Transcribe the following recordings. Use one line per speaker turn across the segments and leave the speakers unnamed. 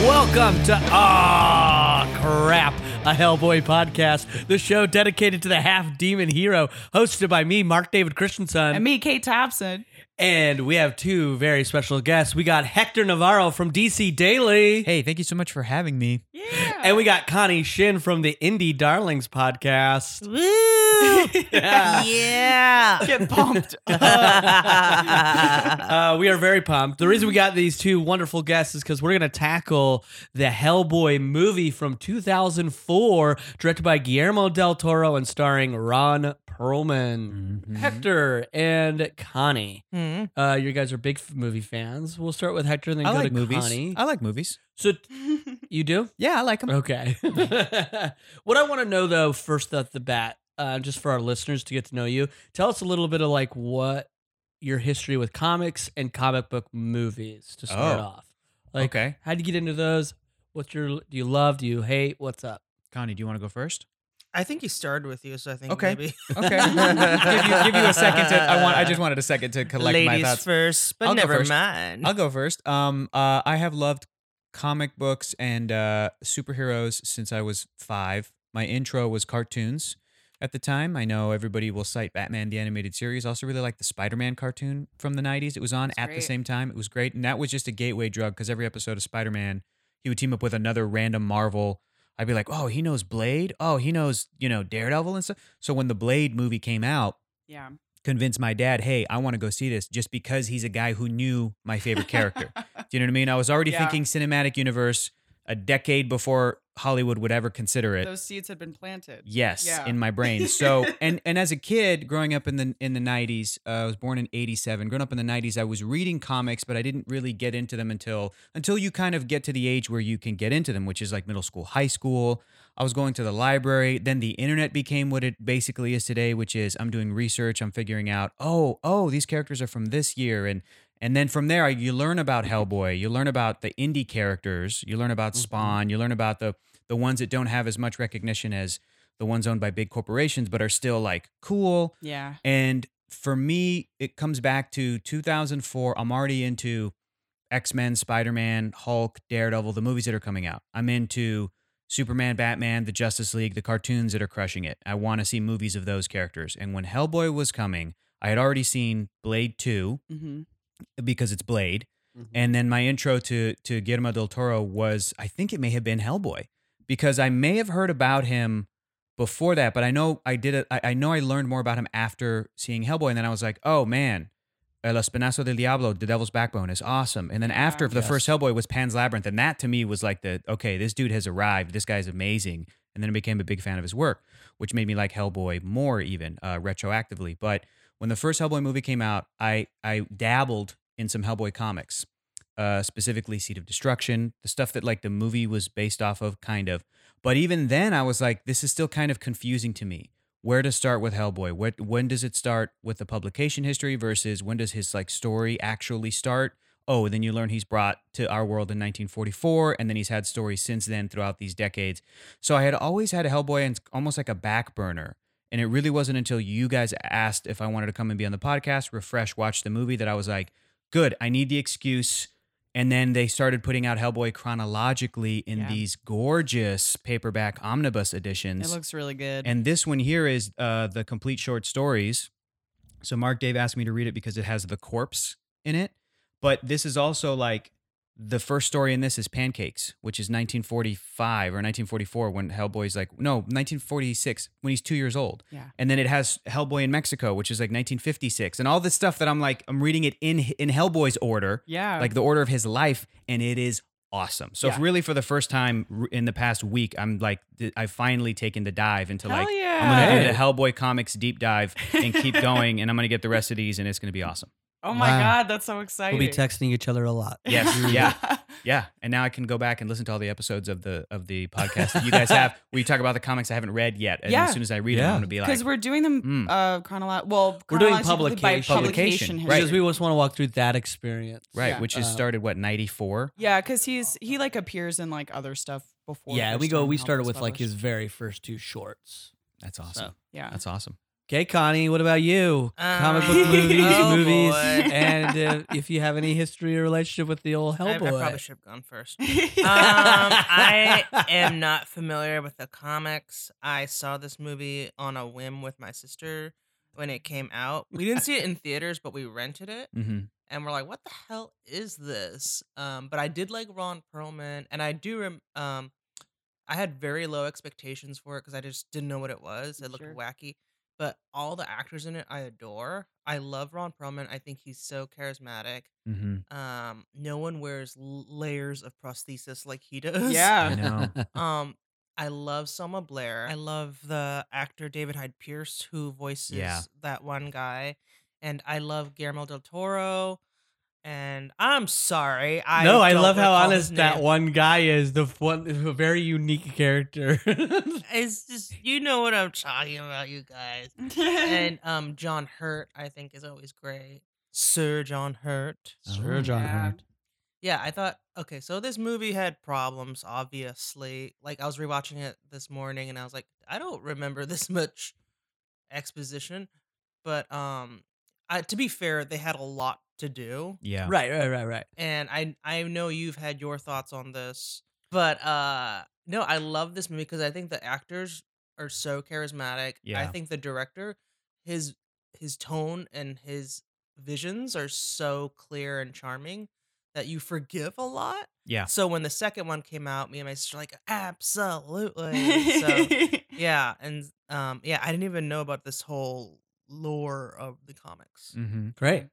Welcome to Ah Crap, a Hellboy podcast, the show dedicated to the half demon hero, hosted by me, Mark David Christensen.
And me, Kate Thompson.
And we have two very special guests. We got Hector Navarro from DC Daily.
Hey, thank you so much for having me.
Yeah.
And we got Connie Shin from the Indie Darlings podcast.
Woo! yeah.
get pumped.
Uh, we are very pumped. The reason we got these two wonderful guests is because we're going to tackle the Hellboy movie from 2004, directed by Guillermo del Toro and starring Ron Perlman.
Mm-hmm.
Hector and Connie,
Hmm.
uh, you guys are big f- movie fans. We'll start with Hector, and then
I
go
like
to
movies. Uh,
Connie.
I like movies.
So you do?
Yeah, I like them.
Okay. what I want to know though, first at the bat, uh, just for our listeners to get to know you, tell us a little bit of like what your history with comics and comic book movies to start
Oh.
off. Like,
okay.
how do you get into those? What's your? Do you love? Do you hate? What's up?
Connie, do you want to go first?
I think he started with you, so I think
Okay.
maybe
Okay. give, you, give you a second to. I want. I just wanted a second to collect
ladies
my thoughts.
first, but
I'll go
never
first.
mind.
I'll go first. Um, uh, I have loved comic books and uh, superheroes since I was five. My intro was cartoons at the time. I know everybody will cite Batman the Animated Series. I also really liked the Spider Man cartoon from the 90s. It was on
That's
at the
great.
same time. It was great. And that was just a gateway drug because every episode of Spider Man, he would team up with another random Marvel. I'd be like, oh, he knows Blade. Oh, he knows, you know, Daredevil and stuff. So when the Blade movie came out,
yeah.
convince my dad, hey, I want to go see this just because he's a guy who knew my favorite character. Do you know what I mean? I was already
Yeah.
thinking cinematic universe a decade before Hollywood would ever consider it.
Those seeds had been planted.
Yes,
Yeah.
in my brain. So, and and as a kid growing up in the in the 90s, uh, I was born in 87. Growing up in the 90s, I was reading comics, but I didn't really get into them until until you kind of get to the age where you can get into them, which is like middle school, high school. I was going to the library, then the internet became what it basically is today, which is I'm doing research, I'm figuring out, oh, oh, these characters are from this year and and then from there, you learn about Hellboy. You learn about the indie characters. You learn about Spawn. You learn about the the ones that don't have as much recognition as the ones owned by big corporations, but are still like cool.
Yeah.
And for me, it comes back to 2004. I'm already into X Men, Spider Man, Hulk, Daredevil, the movies that are coming out. I'm into Superman, Batman, the Justice League, the cartoons that are crushing it. I want to see movies of those characters. And when Hellboy was coming, I had already seen Blade 2
Mm-hmm.
because it's Blade. And then my intro to to Guillermo del Toro was I think it may have been Hellboy because I may have heard about him before that, but I know I did it. I I know I learned more about him after seeing Hellboy, and then I was like, oh man. El Espinazo del Diablo, The Devil's Backbone is awesome. And then after
Yeah.
the first Hellboy was Pan's Labyrinth. And that to me was like the, okay, this dude has arrived. This guy's amazing. And then I became a big fan of his work, which made me like Hellboy more even uh, retroactively. But when the first Hellboy movie came out, I, I dabbled in some Hellboy comics uh, specifically Seed of Destruction, the stuff that like the movie was based off of, kind of. But even then, I was like, this is still kind of confusing to me. Where to start with Hellboy? What when does it start with the publication history versus when does his like story actually start? Oh, then you learn he's brought to our world in 1944, and then he's had stories since then throughout these decades. So I had always had Hellboy and almost like a back burner. And it really wasn't until you guys asked if I wanted to come and be on the podcast, refresh, watch the movie that I was like, good, I need the excuse. And then they started putting out Hellboy chronologically in
Yeah.
these gorgeous paperback omnibus
It
editions.
looks really good.
and this one here is uh, the complete short stories. So Mark Dave asked me to read it because it has the corpse in it. But this is also like the first story in this is Pancakes, which is 1945 or 1944 when Hellboy's like, no, 1946 when he's two years old.
Yeah.
And then it has Hellboy in Mexico, which is like 1956. And all this stuff that I'm like, I'm reading it in in Hellboy's order
yeah.
like the order of his life, and it is awesome. So if
Oh. Yeah.
really for the first time r- in the past week, I'm like th- I've finally taken the dive into
Hell
like
yeah.
I'm gonna do the Hellboy comics deep dive and keep going, and I'm gonna get the rest of these, and it's gonna be awesome.
oh my
Wow.
God. That's so exciting.
We'll be texting each other a lot.
Yes, yeah. Yeah, and now I can go back and listen to all the episodes of the of the podcast that you guys have. where you talk about the comics I haven't read yet, and
Yeah.
as soon as I read them,
Yeah.
I'm gonna be like,
Because we're doing them
Mm.
uh, chronologically. Well,
We're doing
chronologically by
publication.
publication
Publication,
history.
Because we just want to walk through that experience.
right,
yeah.
which is
Uh,
started what '94.
Yeah, because he's he like appears in like other stuff before.
Yeah,
First
we go.
Time
We
Hell
started
was
with like
published.
his very first two shorts.
That's awesome.
yeah.
That's awesome.
Okay, Connie, what about you? Comic book
Um,
movies,
oh,
movies,
boy.
and uh, if you have any history or relationship with the old
Oh,
I, I
Hellboy.
probably should have gone first. Um, I am not familiar with the comics. I saw this movie on a whim with my sister when it came out. We didn't see it in theaters, but we rented it.
hmm
and we're like, "What the hell is this?" Um, but I did like Ron Perlman, and I do. Rem- um, I had very low expectations for it because I just didn't know what it was. It looked
Sure.
wacky, but all the actors in it I adore. I love Ron Perlman. I think he's so charismatic.
hmm
Um, no one wears l- layers of prosthesis like he does.
I
yeah.
know.
Um, I love Selma Blair. I love the actor David Hyde Pierce who voices that one guy, and I love Guillermo del Toro. And I'm sorry, I
no, I
don't
love how
recall his
honest that
name.
one guy is. The one, a very unique character.
It's just you know what I'm talking about, you guys. And um, John Hurt, I think, is always great. Sir John Hurt.
Sure, John
Yeah.
Hurt.
Yeah, I thought okay, so this movie had problems, obviously. Like I was rewatching it this morning and I was like, I don't remember this much exposition. But um I, to be fair, they had a lot to do.
Yeah.
Right, right, right, right.
And I I know you've had your thoughts on this. But uh no, I love this movie because I think the actors are so charismatic. I
Yeah.
think the director, his his tone and his visions are so clear and charming that you forgive a lot.
Yeah.
So when the second one came out, me and my sister were like, absolutely. so yeah, and um, yeah, I didn't even know about this whole lore of the comics.
hmm
Great.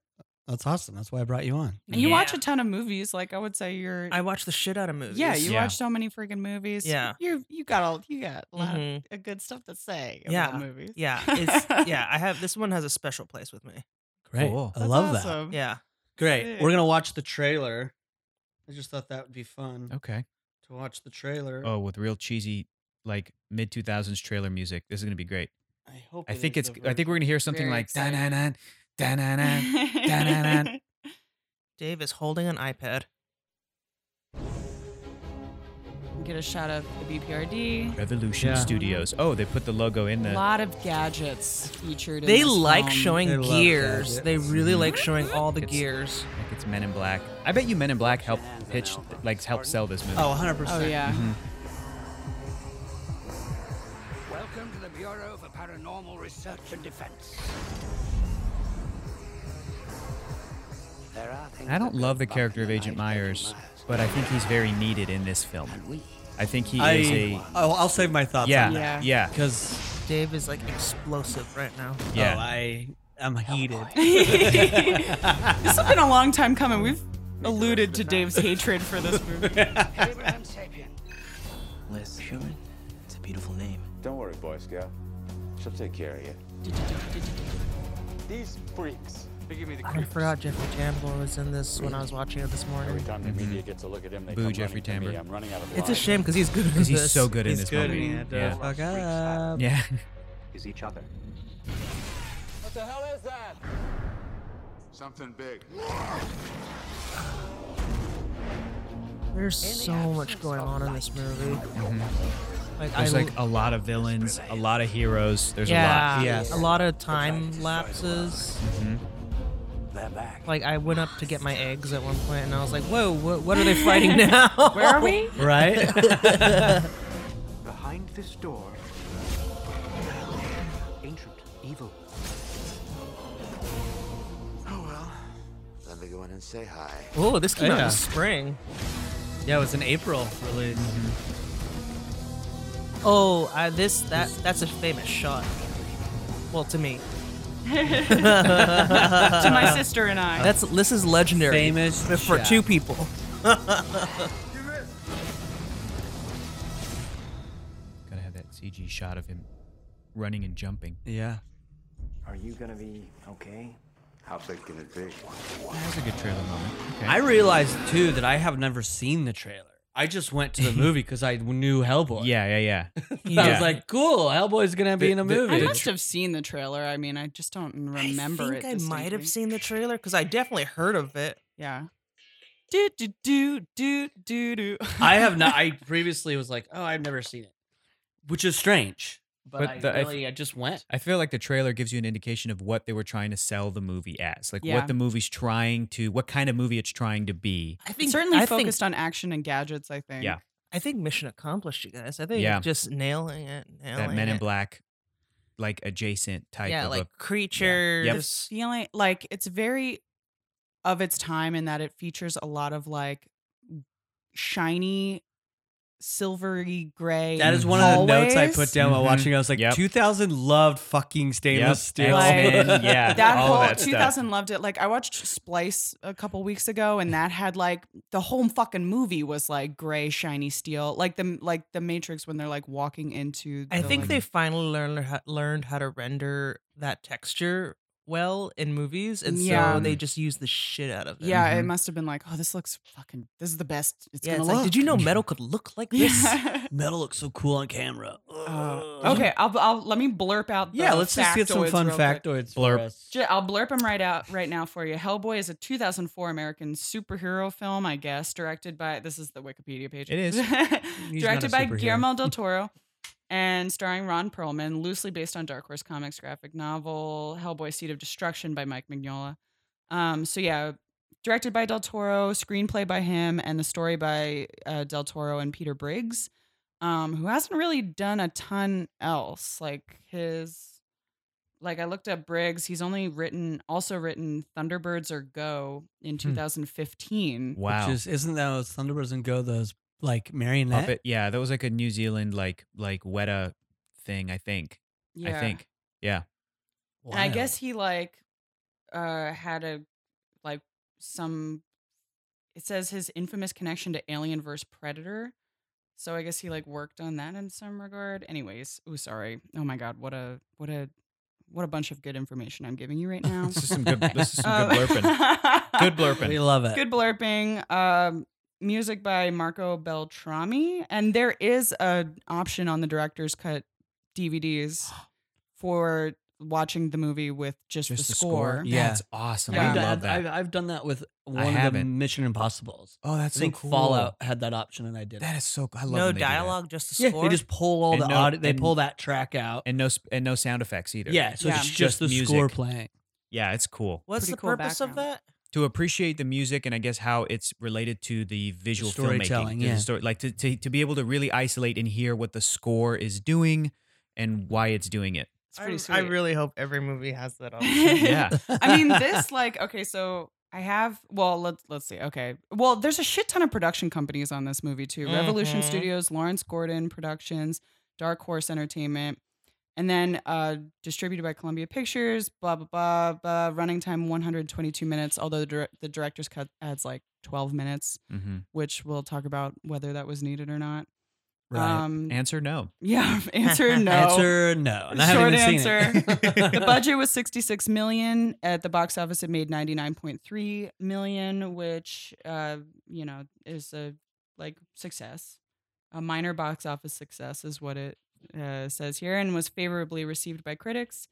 That's awesome. That's why I brought you on.
And you watch
Yeah.
a ton of movies. Like I would say you're.
I watched the shit out of movies.
yeah, you
Yeah.
watch so many freaking movies.
Yeah.
you you got all you got a lot of-
Mhm.
of good stuff to say.
Yeah.
about movies.
yeah, it's, yeah. I have this one has a special place with me.
Great.
Cool.
I love that.
awesome.
Yeah,
Great.
Sick.
We're gonna watch the trailer. I just thought that would be fun
Okay.
to watch the trailer.
Oh, with real cheesy, like mid two thousands trailer music. This is gonna be great.
I hope.
I
it
think
is
it's.
the
I think we're gonna hear something
Very
like da
excited.
na na da na na da na
Dave is holding an iPad.
Get a shot of the BPRD.
Revolution
Yeah.
Studios. Oh, they put the logo in
A
the.
lot of gadgets featured. in
They
this
like
film.
showing
They love
gears. They
gadgets.
really
Mhm.
like showing all the
It's-
gears.
Like it's Men in Black. I bet you Men in Black helped pitch, like helped sell this movie.
Oh, 100 percent.
Oh yeah.
Welcome to the Bureau for Paranormal Research and Defense. There are things
I don't
that
love
go
the
bump
character
in
of
the
Agent
night,
Myers, but I think he's very needed in this film.
And we
I think he
I,
is a.
I'll, I'll save my thoughts.
Yeah,
on that.
yeah,
Yeah.
yeah,
Because
Dave is like explosive right now.
oh, I I'm heated.
this has been a long time coming. We've alluded to Dave's hatred for this movie.
Abraham Sapien.
Liz. Human? It's a beautiful name.
Don't worry, Boy Scout. She'll take care of you. These freaks. They give me the
I forgot Jeffrey Tambor was in this when I was watching it this morning.
Every time the media gets a look at him, they
Boo,
come
Jeffrey
running to me.
Tambor.
I'm running out of
It's a
lines.
shame because he's good.
because he's so good in
He's
this
good.
movie.
man.
yeah,
Fuck up.
yeah.
Is each other.
Something big.
There's so much going on in this movie. Like,
Mm-hmm. There's
I,
like a lot of villains, a lot of heroes. There's
yeah,
a lot. Mm-hmm.
yes.
a lot of time lapses.
They're back.
Like I went up to get my eggs at one point, and I was like, "Whoa, what, what are they fighting now?
Where are we?
Right.
Behind this door, ancient evil.
Let me go in and say hi.
Oh, this came out
Yeah.
in spring.
yeah, it was an April release.
Oh, I, this that that's a famous shot. Well, to me,
to my sister and I.
Uh, that's this is legendary.
Famous
for
shot.
two people.
Gotta have that CG shot of him running and jumping.
Yeah.
Are you gonna be okay?
How big can it be?
That was a good trailer moment. Okay.
I realized too that I have never seen the trailer. I just went to the movie because I knew Hellboy.
yeah, yeah, yeah.
I
Yeah.
was like, cool, Hellboy's gonna be
The-
in a
the-
movie.
I must have seen the trailer. I mean, I just don't remember
I
it.
think I might have
distinctly.
seen the trailer because I definitely heard of it.
Yeah. Do do do do do do.
I have not. I previously was like, oh, I've never seen it, which is strange but,
But
I
the- I f-
really I just went.
I feel like the trailer gives you an indication of what they were trying to sell the movie as, like
Yeah.
what the movie's trying to, what kind of movie it's trying to be.
I
It
think
certainly
I
focused on
think,
action and gadgets, I think.
Yeah.
I think mission accomplished, you guys. I think
Yeah.
just nailing it, nailing
that Men in
it.
Black, like adjacent type
yeah,
of
like
a
creatures.
Yep.
The feeling like it's very of its time in that it features a lot of like shiny, silvery gray.
That is one of the notes I put
hallways.
down while
Mhm.
watching. I was like,
Yep.
2000 loved fucking
Yep,
stainless steel.
X-Men,
Like,
yeah,
that
all
whole
of that stuff.
2000 loved it. Like I watched Splice a couple weeks ago, and that had like the whole fucking movie was like gray, shiny steel, like the like the Matrix when they're like walking into.
I
the,
think
like-
they finally learned how, learned how to render that texture well in movies, and
Yeah.
so they just use the shit out of it.
Yeah, it
Mhm.
must have been like, oh, this looks fucking. This is the best. It's
yeah.
gonna
it's
look.
like, did you know metal could look like this?
Yeah.
Metal looks so cool on camera. Ugh.
Uh, okay, I'll, I'll let me blurp out. Oh, The
Yeah, let's just get some
factoids
fun
real quick.
factoids.
Blurb.
For us.
Ju- I'll blurp them right out right now for you. Hellboy is a 2004 American superhero film, I guess, directed by this is the Wikipedia page.
It is.
a
directed by
superhero.
Guillermo del Toro and starring Ron Perlman, loosely based on Dark Horse Comics graphic novel Hellboy Seed of Destruction by Mike Mignola. Um, so yeah, directed by Del Toro, screenplay by him, and the story by uh, Del Toro and Peter Briggs, um, who hasn't really done a ton else. Like his, like I looked up Briggs, he's only written, also written Thunderbirds or Go
Hmm.
in 2015.
wow.
Which is, isn't that those Thunderbirds and Go those like marionette?
Puppet. Yeah, that was like a New Zealand like like Weta thing, I think. I think. Yeah.
And I
Wild.
guess he like uh had a like some it says his infamous connection to Alien vs Predator. So I guess he like worked on that in some regard. Anyways, ooh sorry. Oh my god, what a what a what a bunch of good information I'm giving you right now.
This is some good this is
Um,
some good blurping. Good blurping.
we love it.
Good blurping. Um, music by Marco Beltrami, and there is a option on the director's cut DVDs for watching the movie with just, the, score.
Yeah.
That's awesome.
Yeah.
I
I've, done-
love that.
I've, I've done that with one of the
haven't.
Mission Impossibles.
oh, that's
I think
so cool.
Fallout had that option, and I did.
That
it.
is so cool. I love
no
when they do that.
dialogue, just the
yeah,
score.
they just pull all
And
the
no-
audio. They
and-
pull that track out.
And no sp- and no sound effects either.
yeah, so
Yeah.
it's
It's
just,
just
the
music.
score playing.
Yeah, it's cool.
What's
Pretty
the
cool
purpose of
background.
that?
to appreciate the music and I guess how it's related to the visual
storytelling,
filmmaking, to the
yeah.
story, like to, to to be able to really isolate and hear what the score is doing and why it's doing it.
It's pretty sweet.
I, I really hope every movie has that option.
Yeah,
I mean, this like okay, so I have well, let's let's see. Okay, well, there's a shit ton of production companies on this movie too. Revolution
Mhm.
Studios, Lawrence Gordon Productions, Dark Horse Entertainment, and then uh, distributed by Columbia Pictures. Blah blah blah. blah running time 122 minutes. Although the dir- the director's cut adds like 12 minutes,
hmm
which we'll talk about whether that was needed or not. Um,
answer no.
yeah, answer no.
Answer no. And I haven't
Short
even seen it.
the budget was 66 million at the box office it made 99.3 million which uh you know is a like success a minor box office success is what it uh, says here and was favorably received by critics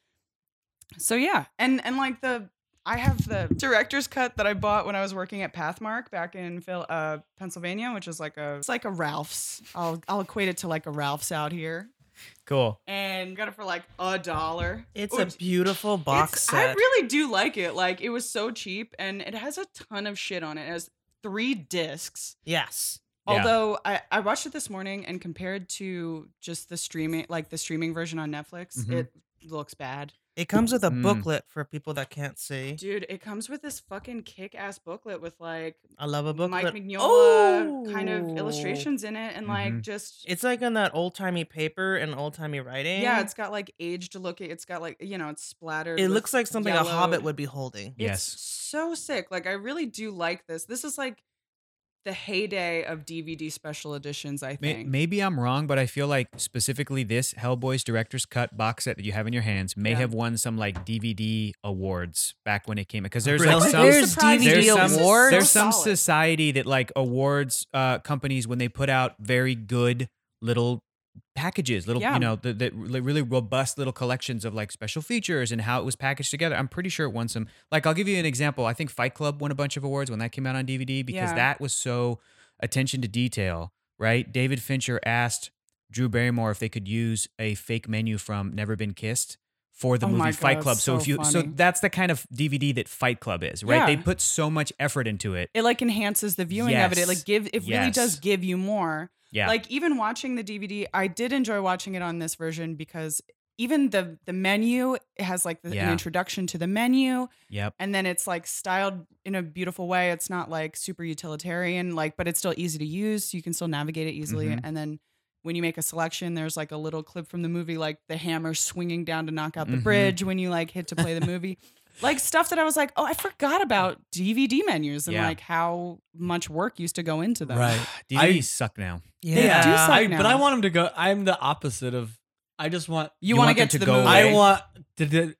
so yeah and and like the i have the director's cut that i bought when i was working at pathmark back in Phil, uh, pennsylvania which is like a it's like a ralph's i'll i'll equate it to like a ralph's out here
Cool.
and got it for like a dollar.
It's
Ooh,
a beautiful box
it's-
set.
I really do like it. Like it was so cheap, and it has a ton of shit on it. It has three discs.
yes.
Yeah.
Although I, I watched it this morning and compared to just the streaming, like the streaming version on Netflix,
Mm-hmm.
Mhm.
it looks bad.
It comes with a
Mm.
booklet for people that can't see.
Dude, it comes with this fucking kick ass booklet with like
I love a booklet.
Mike Mignola kind of
Oh. Mm-hmm.
illustrations in it and like
Mhm.
just
It's like on that old timey paper and old timey writing.
yeah, it's got like aged looking. It's got like you know, it's splattered.
it
with
looks like something a
yellowed-
hobbit would be holding.
Yes.
It's so sick. Like I really do like this. This is like the heyday of DVD special editions, I
May-
think.
maybe I'm wrong, but I feel like specifically this Hellboy's director's cut box set that you have in your hands may
Yeah.
have won some like DVD awards back when it came out. Because there's
Really?
like some
There's DVD
there's some,
awards?
There's
So
some
solid.
society that like awards uh, companies when they put out very good little packages, little
Yeah.
you know, the, the re- really robust little collections of like special features and how it was packaged together. I'm pretty sure it won some. Like I'll give you an example. I think Fight Club won a bunch of awards when that came out on DVD because
Yeah.
that was so attention to detail. Right, David Fincher asked Drew Barrymore if they could use a fake menu from Never Been Kissed for the
Oh my
movie Fight
God,
Club. So,
so
if you so
funny.
that's the kind of DVD that Fight Club is, right? They
Yeah.
put so much effort into it.
It like enhances the viewing of it. It
Yes.
like give it really does
Yes.
give you more.
Yeah.
Like even watching the DVD, I did enjoy watching it on this version because even the the menu it has like the,
Yeah.
an introduction to the menu
yep.
and then it's like styled in a beautiful way. It's not like super utilitarian like but it's still easy to use. So you can still navigate it easily
Mhm.
and then when you make a selection, there's like a little clip from the movie like the hammer swinging down to knock out the
Mhm.
bridge when you like hit to play the movie. like stuff that I was like, "Oh, I forgot about DVD menus and
Yeah.
like how much work used to go into them."
Right.
DVDs suck now.
They do suck
I-
now.
but I want him to go. I'm the opposite of. I just want.
You,
You
want to
want them
get to
to
the
go
movie.
I
away.
want. To, to,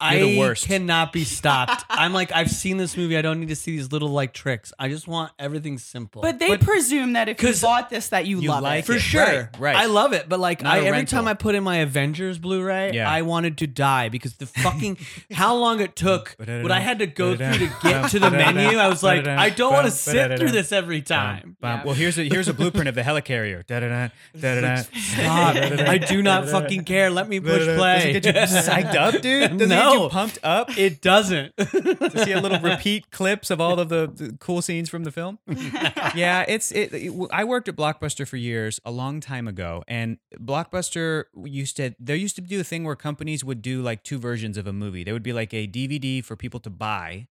I
the worst.
cannot be stopped. I'm like, I've seen this movie. I don't need to see these little like tricks. I just want everything simple.
But they presume that if you
'cause
bought this, that you,
you
love
like
it.
for
it.
sure,
Right, right.
I love it, but like,
Not
I,
a
every
rental.
time I put in my Avengers Blu-ray,
Yeah.
I wanted to die because the fucking how long it took, what I had to go through to get to the menu. I was like, I don't want to sit through this every time.
Bum,
Yeah.
Well, here's a here's a blueprint of the helicarrier. Da-da-da, da-da-da,
God,
da-da-da,
I do not
da-da-da.
fucking care. Let me push
Da-da-da. Does
play.
it get you psyched up, dude? Does it get
No.
you pumped up?
It doesn't.
to see a little repeat clips of all of the, the cool scenes from the film. yeah, it's it, it- w- I worked at Blockbuster for years, a long time ago, and Blockbuster used to there used to do a thing where companies would do like two versions of a movie. There would be like a DVD for people to buy,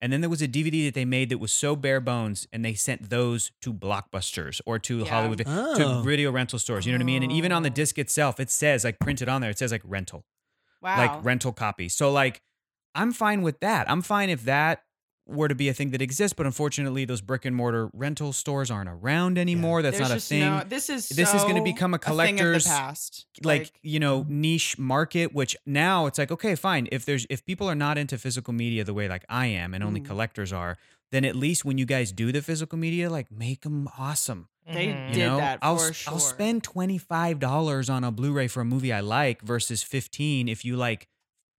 and then there was a DVD that they made that was so bare bones, and they sent those to Blockbusters or to
Yeah.
Hollywood
Oh.
to video rental stores. You know what I mean? And even on the disc itself, it says like printed on there, it says like rental
Wow.
like rental copy. So like I'm fine with that. I'm fine if that were to be a thing that exists, but unfortunately those brick and mortar rental stores aren't around anymore. That's
There's
not a
just
thing.
No, this is
This is gonna
so
become a
thing of the
collector's,
past.
like, you know
mm-hmm.
niche market which now it's like okay fine if there's if people are not into physical media the way like i am and only
Mhm.
collectors are then at least when you guys do the physical media like make them awesome
They
Mm-hmm.
you
did
know
that
I'll,
for
s- I'll
sure.
spend $25 on a blu-ray for a movie i like versus 15 if you like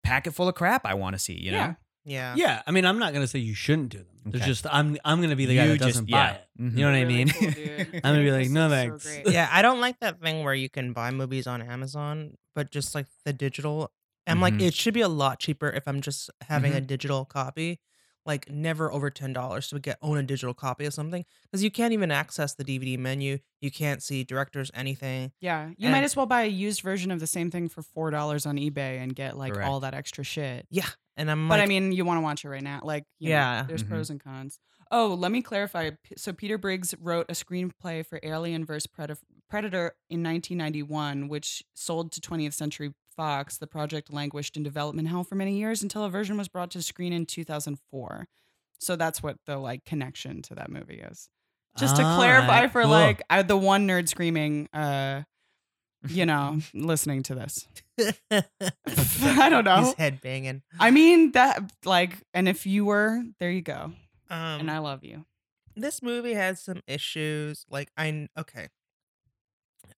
pack it full of crap i want to see you know
Yeah.
Yeah.
yeah, I mean, I'm not gonna say you shouldn't do them. There's
Okay.
just I'm I'm gonna be the guy
You
that
just-
doesn't buy
yeah.
it.
Mhm.
You know what I mean? I'm gonna be like, no thanks.
yeah, I don't like that thing where you can buy movies on Amazon, but just like the digital. I'm like,
Mhm.
it should be a lot cheaper if I'm just having a digital copy. Like never over ten dollars to get own a digital copy of something because you can't even access the DVD menu. You can't see directors anything.
Yeah, you
And-
might as well buy a used version of the same thing for four dollars on eBay and get like all
Correct.
that extra shit.
And I'm
But
like,
I mean, you want to watch it right now. Like, you know,
Yeah.
there's
Mhm.
Mm-hmm.
pros and cons. Oh, let me clarify. P- So Peter Briggs wrote a screenplay for Alien vs. Preda- Predator in 1991, which sold to 20th Century Fox. The project languished in development hell for many years until a version was brought to screen in 2004. So that's what the like connection to that movie is. Just to
All
clarify
right,
for
cool.
like I, the one nerd screaming, uh, you know, listening to this. I don't know.
His head banging.
I mean that like, and if you were there, you go.
Um,
and I love you.
this movie had some issues. Like I kn- okay,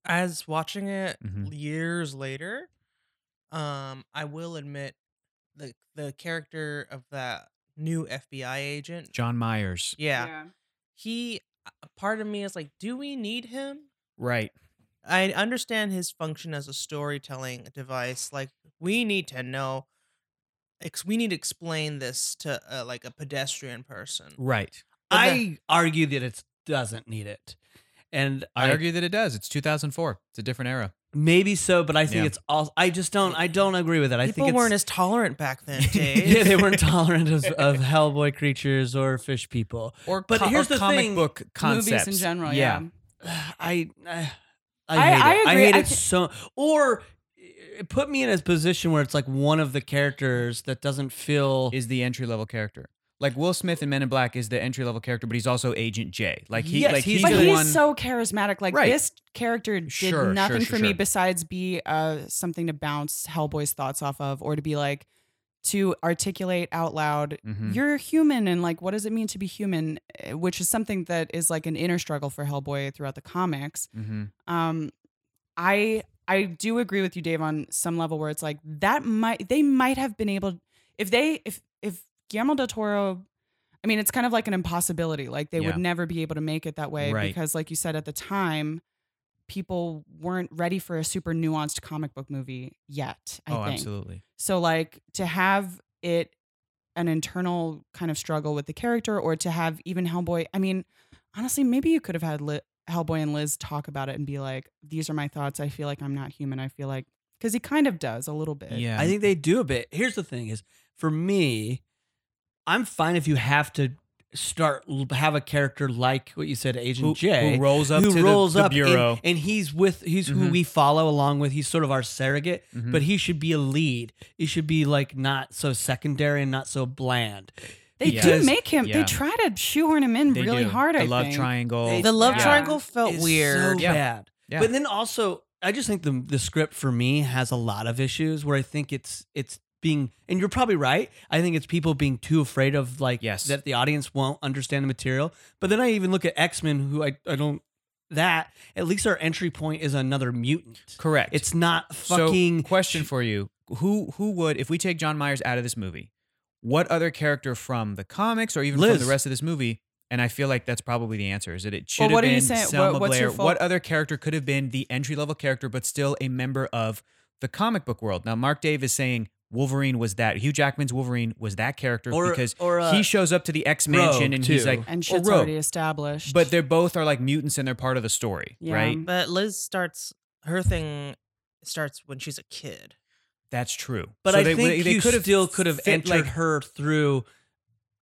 as watching it
Mm-hmm.
Mhm.
years later, um, I will admit the the character of that new FBI agent.
john myers
Yeah, he. a Part of me is like, do we need him?
right
I understand his function as a storytelling device. Like we need to know. Ex- we need to explain this to uh, like a pedestrian person.
right
But
I
the-
argue that it doesn't need it, and
i argue that it does it's 2004 it's a different era
Maybe so, but I think
Yeah.
it's all. I just don't. I don't agree with it. I
People
think it's,
weren't as tolerant back then, Dave.
yeah, they weren't tolerant of, of Hellboy creatures or fish people.
or
But
co-
here's
or
the
comic
thing,
book concepts
Movies in general, yeah.
I I,
I-
I hate
I
it. I
agree.
hate
I
it
thi-
so. Or it put me in a position where it's like one of the characters that doesn't feel.
is the entry level character like will smith in men in black is the entry level character but he's also agent j like he
Yes,
like
he's
he's,
But
the
the
he's
one
so charismatic. Like
Right.
this character did
Sure, sure,
nothing
sure,
for me
sure.
besides be uh, something to bounce Hellboy's thoughts off of, or to be like to articulate out loud.
Mhm.
You're human, and like, what does it mean to be human? Uh, Which is something that is like an inner struggle for Hellboy throughout the comics.
Mhm.
um i i do agree with you dave on some level where it's like that might they might have been able if they if if guillermo del toro i mean it's kind of like an impossibility like they
Yeah.
would never be able to make it that way
Right.
because like you said at the time people weren't ready for a super nuanced comic book movie yet. I
oh,
think.
absolutely.
So like to have it an internal kind of struggle with the character or to have even Hellboy, I mean, honestly, maybe you could have had Li- Hellboy and Liz talk about it and be like, these are my thoughts. I feel like I'm not human. I feel like cuz he kind of does a little bit.
Yeah.
I think they do a bit. Here's the thing: is for me, I'm fine if you have to start have a character like what you said, Agent
who,
J,
who rolls up
who
to
rolls
the, the
up and-
bureau.
And, he's with he's who
Mhm.
we follow along with. He's sort of our surrogate,
Mhm.
but he should be a lead. He should be like not so secondary and not so bland.
They
Because-
do make him.
yeah.
They try to shoehorn him in
They
really
do.
hard.
The
I
love
think.
triangle.
They-
The love
Yeah.
triangle felt
It's
weird.
so
Yeah.
bad.
Yeah.
But then also, I just think the the script for me has a lot of issues where I think it's it's being and you're probably right. I think it's people being too afraid of like
Yes.
that the audience won't understand the material. But then I even look at X Men, who I I don't that at least our entry point is another mutant.
Correct.
It's not fucking
so, question for you. Who who would if we take John Myers out of this movie? What other character from the comics or even
Liz.
from the rest of this movie? And I feel like that's probably the answer. Is that it should
what
have
are you
been
saying?
Selma
What- what's
Blair?
your fault?
What other character could have been the entry level character, but still a member of the comic book world? Now, Mark Dave is saying Wolverine was that. Hugh Jackman's Wolverine was that character
Or-
because
or, uh,
he shows up to the X Mansion
Rogue,
and he's
too.
like,
And
or
shit's
Rogue.
already established.
But they are both are like mutants and they're part of the story,
Yeah.
right?
But Liz starts her thing starts when she's a kid.
That's true.
But
So
I
they-
think
they
you
could've
still could have
fit,
entered
like,
her through.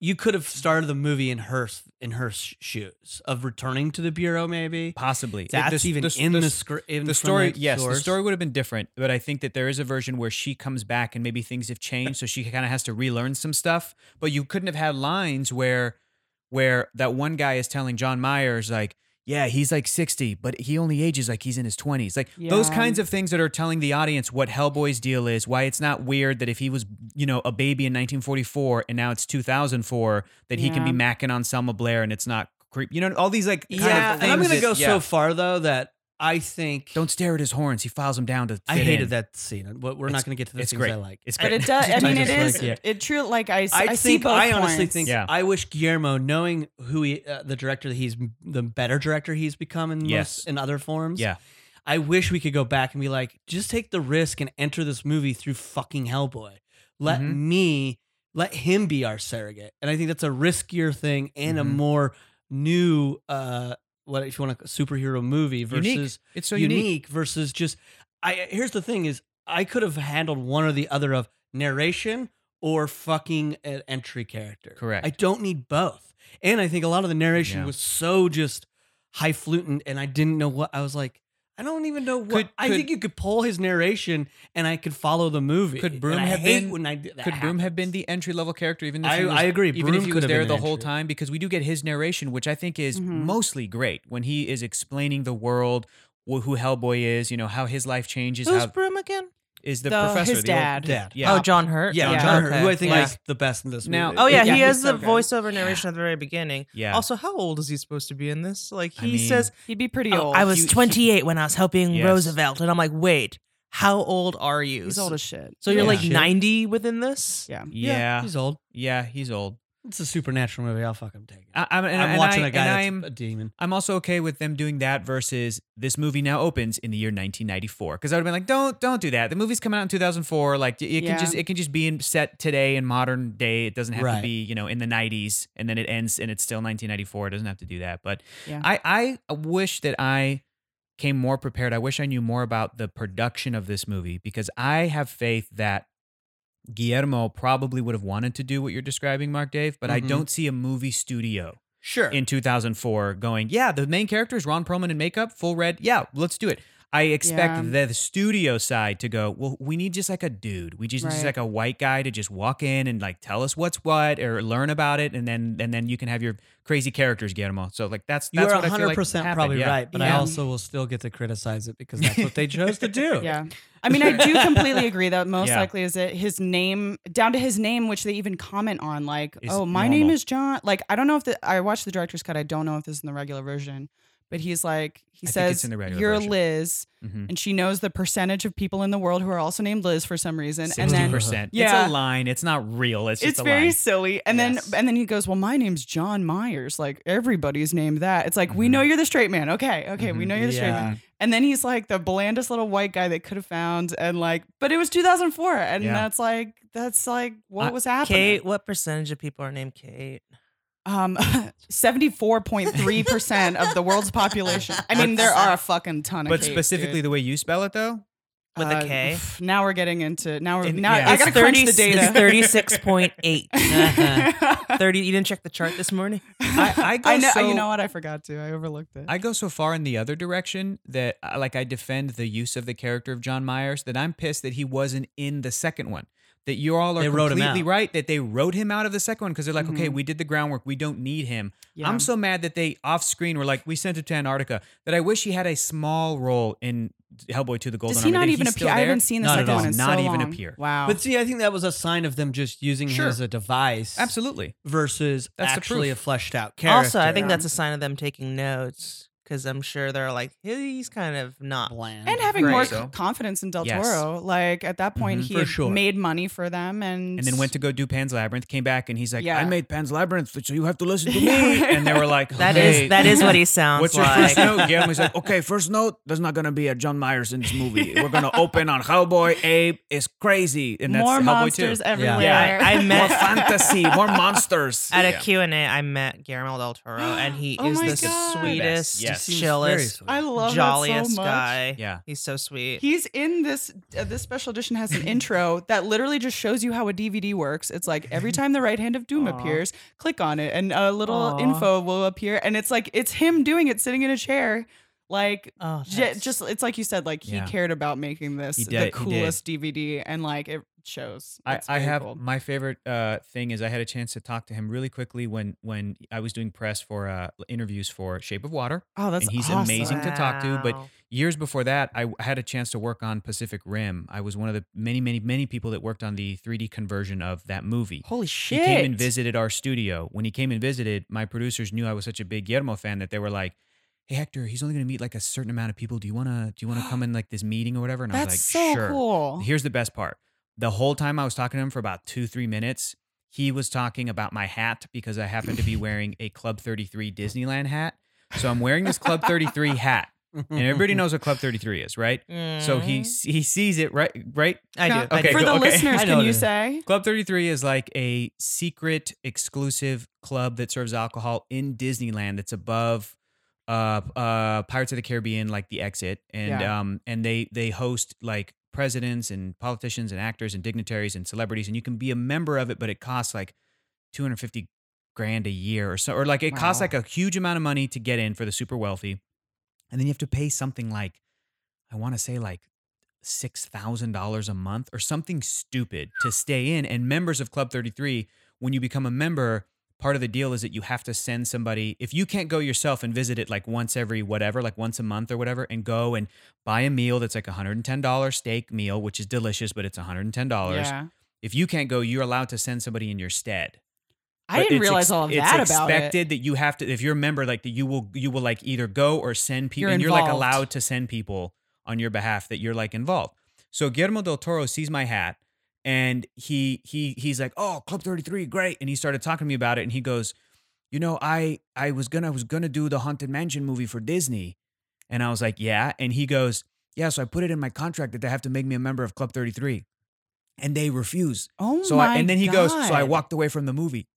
You could have started the movie in her in her sh- shoes of returning to the bureau, maybe.
Possibly. It-
That's
this-
even
this-
in the
this-
script. in
The
from
story,
that
yes,
source.
the story would have been different, but I think that there is a version where she comes back and maybe things have changed, so she kind of has to relearn some stuff. But you couldn't have had lines where, where that one guy is telling John Myers like, "Yeah, he's like sixty, but he only ages like he's in his 20s. Like those
Yeah.
kinds of things that are telling the audience what Hellboy's deal is, why it's not weird that if he was, you know, a baby in 1944 and now it's 2004, that he can be
Yeah.
macking on Selma Blair and it's not creep. You know, all these like kind of
yeah, and I'm
things
gonna
that-
go
yeah.
so far though that I think
Don't stare at his horns. He files them down to. Fit
I hated
in.
that scene. But we're
It's-
not gonna get to the
it's
things
great.
I like.
It's
But
great.
it does. I mean, it
just
is.
like, yeah.
It true. Like I. s- I, see
think
both
I honestly
points.
think
Yeah.
I wish Guillermo, knowing who he, uh, the director that he's the better director he's become in
Yes.
most, in other forms.
Yeah.
I wish we could go back and be like, just take the risk and enter this movie through fucking Hellboy. Let
Mhm.
me, let him be our surrogate. And I think that's a riskier thing and
Mhm.
a more new, uh, what if you want a superhero movie versus
It's so
unique.
unique.
versus just I here's the thing is I could have handled one or the other of narration or fucking an entry character.
Correct.
I don't need both. And I think a lot of the narration
Yeah.
was so just highfalutin and I didn't know what I was like I don't even know what
Could-
I
could-
think you could pull his narration and I could follow the movie.
Could
And
Broom
I
have
hate
been-
when I did that
Could Broom have been
happens.
the entry level character? Even if
I,
he was,
I agree.
even
Broom
if he
could
was
have
there
been
the
an
whole
entry.
time, because we do get his narration, which I think is
Mhm.
mostly great when he is explaining the world, wh- who Hellboy is, you know, how his life changes.
Who's
how
Broom again?
is the,
The-
professor
his
the old-
dad.
Dad.
Yeah.
Oh, John Hurt.
Yeah,
Yeah.
John Hurt,
Okay.
who I think
Yeah.
is the best in this
Now-
movie.
Oh
Yeah,
yeah, he
he's
has
so
the
good.
voiceover narration at the very beginning.
yeah.
Also, how old is he supposed to be in this? Like
I
he
mean-
says,
He'd be pretty
"Oh,
old.
I was
He- he-
28 when I was helping
Yes.
Roosevelt, and I'm like, wait, how old are you?
He's old as shit.
so you're
Yeah.
like
Shit.
90 within this?
Yeah.
yeah, yeah,
He's old.
he's old.
It's a supernatural movie. I'll fucking take it.
I, I'm, and,
I'm
and
watching
I,
a guy
and
that's
I'm,
a demon.
I'm also okay with them doing that versus this movie now opens in the year 1994 because I would have been like, don't don't do that. The movie's coming out in 2004. Like it
Yeah.
can just it can just be in set today in modern day. It doesn't have
Right.
to be you know in the 90s and then it ends and it's still 1994. It doesn't have to do that. But
Yeah.
I I wish that I came more prepared. I wish I knew more about the production of this movie because I have faith that Guillermo probably would have wanted to do what you're describing, Mark Dave. But I
Mm-hmm.
Mhm.
don't see a movie studio
Sure.
in 2004 going, yeah, the main character is Ron Perlman in makeup, full red. Yeah, let's do it. I expect the studio side to go, well, we need just like a dude. We just need just
Right.
like a white guy to just walk in and like tell us what's what or learn about it. And then, and then you can have your crazy characters, Guillermo. So like that's,
you
that's
are
what I feel like
100%
happened,
probably
yeah.
right, but I
Yeah.
also will still get to criticize it because that's what they chose to do.
Yeah. I mean, I do completely agree that most
Yeah.
likely is that his name, down to his name, which they even comment on, like,
Is
oh, my
normal.
name is John. Like, I don't know if the, I watched the director's cut. I don't know if this is in the regular version, but he's like he
I think it's
says
in the regular
you're
version."
Liz,
Mm-hmm.
and she knows the percentage of people in the world who are also named Liz for some reason, and
Sixty
then
percent.
Yeah.
It's a line. It's not real. It's just
it's
a
very
line.
silly. And
Yes.
then and then he goes, "Well, my name's John Myers. Like everybody's named that." It's like we
Mhm.
know you're the straight man. Okay, okay, we
Mhm.
know you're the straight man.
Yeah.
And then he's like the blandest little white guy they could have found, and like, but it was 2004, and
Yeah.
that's like that's like what
Uh,
was happening.
Kate, what percentage of people are named Kate?
Um, 74.3 percent of the world's population. I mean, there are a fucking ton of.
But
Kates,
specifically,
dude.
the way you spell it, though,
With a
Uh,
K?
pff, now we're getting into now we're
In-
now
yeah.
I
It's
gotta crunch the
30 It's uh,
data.
thirty-six point eight. Thirty. You didn't check the chart this morning.
I- I go
know.
so-
you know what? I forgot to. I overlooked it.
I go so far in the other direction that, uh, like, I defend the use of the character of John Myers that I'm pissed that he wasn't in the second one. That you all are
They wrote him
completely
out.
right that they wrote him out of the second one because they're like, okay,
Mhm.
we did the groundwork, we don't need him.
Yeah.
I'm so mad that they off screen were like, we sent him to Antarctica. That I wish he had a small role in Hellboy 2: The Golden
Does he
Army.
not
that
even
he's
appear?
still
I
there.
haven't seen the
Not at
second
all.
one in
Not
so
even
long.
appear.
Wow.
But see, I think that was a sign of them just using
Sure.
him as a device,
Absolutely.
versus
That's the
actually a
proof.
fleshed out character.
Also, I think that's
Um.
a sign of them taking notes because I'm sure they're like, he's kind of not.
bland.
and having more
Right.
c-
So-
confidence in Del
Yes.
Toro, like at that point
Mhm.
he
For
had
sure.
made money for them, and
And then went to go do Pan's Labyrinth, came back, and he's like,
Yeah.
I made Pan's Labyrinth, so you have to listen to me. and they were like,
That is
"Hey,
that is what he sounds
What's your
like.
first note? Guillermo's like, okay, first note, there's not gonna be a John Myers in this movie. We're gonna open on Hellboy. Abe is crazy, and that's
more
Hellboy
monsters
too.
everywhere.
Yeah,
I
more
met
fantasy, more monsters.
at a
Yeah.
Q and A. I met Guillermo del Toro, and he
Oh
is
my
the
God.
sweetest,
Yes.
Seems very
chillest,
sweet.
I love
jolliest
that so much.
guy.
Yeah.
he's so sweet.
He's in this. Uh, this special edition has an intro that literally just shows you how a DVD works. It's like every time the right hand of doom
Aw.
appears, click on it, and a little
Aw.
info will appear. And it's like it's him doing it, sitting in a chair, like
oh,
J-
that's-
just it's like you said, like he
Yeah.
cared about making this
He
the
did, he did.
coolest DVD, and like it shows.
I,
It's
I
very
have
cool.
my favorite uh, thing is I had a chance to talk to him really quickly when when I was doing press for uh, interviews for Shape of Water.
Oh, that's
and he's
awesome.
amazing to talk to, but
Wow.
years before that, I w- had a chance to work on Pacific Rim. I was one of the many, many, many people that worked on the 3D conversion of that movie.
Holy shit!
He came and visited our studio. When he came and visited, my producers knew I was such a big Guillermo fan that they were like, "Hey Hector, he's only going to meet like a certain amount of people. Do you want to do you want to come in like this meeting or whatever?" And I
That's
was like,
so
"Sure."
cool.
Here's the best part. The whole time I was talking to him for about 2-3 minutes, he was talking about my hat because I happened to be wearing a Club 33 Disneyland hat. So I'm wearing this Club 33 hat. And everybody knows what Club 33 is, right? So
Mm.
he
Mhm.
he sees it right right
I do.
Now,
I
Okay,
do.
Mm-hmm. for
good,
the
okay.
listeners,
I
can
know
you
it is.
say?
Club 33 is like a secret exclusive club that serves alcohol in Disneyland that's above uh uh Pirates of the Caribbean like the exit and
Yeah.
um and they they host like presidents and politicians and actors and dignitaries and celebrities and you can be a member of it but it costs like 250 grand a year or so or like it costs
Wow.
like a huge amount of money to get in for the super wealthy and then you have to pay something like I want to say like six thousand dollars a month or something stupid to stay in. And members of Club Thirty Three, when you become a member, part of the deal is that you have to send somebody. If you can't go yourself and visit it like once every whatever, like once a month or whatever, and go and buy a meal that's like a hundred and ten dollar steak meal, which is delicious, but it's a hundred and ten dollars.
Yeah.
If you can't go, you're allowed to send somebody in your stead.
I
But
didn't
it's
realize
ex-
all of
it's
that about
expected
it.
that you have to, if you're a member, like that you will, you will like either go or send people,
You're
and you're like
involved.
allowed to send people on your behalf that you're like involved. So Guillermo del Toro sees my hat, and he he he's like, oh, Club Thirty Three, great, and he started talking to me about it, and he goes, you know, I I was gonna I was gonna do the Haunted Mansion movie for Disney, and I was like, yeah, and he goes, yeah, so I put it in my contract that they have to make me a member of Club Thirty Three, and they refuse.
Oh
So
my
I, and then he goes, so I
God.
walked away from the movie.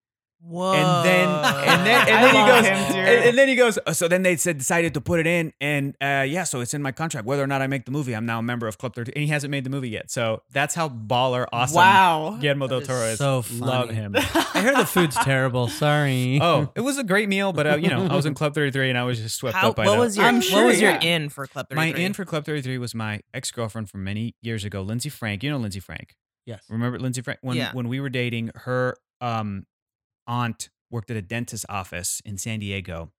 Whoa.
And then-
Uh,
and then- and
I
then he
love
goes-
him, dude.
And, and then he goes, "Oh, so then they said decided to put it in, and uh, yeah, so it's in my contract. Whether or not I make the movie, I'm now a member of Club 13, and he hasn't made the movie yet. So that's how baller awesome
Wow.
Guillermo del
That is
Toro is.
so
Love
funny.
him.
I hear the food's terrible. Sorry.
oh, it was a great meal, but uh, you know, I was in Club 33 and I was just swept
How,
up by
what
the-
was your
I'm sure,
what was your
yeah.
in for Club
my
33?
in for Club 33 was my ex girlfriend from many years ago, Lindsay Frank. You know Lindsay Frank.
yes.
Remember Lindsay Frank? When
Yeah.
when we were dating, her um aunt worked at a dentist's office in San Diego,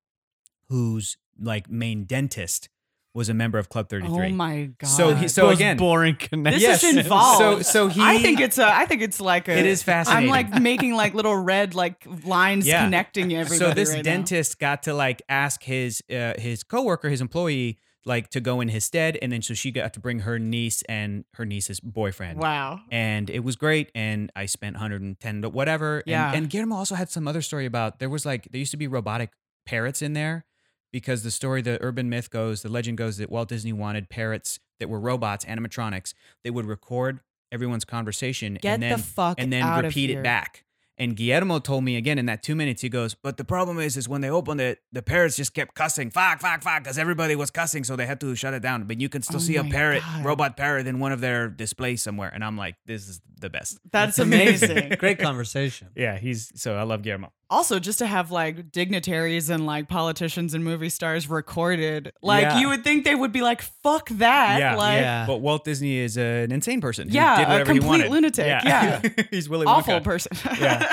whose like main dentist was a member of Club
Oh
33.
my god.
So he- so
Those
again-
boring
this
connections.
Yes.
is involved.
So- so he-
I think it's a. I think it's like a.
It is
I'm
fascinating.
like making like little red like lines
Yeah.
connecting everybody.
So this
right now.
dentist got to like ask his uh, his coworker, his employee, like to go in his stead, and then so she got to bring her niece and her niece's boyfriend.
Wow.
And it was great, and I spent 110 to whatever.
Yeah.
And, and Guillermo also had some other story about there was like there used to be robotic parrots in there because the story, the urban myth goes, the legend goes that Walt Disney wanted parrots that were robots, animatronics. They would record everyone's conversation
Get
and
the
then
fuck
and then
out of
repeat
here.
it back. And Guillermo told me again in that two minutes, he goes, But the problem is, is when they opened it, the parrots just kept cussing, fuck, fuck, fuck, because everybody was cussing, so they had to shut it down. But you can still
Oh
see a
my
parrot,
God.
robot parrot, in one of their displays somewhere. And I'm like, This is the best.
That's amazing.
Great conversation.
Yeah, he's so I love Guillermo.
also, just to have like dignitaries and like politicians and movie stars recorded, like
Yeah.
you would think they would be like, "Fuck that!"
Yeah.
like
Yeah.
But Walt Disney is an insane person. who
Yeah,
did
a
whatever he
complete
wanted.
lunatic,
he's Willy
awful
Wonka.
person.
Yeah.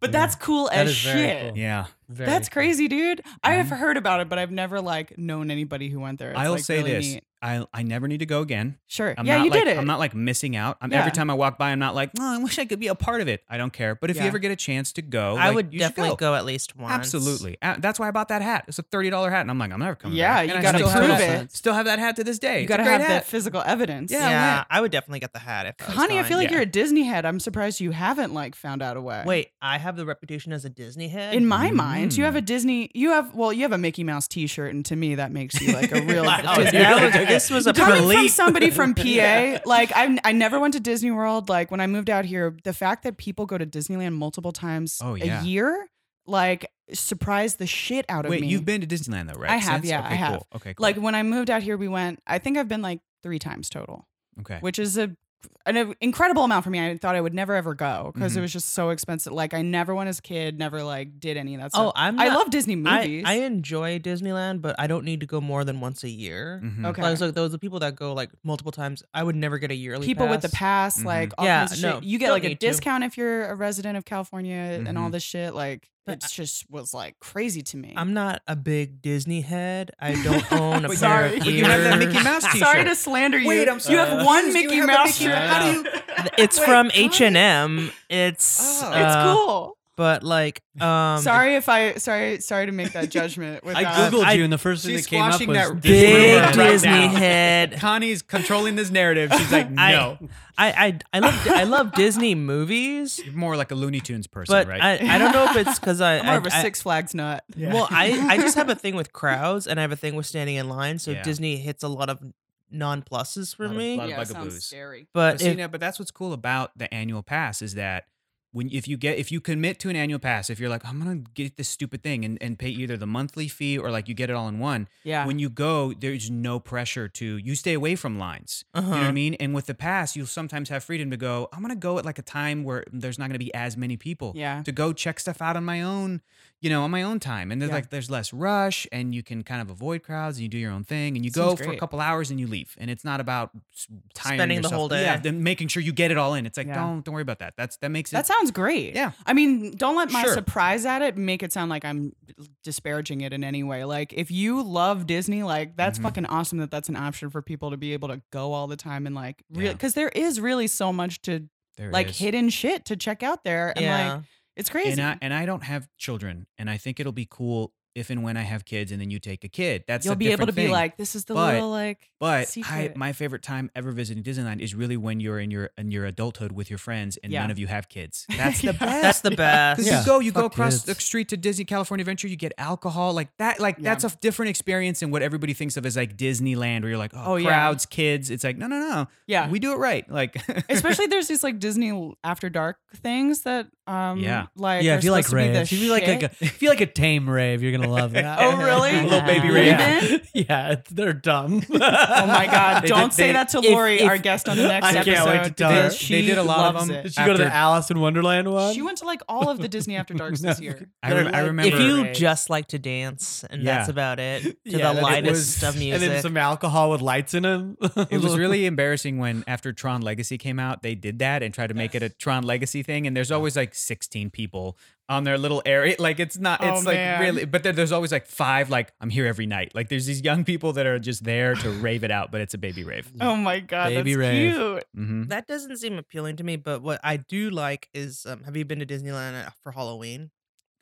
but that's cool
That
as
is very
shit.
cool.
Yeah.
Very
That's
cool. Mm-hmm.
crazy, dude. I have heard about it, but I've never like known anybody who went there. It's,
I'll
like,
say
really
this.
neat.
I I never need to go again.
Sure.
I'm
yeah,
not
you
like,
did it.
I'm not like missing out. I'm,
Yeah.
Every time I walk by, I'm not like, oh, I wish I could be a part of it. I don't care. But if you
Yeah.
ever get a chance to go,
I
like,
would
you should
definitely go. at least once.
Absolutely. Uh, That's why I bought that hat. It's a thirty dollar hat, and I'm like, I'm never coming.
Yeah,
back.
you
And I
gotta
still have
prove
that-
it.
Still have that hat to this day.
you
It's a
gotta
great
have
hat.
that physical evidence.
Yeah,
Yeah,
man.
I would definitely get the hat if. I was
Honey, I
going.
feel like
Yeah.
you're a Disney head. I'm surprised you haven't like found out a way.
Wait, I have the reputation as a Disney head.
In my mind, you
Mm.
have a Disney. You have well, you have a Mickey Mouse T-shirt, and to me, that makes you like a real.
Oh,
Disney
that was-
head.
this was a
coming from
relief.
somebody from PA. Like I, I never went to Disney World. Like when I moved out here, the fact that people go to Disneyland multiple times
Oh, yeah.
a year, like surprised the shit out of
Wait,
me.
you've been to Disneyland though, right?
I have,
Since?
yeah, I
okay,
have.
Cool. Okay, cool.
like when I moved out here, we went. I think I've been like three times total,
okay,
which is a an incredible amount for me. I thought I would never ever go because it
Mhm.
was just so expensive. Like I never went as a kid, never like did any of that
Oh,
stuff.
I'm.
I
not-
love Disney
I,
movies.
I enjoy Disneyland, but I don't need to go more than once a year.
Mhm.
okay.
Like, so those are people that go like multiple times. I would never get a yearly.
people with the pass,
Mhm.
like all
Yeah,
kinds of
no,
shit. You get
don't
like a
need to.
discount if you're a resident of California and all
Mhm.
this shit. Like
But
it's just was like crazy to me.
I'm not a big Disney head. I don't own a pair
Sorry.
of
But you have that Mickey
ears.
Mouse
Sorry
t-shirt.
to slander you.
Wait, I'm
um, you have
sorry.
one
You
Mickey
have a
Mouse
Mickey
shirt.
Mouse- How do you-
It's
Wait,
from
what?
H and M. It's
Oh.
It's
uh,
cool.
but like um,
sorry if I sorry sorry to make that judgment.
I
Without,
googled
I-
you, and the first thing
She's
that came up
squashing
was
that
Disney
big
World.
Right
Disney
now.
head.
Connie's controlling this narrative. She's like,
I-
no,
I, I I love I love Disney movies,
you're more like a Looney Tunes person,
but
right?
I, I don't know if it's because I
I'm more of a
I- I-
Six Flags nut.
Well, I I just have a thing with crowds, and I have a thing with standing in line. So
Yeah.
Disney hits a lot of non pluses for
Lot of
me.
blood. lot of
yeah,
bugaboos.
sounds scary.
But
But, see,
if-
now- but that's what's cool about the annual pass is that when if you get if you commit to an annual pass, if you're like I'm gonna get this stupid thing and, and pay either the monthly fee or like you get it all in one,
Yeah.
when you go there's no pressure to you stay away from lines. You know what I
Uh-huh.
mean? And with the pass, you'll sometimes have freedom to go. I'm gonna go at like a time where there's not gonna be as many people.
Yeah.
To go check stuff out on my own, you know, on my own time, and there's
Yeah.
like there's less rush, and you can kind of avoid crowds, and you do your own thing, and you
Seems
go for a
great.
couple hours and you leave, and it's not about s- tiring
Spending the
yourself-
whole day.
Yeah, then making sure you get it all in. It's like
Yeah.
don't don't worry about that. That's that makes it.
That sounds great.
Yeah.
I mean, don't let my
Sure.
surprise at it make it sound like I'm disparaging it in any way. Like, if you love Disney, like, that's
Mhm.
fucking awesome that that's an option for people to be able to go all the time and, like, really,
Yeah.
because there is really so much to,
there it
like,
is.
hidden shit to check out there. And,
yeah,
like, it's crazy.
And I, and I don't have children, and I think it'll be cool if and when I have kids, and then you take a kid. That's
You'll
a
be able to
different
be
thing.
like, this is the
But-
little, like,
But I,
secret.
my favorite time ever visiting Disneyland is really when you're in your in your adulthood with your friends, and
Yeah.
none of you have kids. That's the best.
that's the best.
Because
Yeah.
you go, you go
Fuck
across
kids.
the street to Disney California Adventure, you get alcohol like that. Like
Yeah.
that's a different experience than what everybody thinks of as like Disneyland, where you're like, oh,
Oh, yeah.
crowds, kids. It's like, no, no, no,
yeah.
we do it right. Like,
Especially there's these like Disney after dark things that um
Yeah.
like
Yeah,
are
if you like
supposed to be the
raves, if you like, like a,
shit.
if you like a tame rave, you're gonna love that.
Oh, really?
little baby
You
rave.
been?
Yeah, it's, they're dumb.
Oh my god!
They
Don't
did-
say
they-
that to
if-
Lori,
if-
our guest on the next
I can't
episode.
wait to tell her.
because
They
she
did a lot of
loves
them.
it.
Did she go to the
After-
Alice in Wonderland one?
She went to like all of the Disney after darks this year.
I, rem- I remember.
if you just like to dance and that's
Yeah.
about it, to
Yeah,
the
that- it
lightest
was-
of music.
and then some alcohol with lights in it.
it was really embarrassing when after Tron Legacy came out, they did that and tried to make it a Tron Legacy thing. And there's always like 16 people on their little area. Like it's not,
Oh,
it's like
man.
really, but there, there's always like five, like I'm here every night. Like there's these young people that are just there to rave it out, but it's a baby rave.
Oh my god,
Baby
that's
rave.
cute.
Mm-hmm.
That doesn't seem appealing to me, but what I do like is um, have you been to Disneyland uh, for Halloween?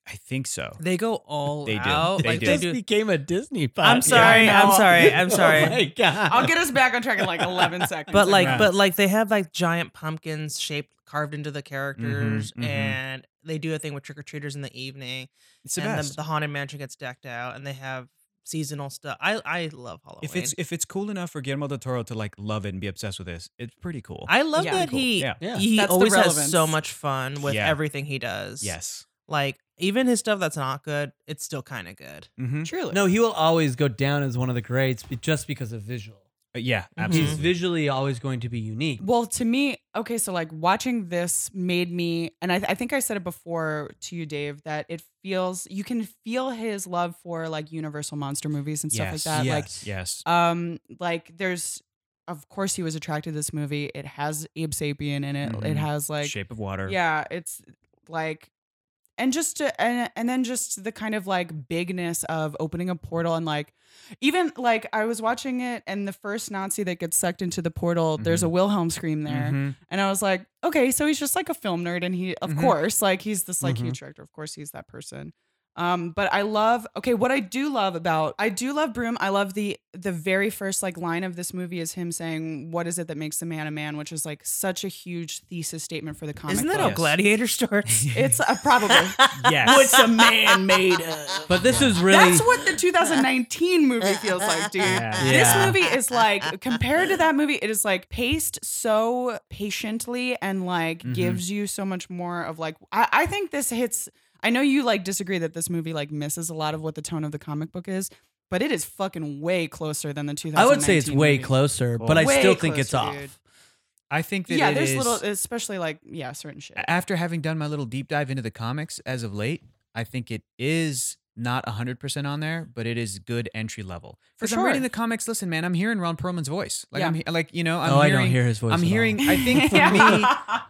I think so.
They go all
They do.
out.
They
like
do.
they
just
do.
became a Disney podcast.
I'm sorry,
Yeah.
I'm sorry, I'm sorry.
Oh my God.
I'll get us back on track in like 11 seconds.
But like,
Right.
but like, they have like giant pumpkins shaped, carved into
Mm-hmm,
the characters,
mhm.
and they do a thing with trick or treaters in the evening.
It's the
and
best.
The, haunted mansion gets decked out, and they have seasonal stuff. I I love Halloween.
if it's if it's cool enough for Guillermo del Toro to like love it and be obsessed with this, it's pretty cool.
I love
Yeah.
that
Cool.
he
Yeah.
Yeah.
he
That's the
always has so
relevance.
much fun with
Yeah.
everything he does.
yes.
like even his stuff that's not good, it's still kind of good.
Mm-hmm.
truly.
No, he will always go down as one of the greats be- just because of visual.
Uh, Yeah,
Mm-hmm.
He's
absolutely.
visually always going to be unique.
Well, to me, okay, so like watching this made me, and I, I think I said it before to you, Dave, that it feels you can feel his love for like Universal monster movies and stuff
Yes,
like that. Like,
Yes. yes.
um, like there's, of course, he was attracted to this movie. It has Abe Sapien in it.
Mhm.
It has like,
Shape of Water.
yeah, it's like. And just to, and and then just the kind of like bigness of opening a portal and like even like I was watching it and the first Nazi that gets sucked into the portal, there's a
Mm-hmm.
Wilhelm scream there.
Mhm.
And I was like, okay, so he's just like a film nerd, and he, of
Mm-hmm.
Mhm.
course, like he's this like
Mhm.
huge director. Of course, he's that person. Um, but I love okay, what I do love about I do love Broom. I love the the very first like line of this movie is him saying, "What is it that makes a man a man?" Which is like such a huge thesis statement for the comic.
Isn't that
book.
how
Yes.
Gladiator starts?
It's uh, probably
Yes.
what's a man made of.
But this is really
That's what the 2019 movie feels like, dude.
Yeah.
Yeah.
This movie is like compared to that movie, it is like paced so patiently and like
Mhm.
gives you so much more of like I, I think this hits I know you like disagree that this movie like misses a lot of what the tone of the comic book is, but it is fucking way closer than the 2019.
I would say it's way
movie.
closer, but I
Way
still think it's
closer,
off.
dude.
I think that
Yeah,
it
there's
is-
little especially like yeah, certain shit.
after having done my little deep dive into the comics as of late, I think it is not 100% on there, but it is good entry level.
For
Because I'm reading
sure.
the comics, listen, man, I'm hearing Ron Perlman's voice. Like,
Yeah.
I'm he- like, you know, I'm
oh, I
hearing,
don't hear his voice.
I'm
at all.
hearing, I think for me,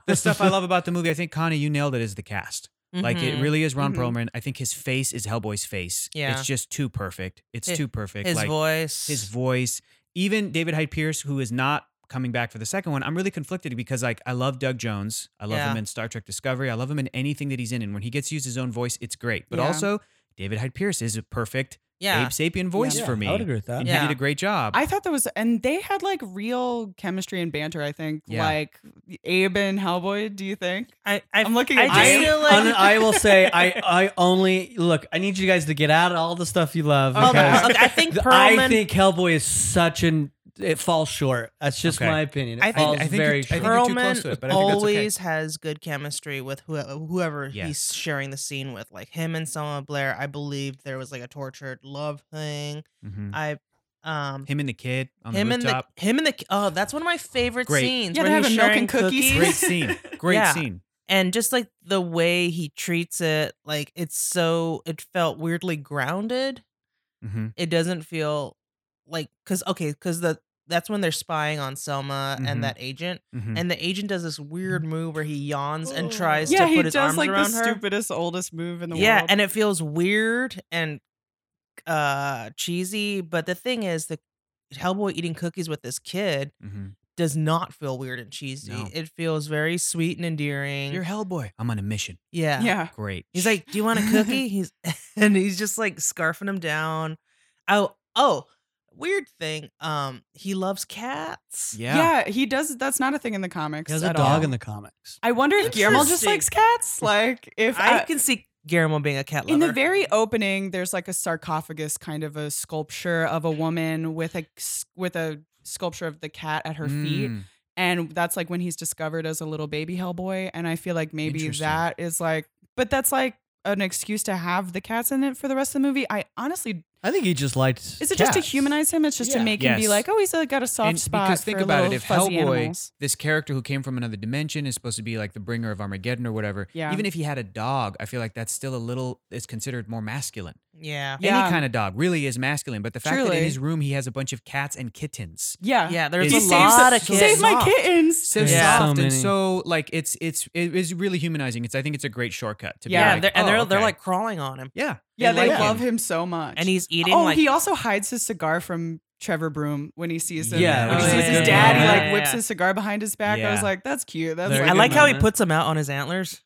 the stuff I love about the movie, I think, Connie, you nailed it, is the cast. Like, it
Mhm.
really is Ron
Mhm.
Perlman. I think his face is Hellboy's face.
Yeah.
It's just too perfect. It's
Hi-
too perfect.
his
like,
voice.
his voice. Even David Hyde Pierce, who is not coming back for the second one, I'm really conflicted because like I love Doug Jones. I love him
Yeah.
in Star Trek Discovery. I love him in anything that he's in. And when he gets to use his own voice, it's great. But
Yeah.
also David Hyde Pierce is a perfect
Yeah.
Abe Sapien voice
Yeah,
for me.
I would agree with that.
And
Yeah.
he did a great job.
I thought that was, and they had like real chemistry and banter. I think,
Yeah.
like Abe and Hellboy. Do you think?
I, I,
I'm looking
I
at
just
Dave.
feel
Un- uh,
like.
I will say I I only look. I need you guys to get out all the stuff you love.
Oh,
okay?
look, I think
The-
Perlman.
I think Hellboy is such an it falls short. That's just
Okay.
my opinion. It
I think-
falls
I think
very
it- I
short.
think you're too close
Perlman
to it, but I think that's okay.
always has good chemistry with who- whoever
Yes.
he's sharing the scene with. Like him and Selma Blair, I believe there was like a tortured love thing.
Mhm.
I um
Him and the kid on
him
the
and the
rooftop.
him and the oh that's one of my favorite
Great.
scenes.
Yeah,
where
they're
he's
having milk
sharing
and cookies.
Great scene. Great
Yeah.
scene.
and just like the way he treats it, like it's so it felt weirdly grounded.
hmm
it doesn't feel like because okay because the that's when they're spying on Selma
Mm-hmm.
Mhm.
and that agent,
hmm
and the agent does this weird move where he yawns and tries
Oh. yeah,
to put
he
his
does
arms
like the
around her.
stupidest, oldest move in the
yeah,
world.
and it feels weird and uh cheesy. But the thing is, the Hellboy eating cookies with this kid
hmm
does not feel weird and cheesy.
No.
It feels very sweet and endearing.
You're Hellboy. I'm on a mission.
yeah,
yeah.
Great.
He's like, "Do you want a cookie?" he's and he's just like scarfing him down. Oh, oh, weird thing. Um, he loves cats.
yeah.
yeah, He does. That's not a thing in the comics.
He has a
at
dog
all.
in the comics.
I wonder if Guillermo just
Interesting.
likes cats. Like if
I
I-
can see Guillermo being a cat lover.
in the very opening, there's like a sarcophagus kind of a sculpture of a woman with a with a sculpture of the cat at her feet.
Mm.
and that's like when he's discovered as a little baby Hellboy. And I feel like maybe
Interesting.
that is like, but that's like an excuse to have the cats in it for the rest of the movie. I honestly
I think he just liked.
Is it just to
cats.
humanize him? It's just to
Yeah.
make him be
Yes.
like, oh, he's uh, got a soft
And
spot.
because think
for
about it,
little
if
fuzzy
Hellboy,
animals.
this character who came from another dimension, is supposed to be like the bringer of Armageddon or whatever.
Yeah.
Even if he had a dog, I feel like that's still a little. It's considered more masculine.
Yeah.
Yeah.
Any kind of dog really is masculine, but the fact that
Truly.
in his room he has a bunch of cats and kittens.
yeah,
Yeah, there's
He
a
saves
lot
the-
of
so
kids.
Save my
Soft.
kittens.
So soft
Yeah.
So
and
many.
so like it's it's it is really humanizing. It's I think it's a great shortcut to
Yeah,
Yeah,
be like,
they're, and
"Oh,
they're they're
okay."
like crawling on him,
yeah
Yeah, they
like
love him so much.
and he's eating.
oh,
like,
he also hides his cigar from Trevor Broom when he sees him.
Yeah,
when
which
he
is
sees
a
his
good
dad. He
moment.
like
Yeah,
whips
yeah.
his cigar behind his back. I was
Yeah.
like, that's cute. That's
Very
like,
I
good
like how he
moment.
puts him out on his antlers.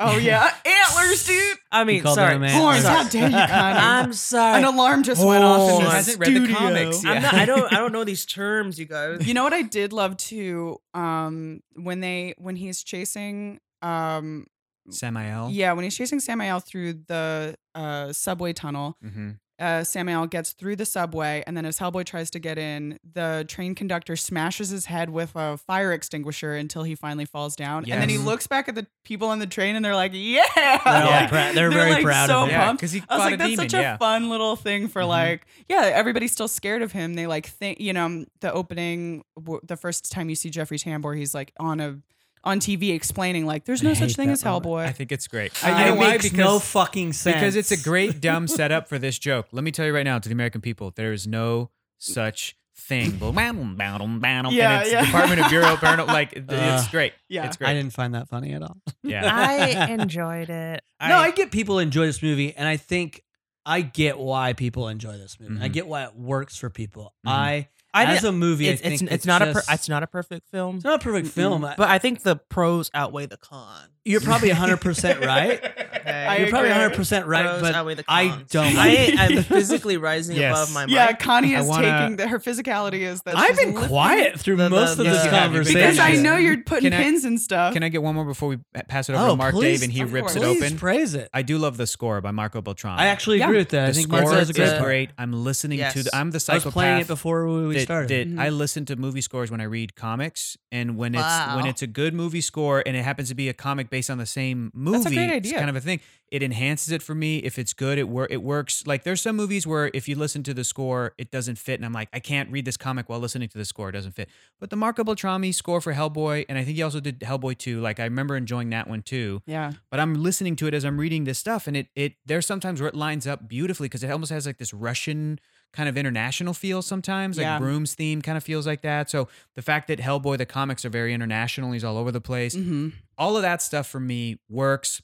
oh yeah, antlers, dude.
I
He
mean,
called
sorry,
him a man.
Horns,
sorry.
how dare you, Connie?
I'm sorry.
An alarm just went off in
Who
Horns.
the
hasn't read the
studio.
comics
I'm
yet?
not, I don't. I don't know these terms, you guys.
You know what I did love too? Um, when they when he's chasing um
Samael.
yeah, when he's chasing Samael through the uh subway tunnel,
Mm-hmm.
uh Samael gets through the subway and then as Hellboy tries to get in, the train conductor smashes his head with a fire extinguisher until he finally falls down. And then he
Yes.
looks back at the people on the train and they're like, Yeah.
They're, all
Like,
prou- they're,
they're,
very
like,
proud
so
of him.
pumped.
Yeah,
pumped.
because
I
he
was
fought
like,
a
that's
demon.
such a
yeah.
fun little thing for
Mhm.
like, yeah, everybody's still scared of him. They like think, you know, the opening, w- the first time you see Jeffrey Tambor, he's like on a on TV explaining like, there's
I
no such
hate
thing
that
as
moment.
Hellboy.
I think it's great.
It
I, you know why?
makes
Because
no fucking sense
because it's a great dumb setup for this joke. Let me tell you right now, to the American people, there is no such thing. yeah,
Yeah,
and it's
yeah.
Department of Bureau of Paranormal. Like th-
Uh,
it's great.
yeah.
it's
I
great.
didn't find that funny at all.
Yeah,
enjoyed it.
no, I get people enjoy this movie, and I think I get why people enjoy this movie. I
Mhm.
get why it works for people.
Mhm.
I,
I
as
didn't-
a movie,
it's
I think
it's, it's not a
just-
per, it's not a perfect film,
it's not a perfect film.
Mm-mm.
but I think the pros outweigh the con.
You're probably 100 percent right.
Okay?
You're probably
agree.
100 percent right,
Pros
but
outweigh the
I
cons.
don't.
I am physically rising
Yes.
above my
yeah,
mic.
Connie
I
is
wanna-
taking the, her physicality is that
I've
she's
been
lifting-
quiet through
the-
most of
the-
this
Yeah,
conversation
because I know you're putting
Can I-
pins and stuff.
Can I get one more before we pa- pass it over
Oh,
to Mark
please,
Dave and he
of
rips it
Please
open?
praise it.
I do love the score by Marco Beltrami.
I actually
Yeah.
agree with that.
the
I think Mark
score
does a
is
great part.
great. I'm listening to.
Yes.
The, I'm
I
the
was
psychopath.
playing it before we
that-
started.
that
Mhm.
I listen to movie scores when I read comics, and when it's when
Wow.
it's a good movie score, and it happens to be a comic based on the same movie.
That's a great
It's
idea.
kind of a thing. It enhances it for me. If it's good, it wor- it works. Like there's some movies where if you listen to the score, it doesn't fit, and I'm like, I can't read this comic while listening to the score. It doesn't fit. But the Marco Beltrami score for Hellboy, and I think he also did Hellboy 2. Like I remember enjoying that one too
yeah,
but I'm listening to it as I'm reading this stuff, and it it there's sometimes where it lines up beautifully because it almost has like this Russian kind of international feel sometimes, like
Yeah.
Broom's theme kind of feels like that. So the fact that Hellboy the comics are very international, he's all over the place.
hmm
All of that stuff for me works.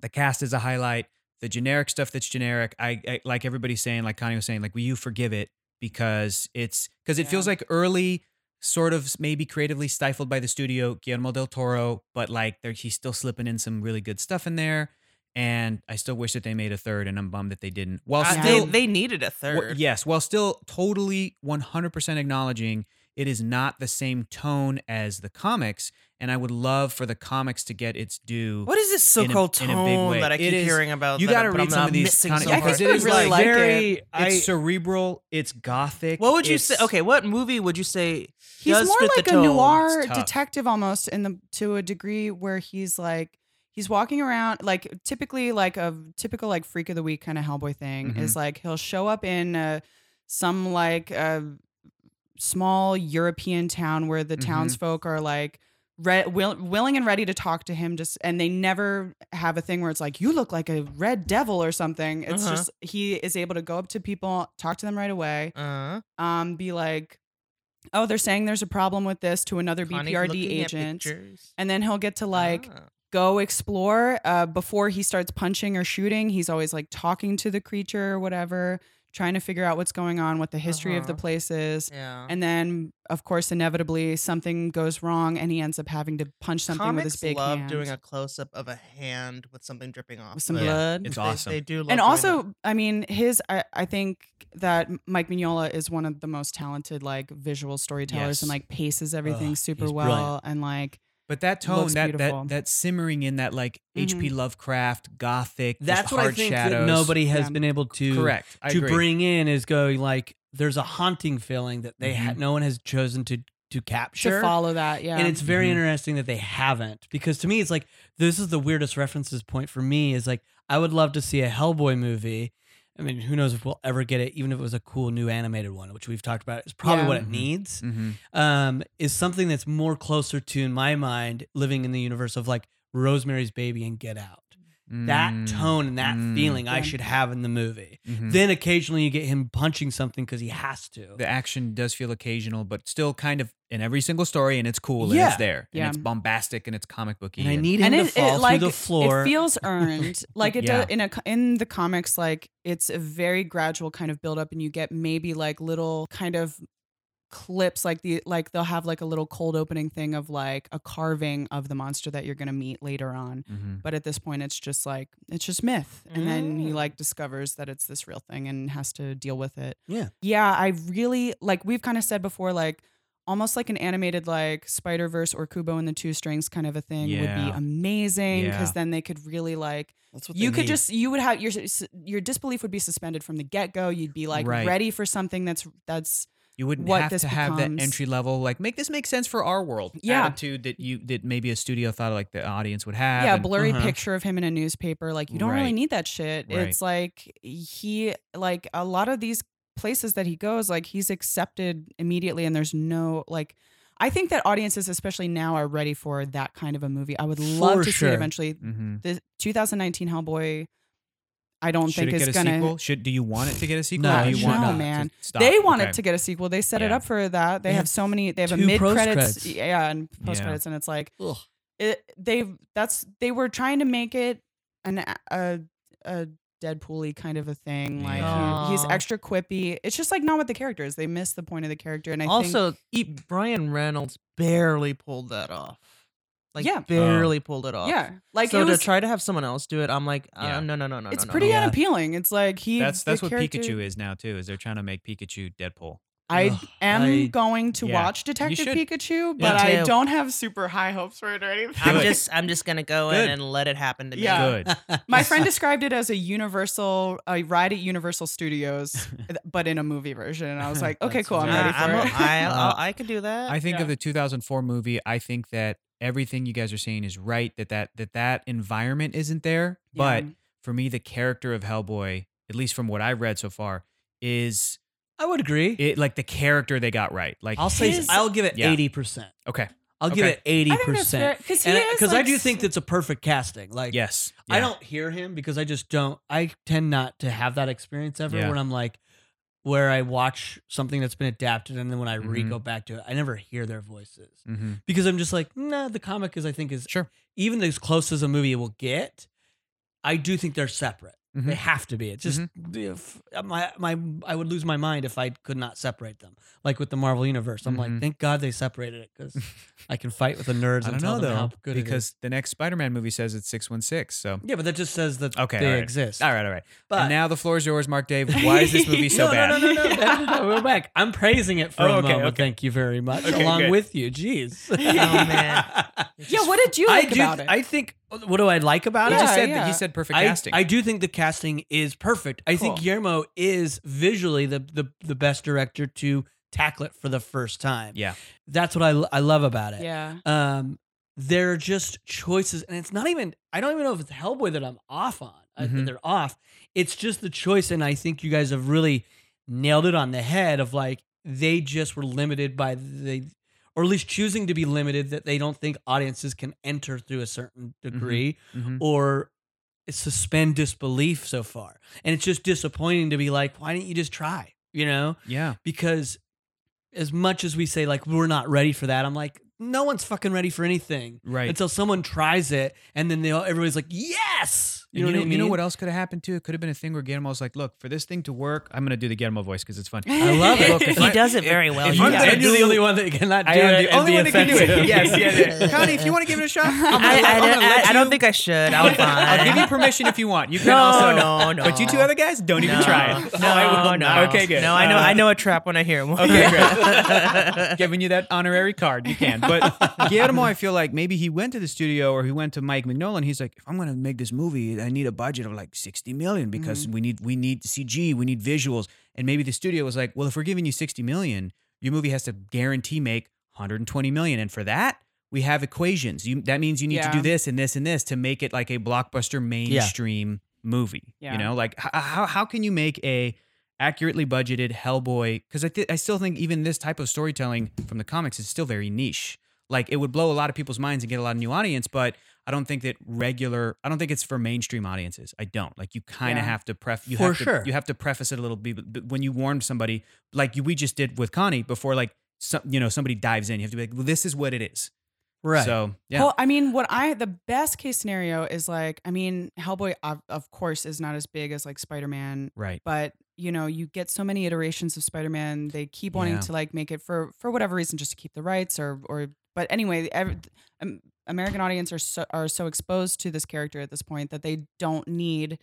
The cast is a highlight. The generic stuff that's generic, I, I like everybody's saying, like Connie was saying, like will you forgive it because it's because it
Yeah.
feels like early sort of maybe creatively stifled by the studio, Guillermo del Toro, but like there, he's still slipping in some really good stuff in there. And I still wish that they made a third, and I'm bummed that they didn't. While
Uh,
still,
they, they needed a
wh-
third.
yes, while still totally 100% acknowledging it is not the same tone as the comics, and I would love for the comics to get its due.
What is this
in a-
so-called
in a big way.
tone that I
It
keep
is-
hearing about?
you
that-
gotta
but
read
I'm-
some of
I'm
these
missing
Connie-
so
I
much.
think we really like
very. I,
It's cerebral. It's gothic.
What would you
it's-
say? Okay, what movie would you say?
he's
does
more
fit the
like a
tone?
noir
It's tough.
detective almost in the to a degree where he's like he's walking around like typically like a typical like freak of the week kind of hellboy thing is
Mm-hmm.
like he'll show up in uh, some like uh, small european town where the
Mm-hmm.
Mhm.
townsfolk are like re- will- willing and ready to talk to him just and they never have a thing where it's like you look like a red devil or something it's
Uh-huh.
just he is able to go up to people talk to them right away
Uh,
um, be like, oh, they're saying there's a problem with this to another
Connie
BPRD
looking at
agent.
pictures.
And then he'll get to like
Ah.
go explore uh, before he starts punching or shooting. He's always like talking to the creature or whatever, trying to figure out what's going on, what the history of the
Uh-huh.
place is.
yeah.
And then, of course, inevitably something goes wrong and he ends up having to punch something
Comics
with his big
love
hand.
doing a close up of a hand with something dripping off.
with some
of it.
blood.
It's
They-
awesome.
They, do, love
and
doing
also i mean his I, I think that mike mignola is one of the most talented like visual storytellers and
Yes.
like paces everything
Ugh,
super
he's
well
brilliant.
and like
But that tone,
Looks
that,
beautiful.
that that simmering in that like H.P. Lovecraft gothic, just
that's what I
hard
think that
shadows.
nobody has
Yeah.
been able to
correct I
to
agree.
bring in is going like there's a haunting feeling that they ha-
Mhm.
no one has chosen to to capture.
to follow that yeah
And it's very
Mhm.
interesting that they haven't because to me it's like this is the weirdest references point for me is like I would love to see a Hellboy movie I mean, who knows if we'll ever get it, even if it was a cool new animated one, which we've talked about, is probably
Yeah.
what it
Mhm.
needs.
Mm-hmm.
Um, is something that's more closer to, in my mind, living in the universe of like Rosemary's Baby and Get Out. That
Mm-hmm.
tone and that feeling I
Yeah.
should have in the movie. Then occasionally you get him punching something because he has to.
the action does feel occasional, but still kind of in every single story, and it's cool and
Yeah.
it's there and
Yeah.
it's bombastic and it's comic booky.
and I need him
and
to
it,
fall
it like
through the floor.
it feels earned like it does
Yeah.
in a co- in the comics like it's a very gradual kind of build up and you get maybe like little kind of clips like the like they'll have like a little cold opening thing of like a carving of the monster that you're going to meet later on
Mhm.
but at this point it's just like it's just myth and then he
Mm.
like discovers that it's this real thing and has to deal with it
Yeah.
yeah i really like we've kind of said before like almost like an animated like spider-verse or kubo and the two strings kind of a thing would
Yeah.
be amazing because
Yeah.
then they could really like
That's what
you
they
could
need.
just you would have your s- your disbelief would be suspended from the get-go you'd be like
Right.
ready for something that's that's
You wouldn't
what
have to
this
have that
becomes.
entry level like make this make sense for our world
Yeah.
attitude that you that maybe a studio thought like the audience would have.
yeah, a
and-
blurry
Uh-huh.
picture of him in a newspaper. Like you don't really
Right.
need that shit.
Right.
It's like he like a lot of these places that he goes, like he's accepted immediately and there's no like I think that audiences, especially now, are ready for that kind of a movie. I would love
For
to see
sure.
it eventually.
Mhm.
The 2019 Hellboy, I don't
Should
think
it
is
get a
gonna.
sequel? Should do you want it to get a sequel?
No,
or do
it
you
should
want
not.
to
man.
stop?
They want
Okay.
it to get a sequel. They set it
Yeah.
up for that. They,
They
have,
have
so many. They have a
two
mid
post-credits.
credits, yeah, and
Yeah.
post credits, and it's like
Ugh.
it, they that's they were trying to make it an a- a, a Deadpool-y kind of a thing. Like
Yeah.
he- he's
Aw.
extra quippy. It's just like not what the character is. They miss the point of the character. And I
also,
think,
e- Brian Reynolds barely pulled that off. Like,
Oh.
Yeah.
barely pulled it off.
yeah, like
so
it was.
to try to have someone else do it, I'm like, uh,
Yeah.
no, no, no, no.
it's
no,
pretty
No.
Yeah.
unappealing. It's like he.
That's
the
that's what
character-
Pikachu is now too. Is they're trying to make Pikachu Deadpool.
I
Ugh,
am
I-
going to
yeah.
watch
You
Detective
should.
Pikachu,
Yeah.
but I
Too.
don't have super high hopes for it or anything.
I'm
Good.
just, I'm just gonna go
Good.
in and let it happen to me.
Yeah.
Good.
My friend described it as a Universal, a ride at Universal Studios, but in a movie version. And I was like, okay,
That's
cool, I'm
Uh,
ready for
I'm a-
it.
I,
Uh,
I, I could do that.
I think
Yeah.
of the 2004 movie. I think that everything you guys are saying is right. That that that that environment isn't there. But
Yeah.
for me, the character of Hellboy, at least from what I've read so far, is
I would agree.
it like the character they got right. Like
I'll say
His-
I'll give it
Yeah.
eighty percent.
okay,
I'll give
Okay.
it eighty
I think that's fair
percent
because he is
because I
like
do
s-
think that's a perfect casting. Like,
yes,
I
yeah.
don't hear him because I just don't. I tend not to have that experience ever
Yeah.
when I'm like, where I watch something that's been adapted and then when I re
Mhm.
go back to it, I never hear their voices
Mhm.
because I'm just like, nah. The comic is I think is
Sure.
even as close as a movie will get. I do think they're separate. They
Mhm.
have to be. It's just if uh, my my I would lose my mind if I could not separate them. Like with the Marvel universe, I'm like,
Mhm.
thank God they separated it because I can fight with the nerds and
I don't
tell
know
them
though
how good
because the next Spider-Man movie says it's 616. So
it is. Yeah, but that just says that
Okay,
they
all right.
exist.
all right, all right.
But
and now the floor is yours, Mark Dave. Why is this movie so
no,
bad?
no, no, no, no, no, no, no, We're back. I'm praising it for
Oh,
a
okay,
moment.
okay.
Thank you very much.
Okay,
Along
good.
with you, jeez.
Oh man.
Yeah, what did you like
I do.
about it?
I think. uh, What do I like about
He
it?
Yeah,
just said that
yeah.
he said perfect
I,
casting.
I do think the casting is perfect. I think
Cool.
Guillermo is visually the, the the best director to tackle it for the first time.
yeah,
That's what I, lo- I love about it.
yeah,
Um, there are just choices, and it's not even. I don't even know if it's Hellboy that I'm off on. I think
Mhm.
they're off. It's just the choice, and I think you guys have really nailed it on the head. Of like they just were limited by the, or at least choosing to be limited that they don't think audiences can enter through a certain degree
Mhm.
or suspend disbelief so far. And it's just disappointing to be like, why didn't you just try? You know,
yeah.
because as much as we say like we're not ready for that, I'm like, no one's fucking ready for anything
Right.
until someone tries it, and then they all, everybody's like, yes. You know,
And
what I mean?
You know what else could have happened too? It could have been a thing where Guillermo's like, "Look, for this thing to work, I'm going to do the Guillermo voice because it's fun."
I love it.
Look, if I-
he does it very well.
if
you
I'm
guys.
gonna
and you're the only one that cannot do
I
it.
am
and
the only
be
one that can do
offensive.
it. Yes, yes. yes.
Con-
Connie, if you want to give it a shot, I'm gonna,
I, I,
am gonna let
don't- I, I
you-
don't think I should. I'm fine.
I'll give you permission if you want. You can
No,
also,
no, no.
But you two other guys, don't even
No.
try it.
No,
I will
no.
not. Okay, good.
No, I know,
Uh,
I know a trap when I hear one.
Okay, great. Giving you that honorary card, you can. But Guillermo, I feel like maybe he went to the studio or he went to Mike Mignola and he's like, if I'm gonna make this movie, I need a budget of like 60 million because we need we need CG, we need visuals. And maybe the studio was like, well, if we're giving you 60 million, your movie has to guarantee make 120 million. And for that, we have equations. You that means you need to
Yeah.
do this and this and this to make it like a blockbuster mainstream movie.
Yeah.
You know, like h- how how can you make a accurately budgeted Hellboy? Because I th- I still think even this type of storytelling from the comics is still very niche. Like it would blow a lot of people's minds and get a lot of new audience, but I don't think that regular. I don't think it's for mainstream audiences. I don't like. You kind of
Yeah.
have to pref. You
For
have to,
sure.
You have to preface it a little bit but when you warn somebody, like you, we just did with Connie before. Like some, you know, somebody dives in. You have to be like, well, this is what it is.
Right.
So yeah.
Well, I mean, what I the best case scenario is like, I mean, Hellboy of, of course is not as big as like Spider Man,
Right.
but you know, you get so many iterations of Spider Man. They keep wanting
Yeah.
to like make it for for whatever reason, just to keep the rights or or. But anyway, every, um, American audience are so, are so exposed to this character at this point that they don't need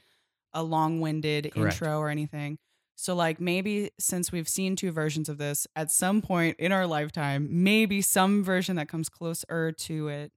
a long winded
Correct.
intro or anything. So like maybe since we've seen two versions of this at some point in our lifetime, maybe some version that comes closer to it,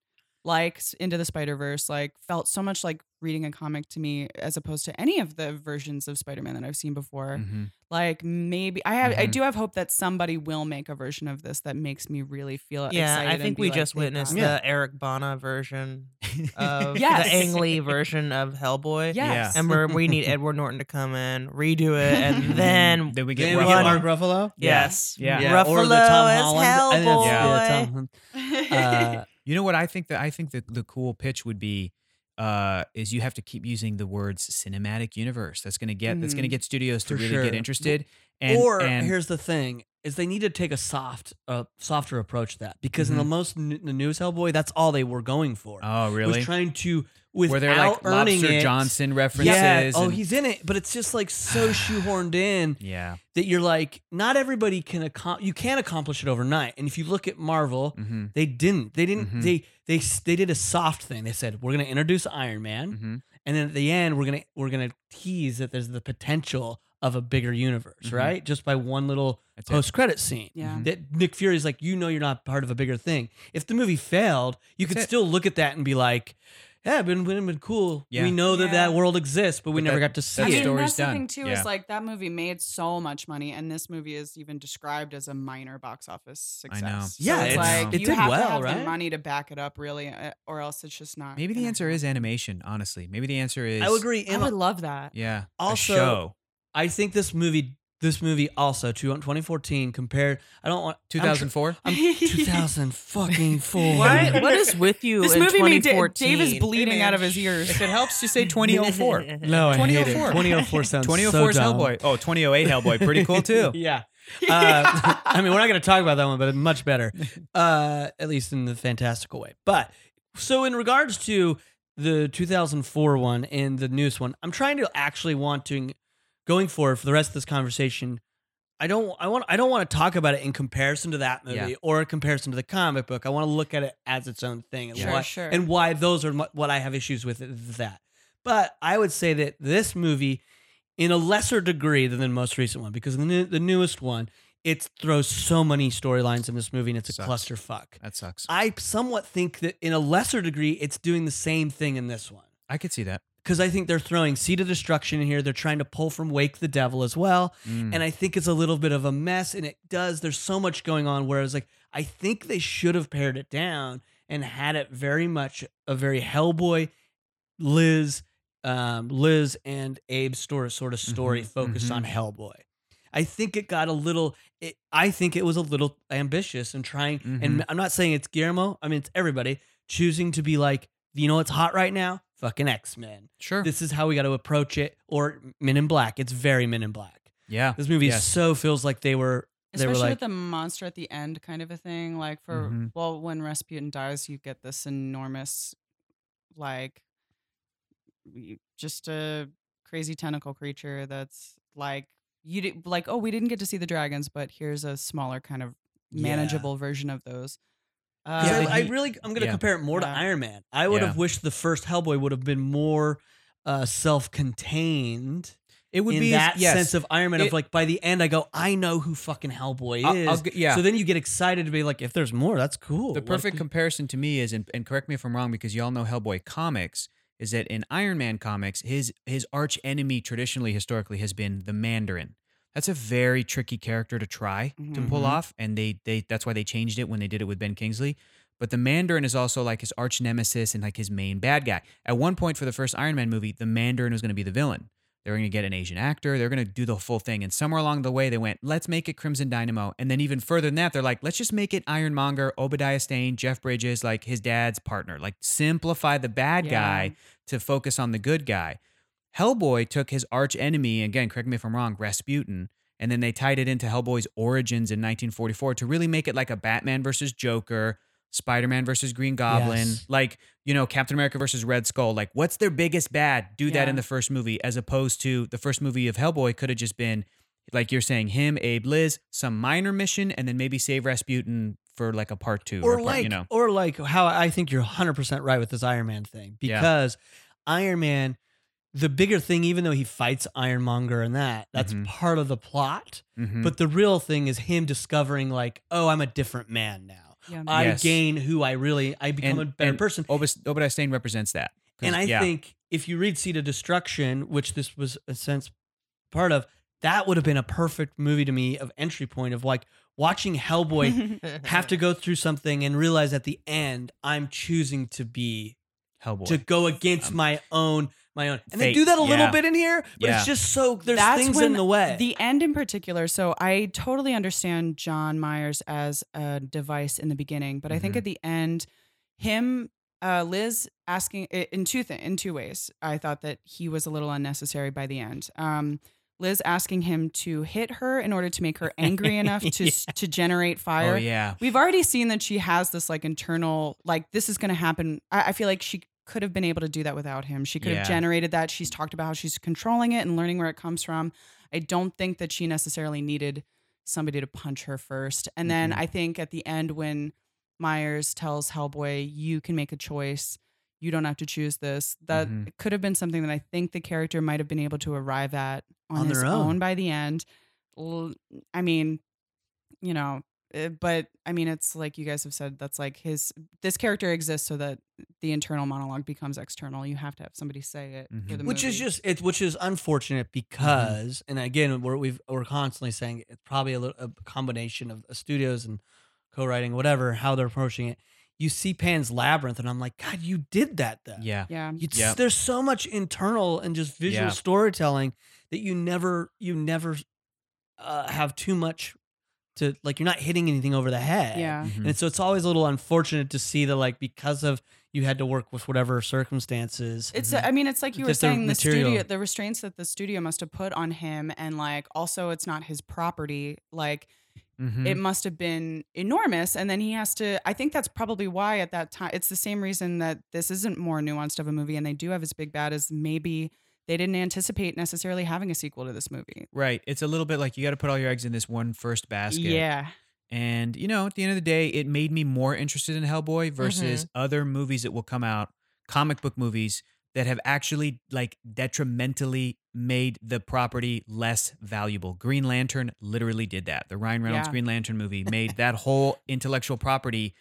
like s- Into the Spider Verse, like felt so much like reading a comic to me as opposed to any of the versions of Spider Man that I've seen before.
Mhm.
Like maybe I have, I
Mhm.
do have hope that somebody will make a version of this that makes me really feel
Yeah,
uh, excited
I
and
think
be
we
like,
just
they've
witnessed
gone.
the Eric Bana version of
Yes.
Um, the Ang Lee version of Hellboy.
Yes.
And we're, we need Edward Norton to come in, redo it, and then
Then we get,
Then we
Ruffalo.
get Mark
one-
Ruffalo.
yes,
Yeah.
or the
Ruffalo
Tom
as
Holland. I think that's- yeah, Tom- uh,
You know what I think that I think that the cool pitch would be uh, is you have to keep using the words cinematic universe. That's gonna get that's gonna
Mhm.
get studios to
Mm-hmm. For
really
sure.
get interested. And,
or
and
here's the thing: is they need to take a soft, uh, softer approach to that because in the most n- the news Hellboy, that's all they were going for.
Mm-hmm. oh really?
Was trying to
Were
without
there like
earning
Lobster
it,
Johnson references?
Yeah. Oh,
and-
he's in it, but it's just like so shoehorned in
yeah.
that you're like, not everybody can accom- You can't accomplish it overnight. And if you look at Marvel,
Mm-hmm.
they didn't. They didn't.
Mhm.
They they s- they did a soft thing. They said we're going to introduce Iron Man,
Mm-hmm.
and then at the end we're gonna we're gonna tease that there's the potential of a bigger universe,
Mhm.
right? Just by one little
That's it. Mm-hmm.
post credit scene.
yeah.
That Nick Fury's like, you know, you're not part of a bigger thing. If the movie failed, you could
That's it.
still look at that and be like, yeah, it would have been cool.
Yeah.
We know that
Yeah.
that world exists, but we
But
never
that-
got to see
that
I
it.
mean,
story's
that's
done.
the thing too
Yeah.
is like that movie made so much money, and this movie is even described as a minor box office
I
success.
know.
So
Yeah,
it's
it's-
like
it
you
did
have
well,
to have the
right?
money to back it up, really, uh, or else it's just not.
Maybe the
gonna
answer is
happen.
animation. Honestly, maybe the answer is
I would agree.
I
And
would love that.
Yeah. a
Also-
show.
I think this movie, this movie also, to 2014 compared, I don't want I'm tr-
2004.
I'm 2000 fucking four.
What, what is with you?
This
in
movie made Da-
2014?
Dave is bleeding
Hey,
out
man,
of his ears.
If it helps, just say 2004.
No, I
oh
hate it.
2004.
2004 sounds
2004 is
so dumb.
Hellboy. Oh, 2008 Hellboy. Pretty cool too.
yeah. Uh, I mean, we're not going to talk about that one, but much better, uh, at least in the fantastical way. But so, in regards to the 2004 one and the newest one, I'm trying to actually want to going forward for the rest of this conversation. I don't. I want. I don't want to talk about it in comparison to that movie
Yeah.
or in comparison to the comic book. I want to look at it as its own thing and
Sure,
why
sure.
and why those are mu- what I have issues with is that. But I would say that this movie, in a lesser degree than the most recent one, because the new, the newest one, it throws so many storylines in this movie and it's a
Sucks.
clusterfuck.
That sucks.
I somewhat think that in a lesser degree, it's doing the same thing in this one
I could see that.
because I think they're throwing Seed of Destruction in here. They're trying to pull from Wake the Devil as well.
Mm.
And I think it's a little bit of a mess and it does. There's so much going on. Whereas, like, I think they should have pared it down and had it very much a very Hellboy, Liz, um, Liz and Abe story sort of story
Mhm,
focused
mhm.
on Hellboy. I think it got a little. It, I think it was a little ambitious and trying. And
Mhm.
I'm not saying it's Guillermo. I mean, it's everybody choosing to be like, you know, what's hot right now. Fucking X Men
Sure.
this is how we got to approach it or men in black it's very men in black
yeah.
this movie
Yes.
so feels like they were they were
Especially
like Mm-hmm.
with the monster at the end, kind of a thing. Like for
Mhm.
well, when Rasputin dies, you get this enormous, like, you- just a crazy tentacle creature that's like you did, like oh we didn't get to see the dragons, but here's a smaller kind of
Yeah.
manageable version of those. Uh,
'Cause
Yeah,
I, I
he-
really i'm gonna
yeah.
compare it more to
Yeah.
iron man i would
Yeah.
have wished the first hellboy would have been more uh, self-contained
It would
in
be
that
yes.
sense of iron man of
It-
like by the end i go i know who fucking hellboy
I'll-
is
I'll g- yeah.
so then you get excited to be like if there's more that's cool
the
What-
perfect comparison to me is, and, and correct me if I'm wrong, because y'all know Hellboy comics is that in Iron Man comics, his his arch enemy traditionally, historically, has been the Mandarin. That's a very tricky character to try to
Mhm.
pull off, and they they that's why they changed it when they did it with Ben Kingsley. But the Mandarin is also like his arch nemesis and like his main bad guy. At one point for the first Iron Man movie, the Mandarin was going to be the villain. They were going to get an Asian actor. They were going to do the full thing. And somewhere along the way, they went, let's make it Crimson Dynamo. And then even further than that, they're like, let's just make it Ironmonger, Obadiah Stane, Jeff Bridges, like his dad's partner. Like simplify the bad
Yeah.
guy to focus on the good guy. Hellboy took his arch enemy, again, correct me if I'm wrong, Rasputin, and then they tied it into Hellboy's origins in 1944 to really make it like a Batman versus Joker, Spider Man versus Green Goblin,
Yes.
like, you know, Captain America versus Red Skull. Like, what's their biggest bad? Do that
Yeah.
in the first movie, as opposed to the first movie of Hellboy could have just been, like you're saying, him, Abe, Liz, some minor mission, and then maybe save Rasputin for like a part two or,
or
a part,
like
you know.
or like how I think you're 100% right with this Iron Man thing
Yeah.
because Iron Man the bigger thing even though he fights Ironmonger and that that's
Mhm.
part of the plot
Mhm.
but the real thing is him discovering like oh I'm a different man now
Yeah.
I
Yes.
gain who I really I become a better
and
person
Obas- Obadiah Stane represents that. 'Cause-
and I
yeah.
think if you read Seed of Destruction, which this was a sense part of, that would have been a perfect movie to me of entry point of like watching Hellboy have to go through something and realize at the end I'm choosing to be
Hellboy.
to go against
Um,
my own my own. And they
fate,
do that a little
yeah.
bit in here, but
Yeah.
it's just so there's
That's
things
when
in the way.
The end in particular. So I totally understand John Myers as a device in the beginning, but I think
Mhm.
at the end, him, uh, Liz asking i- in two th- in two ways. I thought that he was a little unnecessary by the end. Um, Liz asking him to hit her in order to make her angry enough to s- to generate fire.
Oh, yeah.
We've already seen that she has this like internal, like, this is going to happen. I, I feel like she could have been able to do that without him. She could
Yeah.
have generated that. She's talked about how she's controlling it and learning where it comes from. I don't think that she necessarily needed somebody to punch her first. And then
Mhm.
I think at the end, when Myers tells Hellboy, you can make a choice. You don't have to choose this. That
Mhm.
could have been something that I think the character might have been able to arrive at on,
On
his
their own.
own by the end. L- I mean, you know, uh, but I mean, it's like you guys have said, that's like his, this character exists so that the internal monologue becomes external. You have to have somebody say it for
Mhm.
the
which is
movie. Mm-hmm.
just it, which is unfortunate because, and again, we're we've, we're constantly saying it's probably a, little, a combination of uh, studios and co-writing, whatever, how they're approaching it. You see Pan's Labyrinth, and I'm like, God, you did that though.
Yeah.
yeah.
It's,
Yep.
There's so much internal and just visual
Yeah.
storytelling that you never you never uh, have too much to like. You're not hitting anything over the head.
Yeah. Mm.
Mhm.
And so it's always a little unfortunate to see that, like, because of you had to work with whatever circumstances. Mm-hmm.
It's, I mean, it's like you were
Just the
saying, the studio,
material.
the restraints that the studio must have put on him. And like, also, it's not his property. Like,
Mhm.
Mm-hmm.
it must have been enormous. And then he has to, I think that's probably why at that time, it's the same reason that this isn't more nuanced of a movie and they do have his big bad is maybe they didn't anticipate necessarily having a sequel to this movie.
Right. It's a little bit like you got to put all your eggs in this one first basket.
Yeah.
And, you know, at the end of the day, it made me more interested in Hellboy versus
Mm-hmm.
other movies that will come out, comic book movies that have actually like detrimentally made the property less valuable. Green Lantern literally did that. The Ryan Reynolds
Yeah.
Green Lantern movie made that whole intellectual property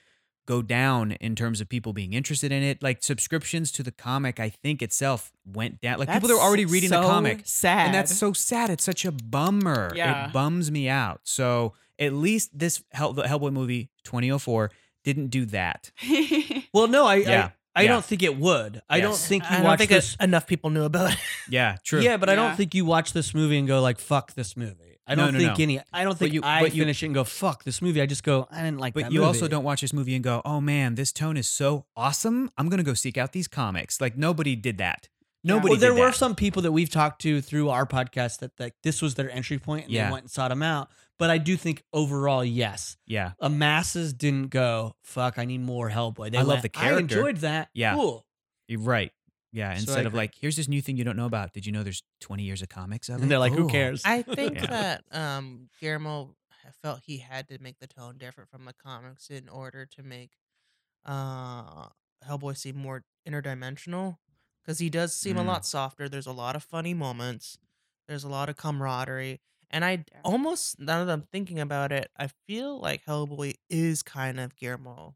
go down in terms of people being interested in it. Like subscriptions to the comic, I think itself went down. Like people that were
That's
already reading
so
the comic.
Sad.
And that's so sad. It's such a bummer.
Yeah.
It bums me out. So at least this Hell, the Hellboy movie 2004 didn't do that.
well, no, I
Yeah.
I, I
Yeah.
don't think it would. I don't
Yes.
think you
I don't
watch
think
this.
it- enough people knew about it.
Yeah, true.
Yeah, but I
Yeah.
don't think you watch this movie and go like, "Fuck this movie." I
No,
don't
no,
think
no.
any. I don't think
you-
I
but you-
finish it and go, "Fuck this movie." I just go, "I didn't like
But
that."
you
movie."
also don't watch this movie and go, oh man, this tone is so awesome. I'm going to go seek out these comics. Like nobody did that. Nobody
Well, there
did
were
that.
some people that we've talked to through our podcast that like this was their entry point and
Yeah.
they went and sought them out. But I do think overall, yes,
yeah.
a masses didn't go, "Fuck, I need more Hellboy." They
I love
went,
the
I
character."
enjoyed that.
Yeah.
cool.
You're right. Yeah.
So I
Instead of
agree.
like, here's this new thing you don't know about. Did you know there's 20 years of comics? out
And they're like, "Who
Oh.
cares?"
I think
Yeah.
that um, Guillermo felt he had to make the tone different from the comics in order to make uh, Hellboy seem more interdimensional because he does seem a
Mm.
lot softer. There's a lot of funny moments. There's a lot of camaraderie, and I d-
Yeah.
almost now that I'm thinking about it, I feel like Hellboy is kind of Guillermo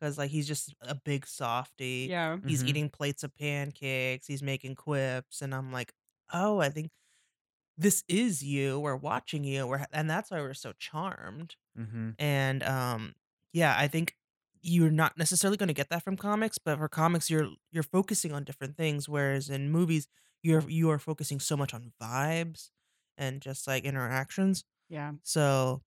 because like he's just a big softy
yeah.
he's
Mhm.
eating plates of pancakes he's making quips and i'm like oh i think this is you we're watching
Mm-hmm,
Mm.
you we're, and that's why we're so charmed
Mhm.
and um yeah i think you're not necessarily going to get that from comics, but for comics you're you're focusing on different things whereas in movies you're you are focusing so much on vibes and just like interactions.
Yeah.
So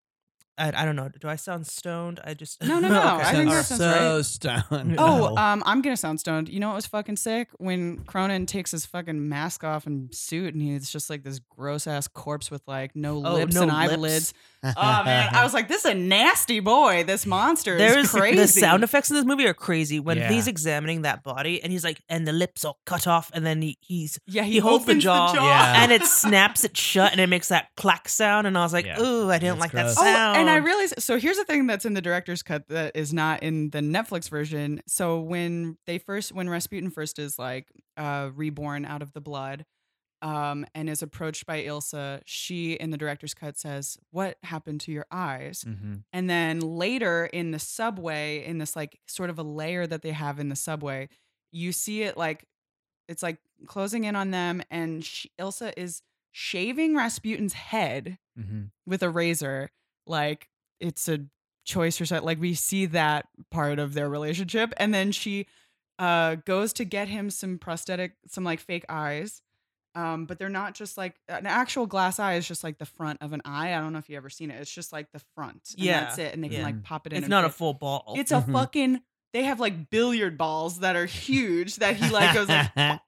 I, I don't know. Do I sound stoned? I just
No, no, no, I think
all
that
right.
sounds
so stoned.
Oh, um, I'm gonna sound stoned. You know what was fucking sick when Cronin takes his fucking mask off and suit, and he's just like this gross ass corpse with like no
Oh,
lips
no
and
lips.
eyelids. oh man, I was like, this is a nasty boy. This monster
There
is
is
crazy.
the sound effects in this movie are crazy when
Yeah.
he's examining that body and he's like, and the lips are cut off, and then he, he's
Yeah, he,
he holds the
opens
jaw,
Oh.
Yeah.
and it snaps it shut and it makes that clack sound, and I was like,
Yeah.
ooh, I didn't
That's
like
gross.
that sound.
Oh, and I realized so here's the thing that's in the director's cut that is not in the Netflix version. So when they first when Rasputin first is like uh reborn out of the blood um and is approached by Ilsa, she in the director's cut says, "What happened to your eyes?"
Mm-hmm.
And then later in the subway in this like sort of a layer that they have in the subway, you see it like it's like closing in on them and she, Ilsa is shaving Rasputin's head
Mm-hmm.
with a razor, like it's a choice or something. Like we see that part of their relationship, and then she uh goes to get him some prosthetic, some like fake eyes. Um, but they're not just like an actual glass eye is just like the front of an eye. I don't know if you ever seen it. It's just like the front. And
Yeah.
that's it. And they
Yeah.
can like pop it in.
it's
and
not a
fit.
full mm-hmm. ball.
It's a
Mhm.
fucking. They have like billiard balls that are huge that he like goes like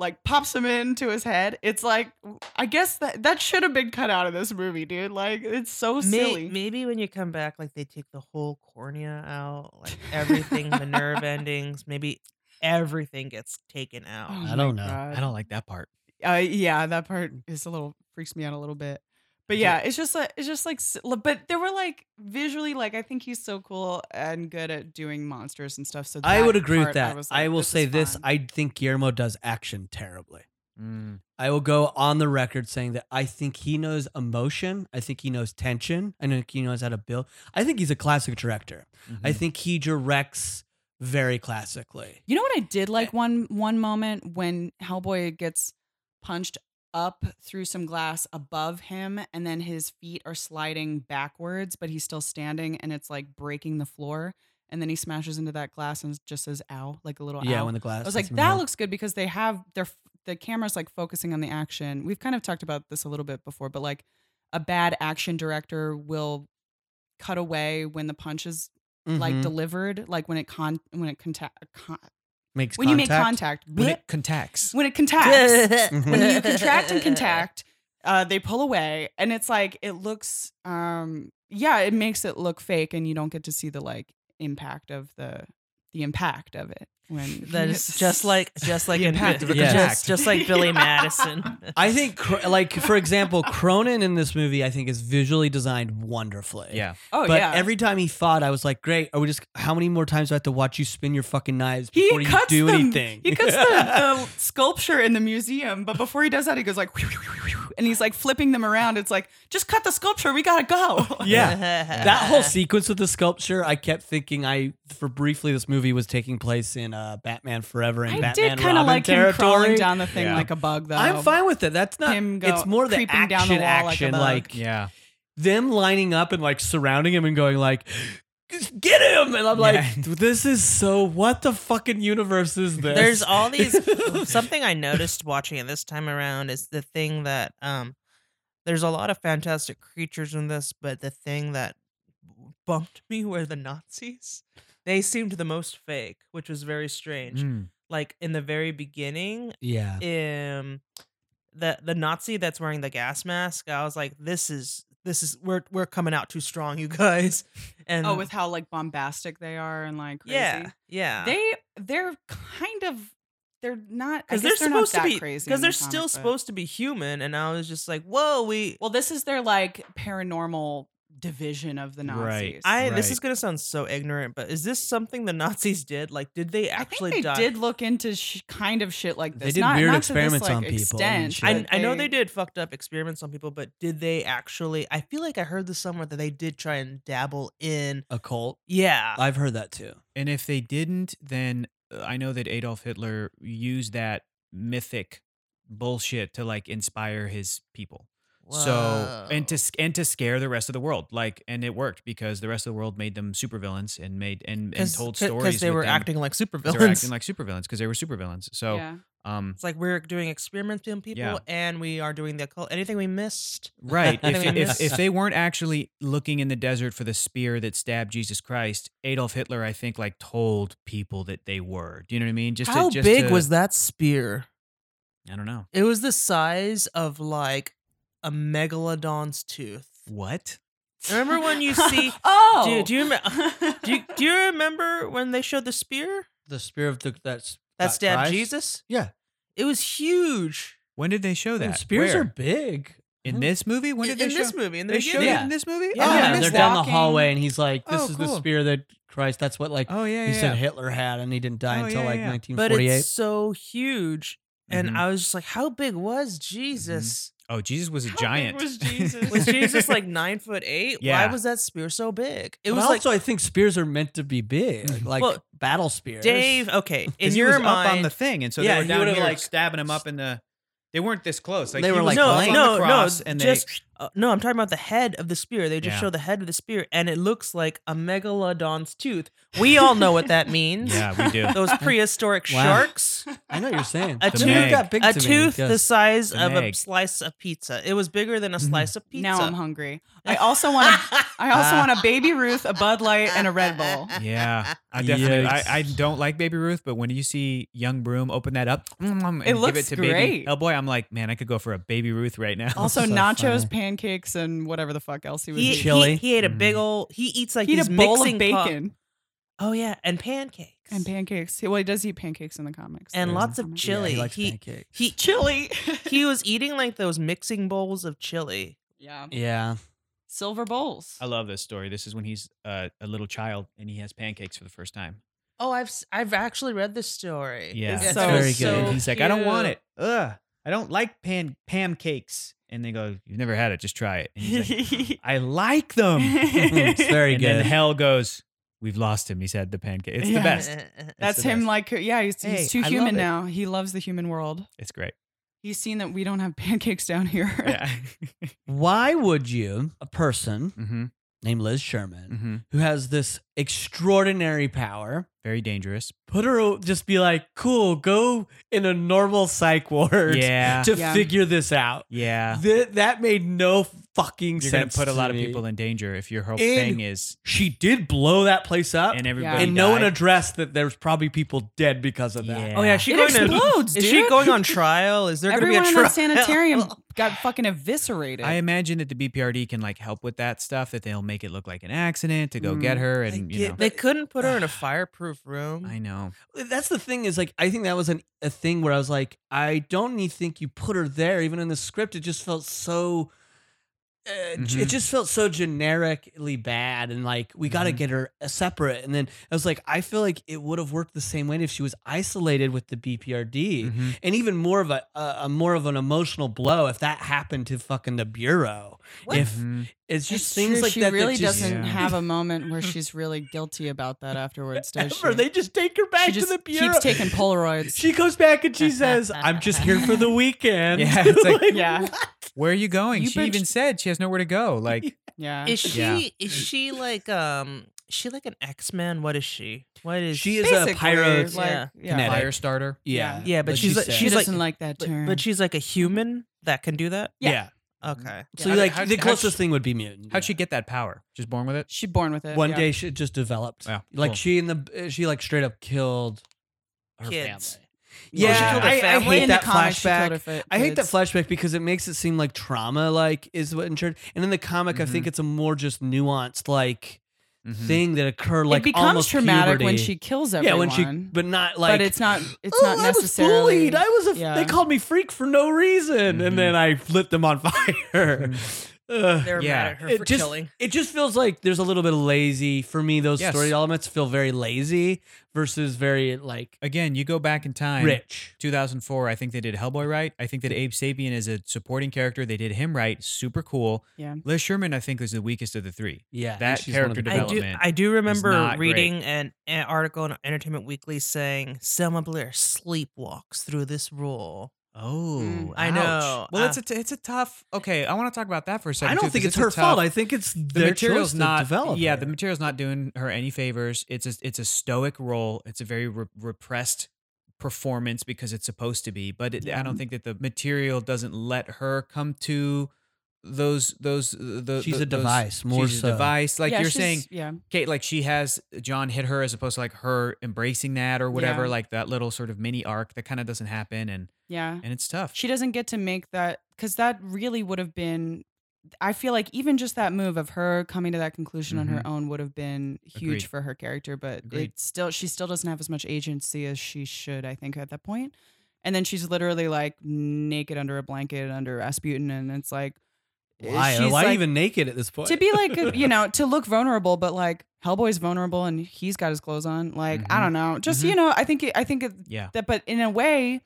like pops him into his head. It's like I guess that that should have been cut out of this movie, dude. Like it's so
May-
silly.
maybe when you come back, like they take the whole cornea out, like everything, the nerve endings, maybe everything gets taken out.
Oh
I
my
don't know.
God.
I don't like that part.
Uh, yeah, that part is a little freaks me out a little bit. But
Yeah.
yeah, it's just like it's just like, s- li- but there were like visually, like I think he's so cool and good at doing monsters and stuff. So
I would
that
agree with
part
that. I,
was like,
will
this is
say this:
fun.
I think Guillermo does action terribly.
Mm,
I will go on the record saying that I think he knows emotion. I think he knows tension. I think he knows how to build. I think he's a classic director.
mm-hmm.
Mm.
I think he directs very classically.
You know what I did like one one moment when Hellboy gets punched up through some glass above him and then his feet are sliding backwards but he's still standing and it's like breaking the floor and then he smashes into that glass and just says ow like a little
yeah,
ow.
when the glass.
I was like
hits him in
that
the-
looks good because they have their f- the camera's like focusing on the action. We've kind of talked about this a little bit before but like a bad action director will cut away when the punch is like
Mhm.
delivered like when it con when it contact con-
makes
when you make contact
When
bleh,
it contacts.
when it contacts
Mhm.
when you contract and contact uh, they pull away and it's like it looks um yeah it makes it look fake and you don't get to see the like impact of the the impact of it when
That is just like just like in
impact of a
Yeah.
just,
contract.
just like Billy
Yeah.
Madison.
I think, Cro- like for example, Cronin in this movie, I think is visually designed wonderfully.
Yeah.
oh
but
yeah
every time he fought, I was like, "Great! Are we just? How many more times do I have to watch you spin your fucking knives
he
before you
cuts
do
the-
anything?"
he cuts the, the sculpture in the museum but before he does that he goes like and he's like flipping them around it's like just cut the sculpture we gotta go
yeah, that whole sequence with the sculpture, I kept thinking I, for briefly, this movie was taking place in uh, Batman Forever and
I
Batman
did kind of
Robin
like him
territory.
crawling down the thing
Yeah.
like a bug, though.
I'm fine with it. That's not.
Him go-
it's more the
creeping
action,
down the wall like a
action,
bug.
like
Yeah.
them lining up and like surrounding him and going like. "Just Get him! And I'm like,
Yeah.
this is so. What the fucking universe is this?
There's all these something I noticed watching it this time around is the thing that um there's a lot of fantastic creatures in this, but the thing that bumped me were the Nazis. They seemed the most fake, which was very strange.
Mm.
Like in the very beginning,
yeah.
um the the Nazi that's wearing the gas mask, I was like, this is this is we're we're coming out too strong, you guys. And
Oh, with how like bombastic they are and like crazy.
yeah, yeah.
They they're kind of they're not
because
because
they're supposed
not
to
that
be
crazy
because
in
they're
the comic
still
book.
supposed to be human and i was just like whoa we
Well, this is their like paranormal division of the
Right.
Nazis.
i this
Right.
is gonna sound so ignorant but is this something the nazis did like did they
I
actually
think they
die
did look into sh- kind of shit like
They
this.
did
not,
weird
not to this,
experiments
like,
on people and
extent,
shit.
I,
but
I know they did fucked up experiments on people but did they actually i feel like i heard this somewhere that they did try and dabble in
a cult.
yeah
I've heard that too.
And if they didn't, then uh, I know that Adolf Hitler used that mythic bullshit to like inspire his people. So
Whoa.
and to s- and to scare the rest of the world, like and it worked because the rest of the world made them supervillains and made and, and told stories
because they
with
were
them
acting like
'cause
supervillains.
They were acting like supervillains because they were supervillains. So
yeah.
um,
it's like we're doing experiments on people,
Yeah.
and we are doing the occult. Anything we missed?
Right.
I mean,
If, if,
this-
if they weren't actually looking in the desert for the spear that stabbed Jesus Christ, Adolf Hitler, I think, like told people that they were. Do you know what I mean? Just to-
How
just
big
to-
was that spear?
I don't know.
It was the size of like a megalodon's tooth.
What?
Remember when you see?
oh,
do, do you remember? Do you, do you remember when they showed the spear
The spear of the that's uh,
that stabbed Jesus?
Yeah.
It was huge.
When did they show that?
Spears
Where?
are big.
in this movie. When did
in,
they
in
show?
this movie, in the
they showed
beginning.
Yeah.
it in this movie.
Yeah.
oh, I
Yeah,
they're
missed
down the
walking.
hallway, and he's like, "This
Oh,
is the
cool.
spear that Christ." That's what like
that. Oh yeah,
he
yeah.
said
yeah.
Hitler had, and he didn't die
Oh,
until
yeah,
like
yeah.
but it's
1948.
so huge. And
Mhm.
I was just like, how big was Jesus?
oh, Jesus Mm-hmm. was a
How big
giant.
was Jesus?
Was Jesus like nine foot eight?
Yeah.
Why was that spear so big? It
It
was
was
like
also, I think spears are meant to be big, like
Well,
battle spears.
Dave. Okay, in
'Cause he
your
was
mind,
up on the thing, and so
Yeah,
they
he
were down
would've,
here
like,
stabbing him up in the. They weren't this close. Like
They
he
were,
was
like,
up
no,
on
laying
no,
the cross,
no,
and
just
they,
uh, no. I'm talking about the head of the spear. They just
Yeah.
show the head of the spear, and it looks like a megalodon's tooth. We all know what that means.
yeah, we do.
Those prehistoric
Wow.
sharks.
I know what you're saying
A
The
tooth-
Meg got big
A
to me,
tooth
yes.
the size
The
of a
Meg.
slice of pizza. It was bigger than a
Mhm.
slice of pizza.
Now I'm hungry. I also want a, I also want a baby Ruth, a Bud Light, and a Red Bull.
Yeah, I definitely. I,
Yikes.
I don't like Baby Ruth, but when you see Young Broom open that up, mm, mm, and
It looks
give it to Baby
great.
Hellboy, I'm like, man, I could go for a Baby Ruth right now.
Also,
so
nachos,
funny.
pancakes, and whatever the fuck else he was
He,
eating.
Chili.
he, he ate a big
Mm.
old. He eats like
He had
these
a bowl
mixing
of
pot-
bacon
Oh yeah, and pancakes
and pancakes. He- Well, he does eat pancakes in the comics.
And
There's a
lots of
comic.
Yeah,
chili.
he likes
He-
pancakes.
He
Chili.
he was eating like those mixing bowls of chili.
yeah.
yeah,
Silver bowls.
I love this story. This is when he's uh, a little child and he has pancakes for the first time.
Oh, I've s- I've actually read this story.
Yeah.
It's
That's
so-
very
so
good.
and he's like, I don't want
cute.
it. Ugh, I don't like pan pancakes. And they go, You've never had it. Just try it. And he's like, I like them.
it's very
and
good.
then Hell goes, We've lost him. He's had the pancake. It's
Yeah.
the best.
That's
the
him.
best.
Like, yeah, he's,
Hey,
he's too
I love
human
it.
now. He loves the human world.
It's great.
He's seen that we don't have pancakes down here.
Yeah.
Why would you, a person
mm-hmm.
named Liz Sherman,
Mm-hmm.
who has this extraordinary power,
Very dangerous.
put her just be like, cool, go in a normal psych ward
Yeah.
to
Yeah.
figure this out.
Yeah.
Th- that made no fucking
You're going
sense.
to put a
to
lot of
me.
people in danger if your whole
And-
thing is
She did blow that place up,
and
uh, and,
everybody
everybody
no one
died.
addressed that there's probably people dead because of that.
Oh yeah, she
It
going to-
explodes,
Is she
dude.
going on trial? Is there going to be a
Everyone in
trial?
that sanitarium got fucking eviscerated.
I imagine that the BPRD can like help with that stuff. That they'll make it look like an accident to go get
Mm.
her,
I
and you
get
know.
that.
They couldn't put her in a fireproof room.
I know.
Uh, That's the thing is like I think that was an, a thing where I was like I don't need think you put her there even in the script it just felt so uh, j-
Mm-hmm.
it
Mhm.
just felt so generically bad and like we got to
Mm-hmm.
Mhm.
get her uh, separate and then I was like I feel like it would have worked the same way if she was isolated with the BPRD
Mm-hmm.
Mhm.
and even more of a, a, a more of an emotional blow if that happened to fucking the bureau
What?
if
Mm-hmm.
Mhm.
it's just
It's
things
true.
like
she
that
really
that just,
doesn't
Yeah.
have a moment where she's really guilty about that afterwards, does
ever,
she?
they just take her back
she just
to the bureau
keeps taking Polaroids.
She goes back and she says, "I'm just here for the weekend."
Yeah, it's like-
yeah,
Where are you going?
You
she
bitch-
even said she has nowhere to go. Like,
yeah.
Is she
Yeah.
is she like um is she like an X Man? What is she? What is
She is a
Basically,
pyro.
like- Yeah.
Kinetic.
fire starter.
yeah,
Yeah, but she's
she
like-
said.
She
she's like-
doesn't like, that
But,
term.
but she's like a human that can do that.
yeah.
Okay.
So
How-
like
how-
the
how'd
closest
she-
thing would be mutant.
How'd she get that power? Just born with it.
she's born with it.
One
yeah.
day she just developed.
Wow,
Like
cool.
she and the uh, she like straight up killed her
Kids.
family.
Yeah.
Yeah,
She killed her
I- I,
family?
hate
In the
that
comic, she
flashback.
killed her fi-
I hate that
kids.
flashback because it makes it seem like trauma, like is what insured. And in the comic, I think it's a more just nuanced like
Mhm.
thing that occurred. Like
it becomes
almost
traumatic when
puberty.
she kills
yeah,
everyone.
when she, but not like
but it's not. It's
"Oh,
not
I was
necessarily.
bullied. I was a.
yeah.
They called me freak for no reason,
Mhm.
and then I lit them on fire.
Mm-hmm.
Ugh.
They were
Yeah.
mad at her
It
for
just-
killing.
it just feels like there's a little bit of lazy for me. Those
Yes.
story elements feel very lazy versus very like
Again, you go back in time.
rich.
2004. I think they did Hellboy right. I think that Abe Sabian is a supporting character. They did him right. Super cool.
Yeah.
Liz Sherman, I think, is the weakest of the three.
Yeah, and
That
she's one of
character
the
I
best.
do.
development
I do remember
not great.
reading an, an article in Entertainment Weekly saying Selma Blair sleepwalks through this role.
Oh,
Mm, I
ouch.
know,
Well,
uh,
it's a t- it's a tough. Okay, I want to talk about that for a second.
ah. I
too,
don't
'cause
think it's
a
her fault.
tough-
I think it's
the
their
material's
choice
not
to develop.
yeah the
her.
material's not doing her any favors it's a it's a stoic role it's a very re- repressed performance because it's supposed to be but it, i
Mm-hmm.
don't think that the material doesn't let her come to those those the
She's
the-
a
those-
device, more
she's
so.
a device like
Yeah,
you're
she's-
saying
yeah.
kate like she has john hit her as opposed to like her embracing that or whatever
Yeah.
like that little sort of mini arc that kind of doesn't happen and
Yeah.
and it's tough
She doesn't get to make that because that really would have been. I feel like even just that move of her coming to that conclusion on
Mm-hmm.
her own would have been huge
Agreed.
for her character, but
Agreed.
it still she still doesn't have as much agency as she should, I think, at that point. And then she's literally like naked under a blanket under Rasputin, and it's like, eh,
Why? uh,
she's
Why
like-
even naked at this point?
to be like a, you know to look vulnerable but like hellboy's vulnerable and he's got his clothes on like i
Mm-hmm.
Mhm.
don't know just
Mhm.
you know i think it, i think it,
yeah
that but in a way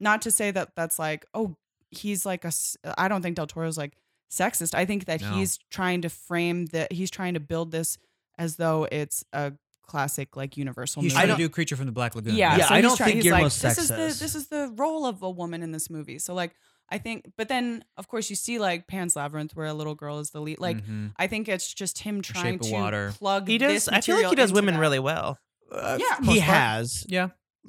not to say that that's like oh he's like a s- i don't think del toro's like sexist i think that
No.
he's trying to frame that he's trying to build this as though it's a classic like universal
he's
movie.
trying to do creature from the black lagoon
Yeah,
Yeah,
so
I
he's
don't
trying-
think
he's like,
Guillermo's
this is the
sexist.
this is the role of a woman in this movie. So like I think, but then of course you see like Pan's Labyrinth where a little girl is the lead. Like
Mhm.
Mm-hmm.
I think it's just him trying
Shape of
to
Water.
plug.
He does.
This
I feel like he
material
does
into
women
that.
really well.
Uh,
Yeah, most
he
part.
has
yeah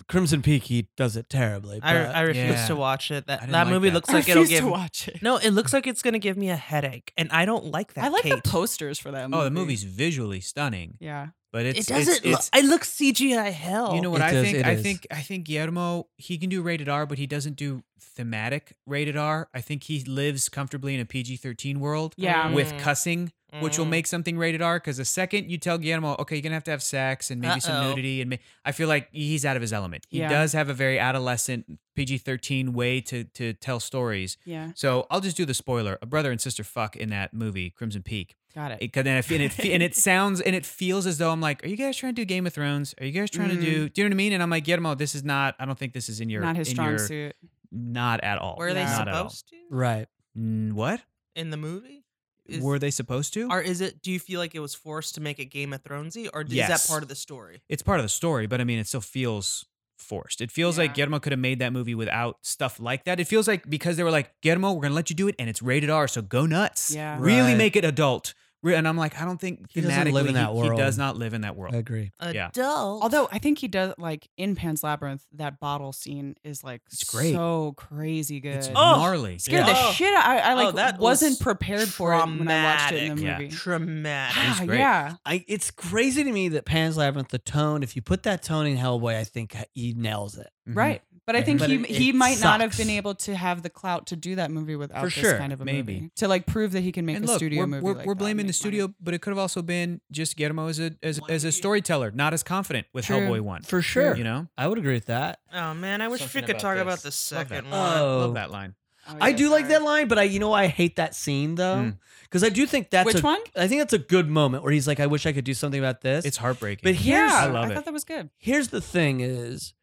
Crimson Peak. He does it terribly.
I,
but-
I refuse
Yeah.
to watch it.
I
That
didn't
that
like
movie
that.
looks
I
like it'll
refuse
give.
to watch it.
No, it looks like it's gonna give me a headache, and I don't like that.
I like
Kate.
the posters for that. Movie.
oh the movie's visually stunning
Yeah,
but it's
it doesn't.
it's, it's
look, it looks CGI hell.
You know what
It
I
does-
think?
it
I
is.
think I think Guillermo he can do rated R, but he doesn't do thematic rated R. I think he lives comfortably in a PG thirteen world
yeah.
Mm.
with cussing, which will
Mm.
make something rated R. Because the second you tell Guillermo, okay, you're gonna have to have sex and maybe some
Uh-oh.
nudity, and ma- I feel like he's out of his element. He
Yeah.
does have a very adolescent PG thirteen way to to tell stories.
yeah,
So I'll just do the spoiler: a brother and sister fuck in that movie, Crimson Peak.
got it.
It, 'cause then it, fe- and, it, fe- and it sounds and it feels as though I'm like, are you guys trying to do Game of Thrones? Are you guys trying
Mhm.
to do? Do you know what I mean? And I'm like, Guillermo, this is not. I don't think this is in your
Not his
in
strong
your-
suit.
Not at all.
Were they
Yeah.
Not at all.
supposed to
right.
Mm, what
in the movie? Is,
were they supposed to?
Or is it? Do you feel like it was forced to make it Game of Thronesy, or is
Yes.
that part of the story?
it's part of the story, but I mean, it still feels forced. It feels like
Yeah.
Guillermo could have made that movie without stuff like that. It feels like because they were like, Guillermo, we're gonna let you do it, and it's rated R, so go nuts.
Yeah.
Really
Right.
make it adult. Re- And I'm like, I don't think
He doesn't live in
thematically
that
he, he does
world.
not live in that world.
I agree.
Yeah.
Adult.
Although I think he does like in Pan's Labyrinth, that bottle scene is like
It's great.
so crazy good.
It's
Oh,
gnarly.
scared
Yeah.
the shit out. I, I
Oh,
like
that
wasn't
was
prepared for it when I watched it in the
traumatic.
movie.
Traumatic.
Ah,
great.
yeah.
I it's crazy to me that Pan's Labyrinth, the tone. If you put that tone in Hellboy, I think he nails it.
Mhm.
Right. But I
Right.
think
But
he
it-
he
it
might not have been
sucks.
able to have the clout to do that movie without
For
this
sure,
kind of a
maybe.
movie. To like prove that he can make
and
a
look,
studio
we're,
movie.
We're,
like that
we're
and
blaming
make
the
money.
studio, but it could have also been just Guillermo as a as, as a storyteller, not as confident with
True.
Hellboy One.
For sure.
you know.
I would agree with that.
Oh man, I wish
Something
we could
about
talk about
this.
the
Love that.
second one.
Oh.
Love that line.
Oh,
I
yeah,
do like
sorry. Hmm.
that line, but I you know I hate that scene though
Mm.
because I do think that's
Which
a,
one?
I think that's a good moment where he's like, I wish I could do something about this.
It's heartbreaking.
but here's
yeah,
I love
I
it.
thought that was good.
here's the thing is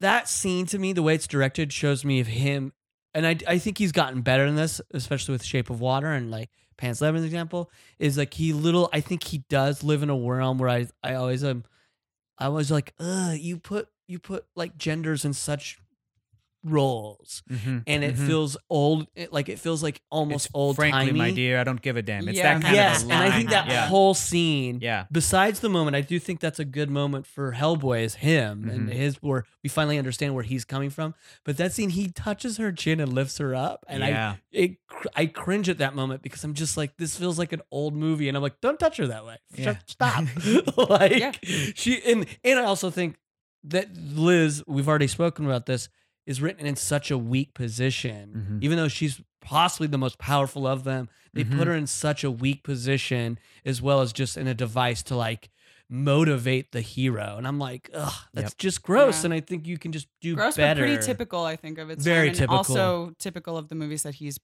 that scene to me the way it's directed shows me of him and I, I think he's gotten better in this especially with shape of water and like pants levin's example is like he little i think he does live in a realm where i i always am i was like Ugh, you put you put like genders in such roles
Mhm,
and it
mhm.
feels old it, like it feels like almost
It's
old
frankly,
timey
my dear, I don't give a damn. It's
Yeah.
that kind
yes
of a
and
line.
i think that
yeah.
whole scene
yeah.
besides the moment, I do think that's a good moment for Hellboy is him and
Mhm.
his where we finally understand where he's coming from. But that scene, he touches her chin and lifts her up, and
yeah.
I it cr- I cringe at that moment because I'm just like, this feels like an old movie, and I'm like, don't touch her that way.
Yeah.
Shut, stop. like
Yeah.
she and and I also think that Liz, we've already spoken about this, is written in such a weak position,
Mhm.
even though she's possibly the most powerful of them. They
Mhm.
put her in such a weak position as well as just in a device to like motivate the hero. And I'm like, ugh, that's just gross.
Yeah.
And I think you can just do
Gross,
better.
but pretty typical, I think, of its time,
Very
and
typical.
Also typical of the movies that he's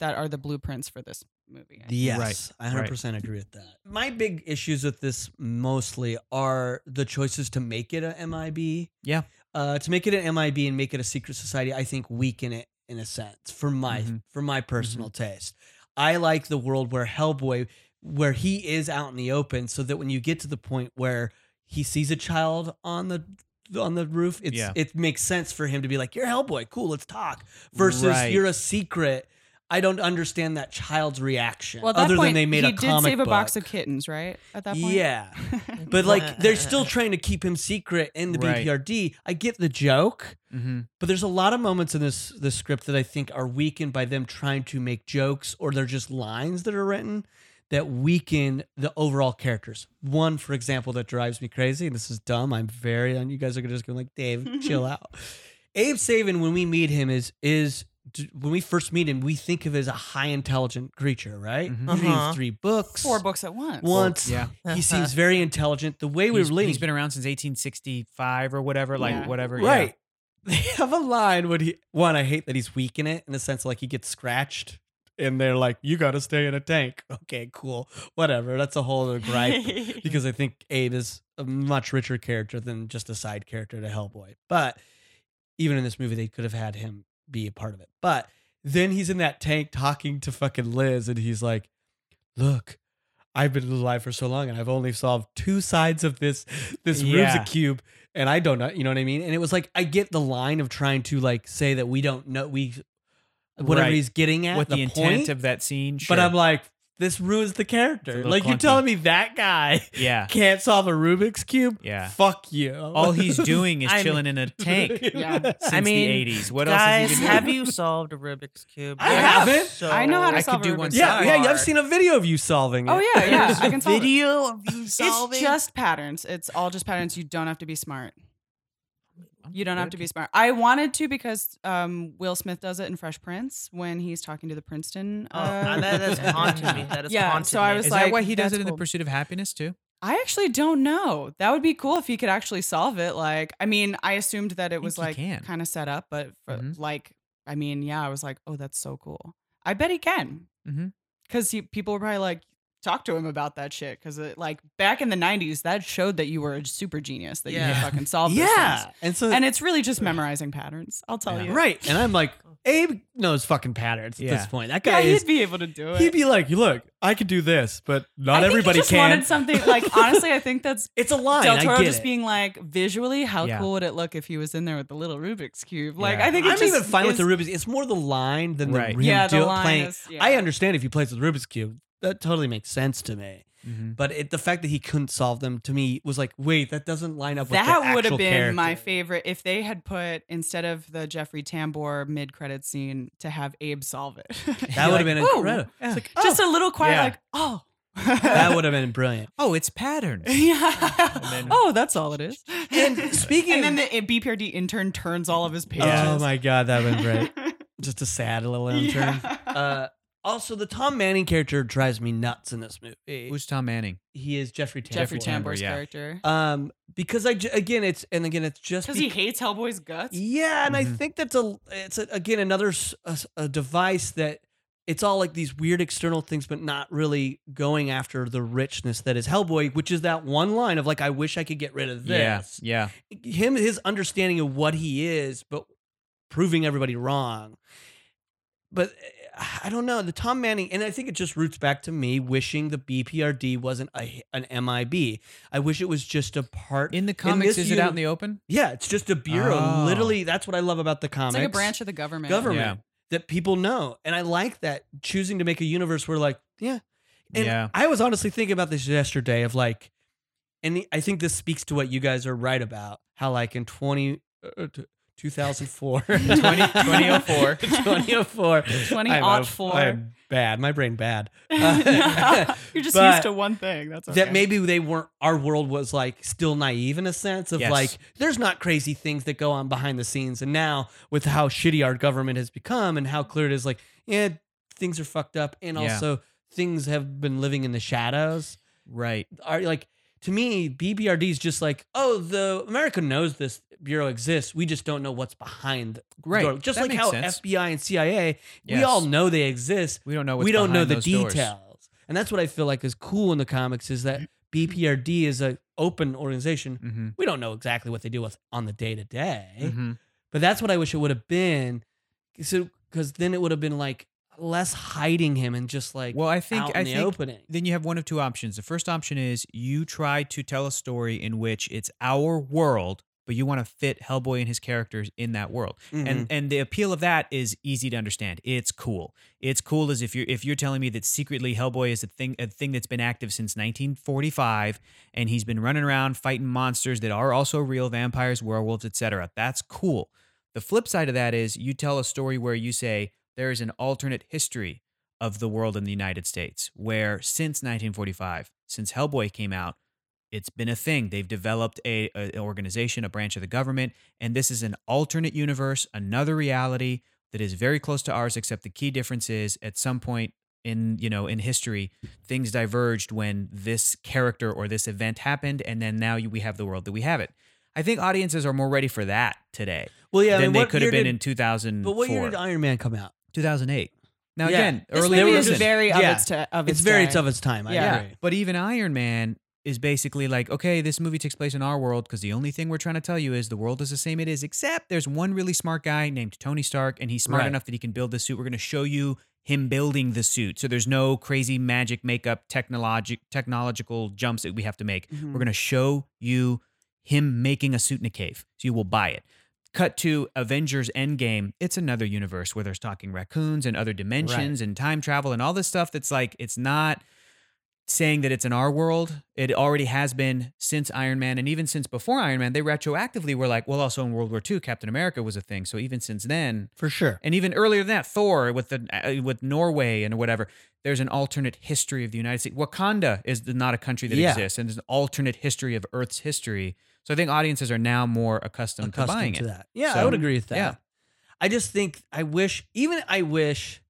that are the blueprints for this movie. I think.
Yes, I
right.
100% agree with that. My big issues with this mostly are the choices to make it a MIB.
Yeah.
Uh, to make it an MIB and make it a secret society, I think weaken it in a sense for my
Mhm.
for my personal taste. I like the world where Hellboy where he is out in the open so that when you get to the point where he sees a child on the on the roof, it's
Yeah.
it makes sense for him to be like, "You're Hellboy, cool, let's talk." Versus,
Right.
"You're a secret." I don't understand that child's reaction.
Well, at that
other
point,
than they made
he
a
did
comic
save a box
book.
of kittens, right? At that point,
Yeah, but like they're still trying to keep him secret in the
Right.
BPRD. I get the joke,
Mm-hmm.
but there's a lot of moments in this this script that I think are weakened by them trying to make jokes or they're just lines that are written that weaken the overall characters. One, for example, that drives me crazy, and this is dumb. I'm very and you guys are just going like, Dave, chill out. Abe Savin, when we meet him, is is d- when we first meet him, we think of as a high intelligent creature, right?
Mhm.
He
Uh-huh.
reads three books.
four books at once.
Once,
Yeah.
he seems very intelligent. The way we
He's-
were leading,
he's been around since 1865 or whatever, like
Yeah.
whatever. yeah.
Right. They have a line when he one, I hate that he's weak in it in the sense like he gets scratched and they're like, You gotta stay in a tank. Okay, cool. Whatever. That's a whole other gripe. because I think Abe is a much richer character than just a side character to Hellboy. But even in this movie, they could have had him be a part of it. But then he's in that tank talking to fucking Liz, and he's like, "Look, I've been alive for so long, and I've only solved two sides of this this
Yeah.
Rubik's cube, and I don't know, you know what I mean?" And it was like, I get the line of trying to like say that we don't know we whatever
Right.
he's getting at
What the, intent
point,
of that scene. Sure.
but I'm like. This ruins the character.
little
Like you're
clunky.
telling me that guy
yeah.
can't solve a Rubik's cube.
Yeah.
Fuck you.
All he's doing is
I mean-
chilling in a tank since
Yeah.
I mean,
the 80s. What
Guys,
else is he
have
gonna do?
you solved a Rubik's cube?
I
You're
haven't.
so-
I know how to
I could
solve a
do
Rubik's
one
cube.
yeah, yeah, yeah. I've
Sorry.
seen a video of you solving it.
Oh yeah, yeah. I can solve it.
video of you solving.
It's just patterns. It's all just patterns. You don't have to be smart. You don't have to be smart. I wanted to because um, Will Smith does it in Fresh Prince when he's talking to the Princeton.
Oh,
uh,
and that has haunted me. That is
Yeah,
haunted
so I
me.
was
Is
like,
that why he does
that's
it in the
cool.
pursuit of happiness too?
I actually don't know. That would be cool if he could actually solve it. Like, I mean, I assumed that it was
think
like
he can.
kind of set up, but for,
Mm-hmm.
Mhm.
like, I mean, yeah, I was like, oh, that's so cool. I bet he can.
Mm-hmm.
Mhm.
Because people were probably like, talk to him about that shit. Because like back in the 90s, that showed that you were a super genius, that you
Yeah.
could fucking solve these
Yeah.
things.
And so
And it's really just memorizing patterns. I'll tell you.
right. And I'm like, Abe knows fucking patterns at
Yeah.
this point. That
Yeah,
guy
he'd
is
be able to do it.
he'd be like, look, I could do this, but
I
not
think he
everybody
just
can.
wanted something like honestly, I think that's
it's a line.
Del
I
Toro
get
just
it.
being like, visually, how
Yeah.
cool would it look if he was in there with the little Rubik's cube? Like,
Yeah.
I think it
I'm
just
even fine with
is-
the Rubik's. It's more the line than
Right.
the real
Yeah, the
deal
line
playing.
is-
I
yeah.
understand if he plays with Rubik's cube. That totally makes sense to me.
Mm-hmm.
But it, the fact that he couldn't solve them to me was like, wait, that doesn't line up with the
That would have
actual
been my
character.
favorite if they had put instead of the Jeffrey Tambor mid credit scene to have Abe solve it.
That would have been
Whoa.
incredible.
Yeah.
Just a little quiet,
Yeah.
like, oh.
That would have been brilliant.
Oh, it's patterns.
yeah.
then-
oh, that's all it is.
And speaking
And
of-
then the eh, BPRD intern turns all of his pages.
Yeah.
Oh my god, that would have been great. Just a sad little intern.
Yeah.
Uh, also, the Tom Manning character drives me nuts in this movie.
Who's Tom Manning?
he is Jeffrey Tambor.
Jeffrey
Tambor,
Tambor's
yeah.
character.
Um, because I ju- again, it's and again, it's just
Because he
bec-
hates Hellboy's guts.
Yeah, and I
Mhm.
think that's a it's a, again another s- a s- a device that it's all like these weird external things, but not really going after the richness that is Hellboy, which is that one line of like, "I wish I could get rid of this."
Yeah.
him his understanding of what he is, but proving everybody wrong. But uh, I don't know the Tom Manning, and I think it just roots back to me wishing the BPRD wasn't a, an MIB. I wish it was just a part.
Yeah. In the comics,
this
is
you-
it out in the open?
yeah, it's just a bureau.
Oh.
Literally, that's what I love about the comics.
It's like a branch of the government.
government
Yeah.
that people know, and I like that choosing to make a universe where like yeah, and
Yeah.
I was honestly thinking about this yesterday of like, and I think this speaks to what you guys are right about how like in 20, uh, t- 2004,
2004.
2004,
20
I'm a-
aught four.
I'm bad. My brain bad. Uh,
No, You're just
But
used to one thing. That's okay.
That maybe they weren't. Our world was like still naive in a sense of
Yes.
like there's not crazy things that go on behind the scenes. And now with how shitty our government has become and how clear it is, like yeah, things are fucked up, and
Yeah.
also things have been living in the shadows
Right.
are like to me BBRD is just like oh the America knows this bureau exists we just don't know what's behind the
Right.
door. just
That
like
makes
how
sense.
FBI and CIA we
Yes.
all know they exist
We don't know. What's
we don't know
behind
the
those doors.
details and that's what I feel like is cool in the comics is that BPRD is a open organization
Mhm.
we don't know exactly what they do with on the day to day
Mhm.
but that's what I wish it would have been so because then it would have been like less hiding him and just like
Well, I think
out
I
in the
think
opening
then you have one of two options. The first option is you try to tell a story in which it's our world, but you want to fit Hellboy and his characters in that world.
Mhm.
And and the appeal of that is easy to understand. It's cool. It's cool as if you're if you're telling me that secretly Hellboy is a thing a thing that's been active since 1945 and he's been running around fighting monsters that are also real vampires, werewolves, etc. That's cool. The flip side of that is you tell a story where you say there is an alternate history of the world in the United States where since 1945, since Hellboy came out, it's been a thing. They've developed a, a- an organization, a branch of the government, and this is an alternate universe, another reality that is very close to ours. Except the key difference is at some point in you know in history, things diverged when this character or this event happened, and then now you- we have the world that we have it. I think audiences are more ready for that today
Well, yeah, I
than
mean,
they
what
could have
year
been
did-
in 2004,
But what year did Iron Man come out?
2008. Now
Yeah.
again,
This
early
They
movie
were
is
just-
very of
yeah.
its to, of its
It's very
time.
tough its time. I
Yeah.
agree.
But even Iron Man is basically like, okay, this movie takes place in our world because the only thing we're trying to tell you is the world is the same it is, except there's one really smart guy named Tony Stark, and he's smart
Right.
enough that he can build the suit. We're going to show you him building the suit. So there's no crazy magic makeup technologic technological jumps that we have to make.
Mm-hmm.
We're going to show you him making a suit in a cave. So you will buy it. Cut to Avengers Endgame. It's another universe where there's talking raccoons and other dimensions and time travel and all this stuff that's like, it's not saying that it's in our world. It already has been since Iron Man, and even since before Iron Man, they retroactively were like, well, also in World War II, Captain America was a thing. So even since then,
For sure.
and even earlier than that, Thor with the uh, with Norway and whatever. There's an alternate history of the United States. Wakanda is the, not a country that
Yeah.
exists, and there's an alternate history of Earth's history. So I think audiences are now more accustomed,
accustomed
to buying
to
it.
that. Yeah, I
So,
would agree with that.
yeah.
I just think I wish even I wish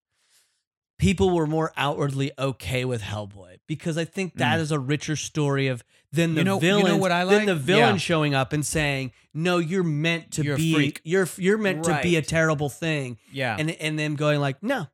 people were more outwardly okay with Hellboy because I think that
Mm.
is a richer story of than the
You know- you know
villain
what I
than
like?
the villain
Yeah.
showing up and saying, "No, you're meant to
You're a
be
freak."
you're you're meant to be a
Right.
terrible thing."
Yeah.
And Mm. and them going like, "No,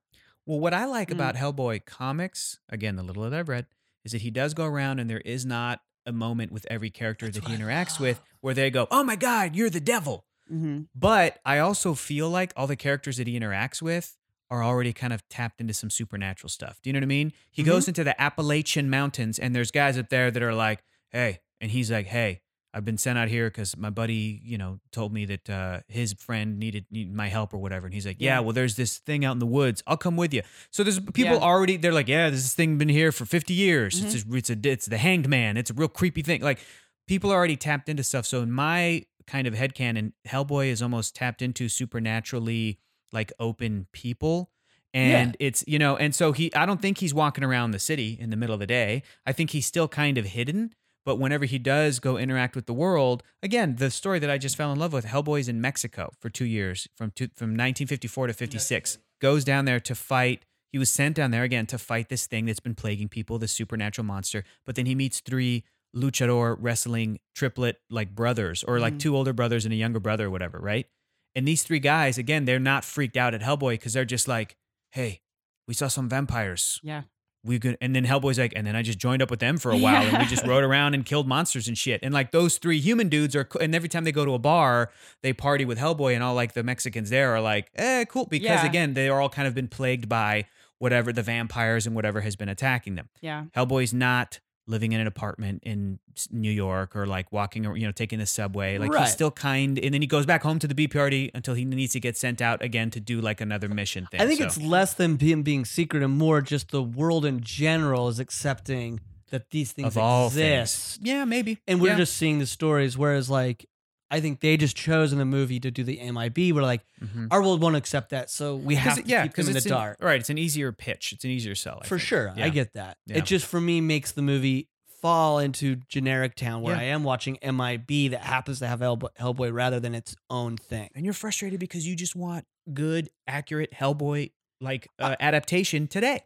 Well, what I like about Hellboy comics, again, the little that I've read, is that he does go around and there is not a moment with every character that he interacts with where they go, "Oh my God, you're the devil."
Mhm.
But I also feel like all the characters that he interacts with are already kind of tapped into some supernatural stuff. Do you know what I mean? He goes into the Appalachian Mountains and there's guys up there that are like, hey, and he's like, hey, I've been sent out here because my buddy, you know, told me that uh, his friend needed, needed my help or whatever. And he's like, yeah, well, there's this thing out in the woods. I'll come with you. So there's people
Yeah.
already, they're like, yeah, this thing been here for 50 years. It's, a, it's, a, it's the hanged man. It's a real creepy thing. Like, people are already tapped into stuff. So in my kind of headcanon, Hellboy is almost tapped into supernaturally like open people. And it's, you know, and so he I don't think he's walking around the city in the middle of the day. I think he's still kind of hidden. But whenever he does go interact with the world, again, the story that I just fell in love with, Hellboy's in Mexico for two years, from two, from 1954 to 56, goes down there to fight. He was sent down there again to fight this thing that's been plaguing people, this supernatural monster. But then he meets three luchador wrestling triplet like brothers, or
Mm-hmm.
like two older brothers and a younger brother, or whatever, right? And these three guys, again, they're not freaked out at Hellboy because they're just like, hey, we saw some vampires
Yeah.
we could and then Hellboy's like, and then I just joined up with them for a while and we just rode around and killed monsters and shit. And like those three human dudes are co- and every time they go to a bar, they party with Hellboy and all like the Mexicans there are like, eh, cool. Because
Yeah.
again, they are all kind of been plagued by whatever the vampires and whatever has been attacking them.
Yeah.
Hellboy's not living in an apartment in s- New York or like walking or you know taking the subway like
Right.
he's still kind and then he goes back home to the B party until he needs to get sent out again to do like another mission thing
I think
So-
it's less than him being secret and more just the world in general is accepting that these things
of all
exist.
things yeah maybe
And we're
Yeah.
just seeing the stories, whereas like I think they just chose in the movie to do the MIB. We're like,
Mhm.
our world won't accept that, so we have
Because
to keep them in the
it's an-
dark.
right, it's an easier pitch. It's an easier sell. I
For
think.
sure, I
Yeah.
get that.
Yeah.
It just for me makes the movie fall into generic town where
Yeah.
I am watching MIB that happens to have Hellboy, Hellboy rather than its own thing.
And you're frustrated because you just want good, accurate Hellboy like uh, adaptation today.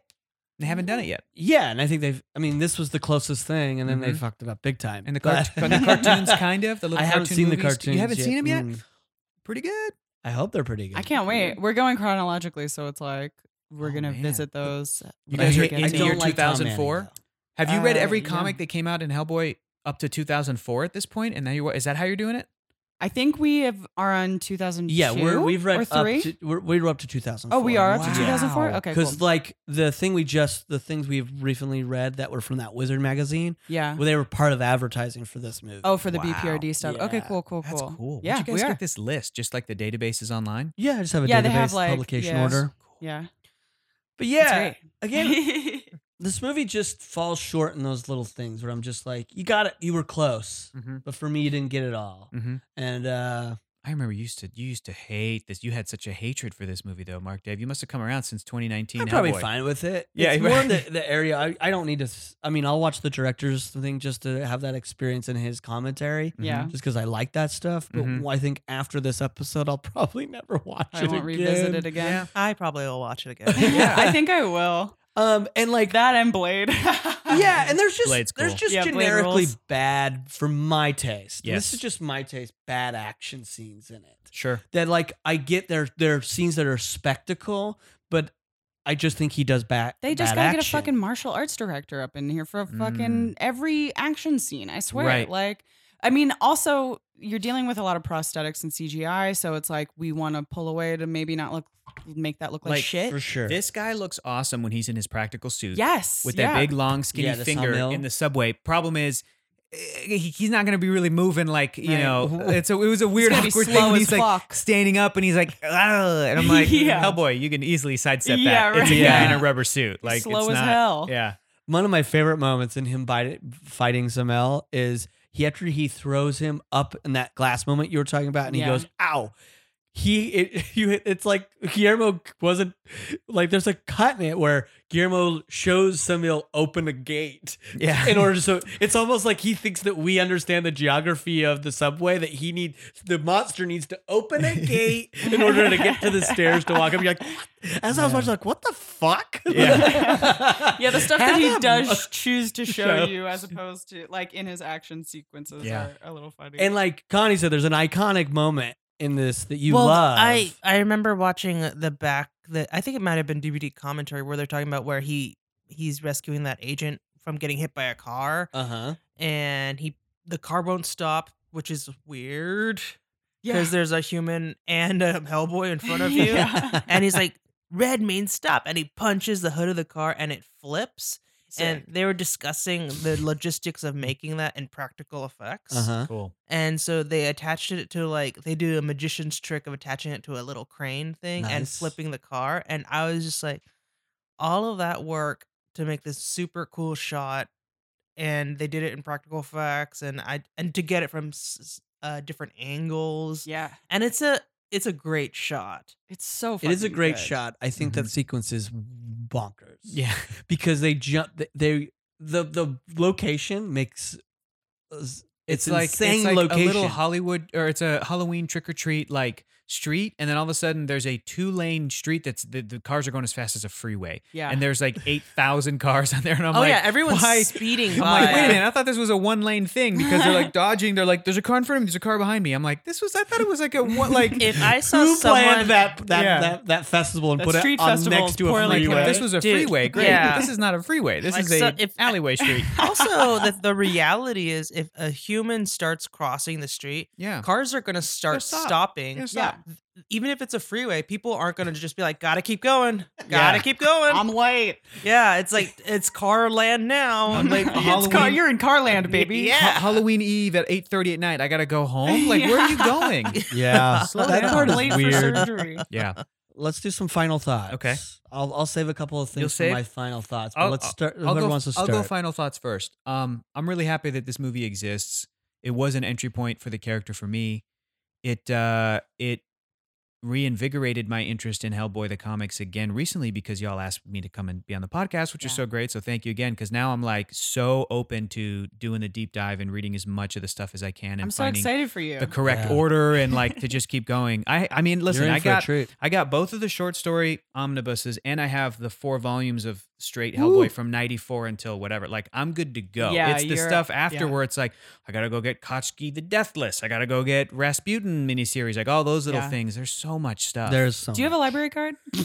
And They haven't done it yet.
Yeah, and I think they've. I mean, this was the closest thing, and then they
Mhm.
fucked it up big time.
And the,
But-
cart- but the cartoons, kind of. The little
I haven't
cartoon
seen the
movies.
cartoons.
You haven't
yet.
seen them yet.
Mm.
Pretty good.
I hope they're pretty good.
I can't wait. We're going chronologically, so it's like we're
Oh,
gonna
man.
visit those.
You
when
guys
we
are
get
into
to
your
it.
Tom
2004?
Manning, though.
Have you read
Uh,
every
yeah.
comic that came out in Hellboy up to 2004 at this point? And now you is that how you're doing it?
I think we have, are on 2002.
Yeah, we're, we've
or
read up
three.
to, we're, we're up to 2004.
oh, we are up to
Wow.
2004. Okay, cool.
Because like the thing we just the things we've recently read that were from that Wizard magazine,
yeah.
well, they were part of advertising for this movie.
Oh, for the
Wow.
BPRD stuff. Okay,
Yeah.
cool, cool, cool.
That's cool.
Yeah,
Where'd you
we
guys
are.
get this list? Just like the databases online?
yeah, I just have a
Yeah,
database
they have, like-
publication
yeah.
order.
Yeah.
But
That's
yeah,
great.
again, this movie just falls short in those little things where I'm just like, you got it, you were close,
Mm-hmm.
but for me, you didn't get it all.
Mm-hmm.
And uh,
I remember you used to you used to hate this. You had such a hatred for this movie though, Mark Dave. You must have come around since 2019.
I'm probably
Hellboy.
fine with it.
Yeah,
it's
you're
more in the,
right.
the area. I, I don't need to. s- I mean, I'll watch the director's thing just to have that experience in his commentary.
Mm-hmm.
Yeah. Mm-hmm.
just because I like that stuff. But
Mhm.
I think after this episode, I'll probably never watch
I
it
won't
again.
revisit it again.
I probably will watch it again.
Yeah. I think I will.
Um, and like
That and Blade.
Yeah, and there's just
Blade's
there's
cool.
just
Yeah, Blade
generically
rules.
bad for my taste. And
Yes.
This is just my taste. Bad action scenes in it
Sure.
that like I get there. There are scenes that are spectacle, but I just think he does bad.
They just
bad
gotta get a
action.
fucking martial arts director up in here for a fucking every action scene. I swear.
Mm. Right.
Like, I mean, also you're dealing with a lot of prosthetics and CGI, so it's like we want to pull away to maybe not look, make that look like,
Like,
shit.
for sure.
This guy looks awesome when he's in his practical suit.
Yes.
With
yeah.
that big long skinny
Yeah, the
finger
thumbnail.
in the subway. Problem is eh, he- he's not going to be really moving like, you
Right.
know, it's a, it was a weird
gonna be
awkward
slow
thing. when
as
He's like
fuck.
standing up and he's like, "Ugh," and I'm like,
Yeah.
Hellboy, you can easily sidestep that.
Yeah,
It's a
right.
guy in
Yeah.
a rubber suit. Like
Slow
it's
as
not-
hell.
Yeah.
One of my favorite moments in him bite, fighting Zamel is he after he throws him up in that glass moment you were talking about, and
Yeah.
he goes, "Ow." He it you it's like Guillermo wasn't like there's a cut in it where Guillermo shows Samuel open a gate
Yeah.
in order to so it's almost like he thinks that we understand the geography of the subway that he need the monster needs to open a gate in order to get to the stairs to walk up. You're like, what? as I was watching, like, what the fuck?
Yeah. Yeah, the stuff that
Have
he
a
does choose to show,
show.
you as opposed to like in his action sequences
Yeah.
are a little funny.
And like Connie said, there's an iconic moment in this that you love.
I I remember watching the back. The I think it might have been DVD commentary where they're talking about where he he's rescuing that agent from getting hit by a car,
uh huh.
and he the car won't stop, which is weird
yeah.
because there's a human and a Hellboy in front of you,
Yeah.
and he's like, "Red means stop," and he punches the hood of the car, and it flips. And they were discussing the logistics of making that in practical effects.
Uh-huh.
Uh huh.
Cool.
and so they attached it to like they do a magician's trick of attaching it to a little crane thing and
Nice.
flipping the car and i was just like all of that work to make this super cool shot and they did it in practical effects and i and to get it from s- s- uh, different angles
yeah.
and it's a it's a great shot
It's so
It is a
fucking
great
good.
shot. I think
Mhm.
that sequence is bonkers.
Yeah.
because they jump. They, they the the location makes it's, insane
it's like
location.
a little Hollywood or it's a Halloween trick or treat like street, and then all of a sudden there's a two lane street that's the, the cars are going as fast as a freeway,
Yeah. Oh,
and there's like eight thousand cars on there, and I'm like,
everyone's
why?
speeding
I'm like, wait a minute! I thought this was a one lane thing because they're like dodging. They're like, there's a car in front of me, there's a car behind me. I'm like, this was I thought it was like a one like
if i saw
Who
someone
planned that that,
Yeah.
that that festival and
That
put it
street
on
festival
next
is
to a
poorly
like, if
freeway?
planned.
this was a
Dude,
freeway, great.
yeah.
But this is not a freeway. This
Like,
is a
so if-
alleyway street.
also the, the reality is if a human starts crossing the street
Yeah,
cars are going to start
stop.
stopping.
Yeah, stop.
Even if it's a freeway, people aren't going to just be like, "Gotta keep going, gotta keep going."
I'm late.
yeah, it's like it's car land now.
I'm like
Like,
It's car,
Halloween-
you're in Carland, baby.
yeah.
Ha- Halloween Eve at eight thirty at night. I gotta go home. Like, where are you going?
yeah,
Slow
that
down.
part is
Late for
weird.
surgery.
yeah.
Let's do some final thoughts.
Okay.
I'll I'll save a couple of
You'll
things for
save-
my final thoughts. But
I'll-
let's start.
I'll
Whoever
go,
wants to start.
I'll go final thoughts first. Um, I'm really happy that this movie exists. It was an entry point for the character for me. It uh, it reinvigorated my interest in Hellboy the comics again recently because y'all asked me to come and be on the podcast, which is
Yeah.
so great. So thank you again because now I'm like so open to doing the deep dive and reading as much of the stuff as I can and
I'm so
finding
excited for you.
the correct
Yeah.
order and like to just keep going. I I mean, listen,
You're in
I
for
got
a treat.
I got both of the short story omnibuses and I have the four volumes of straight
Woo.
Hellboy from 94 until whatever. Like I'm good to go.
Yeah,
it's the
you're-
stuff
yeah.
after where it's like I got to go get Kochki the Deathless. I got to go get Rasputin miniseries. Like all those little
Yeah.
things. There's so much stuff.
There's some.
Do you have a library card?
Do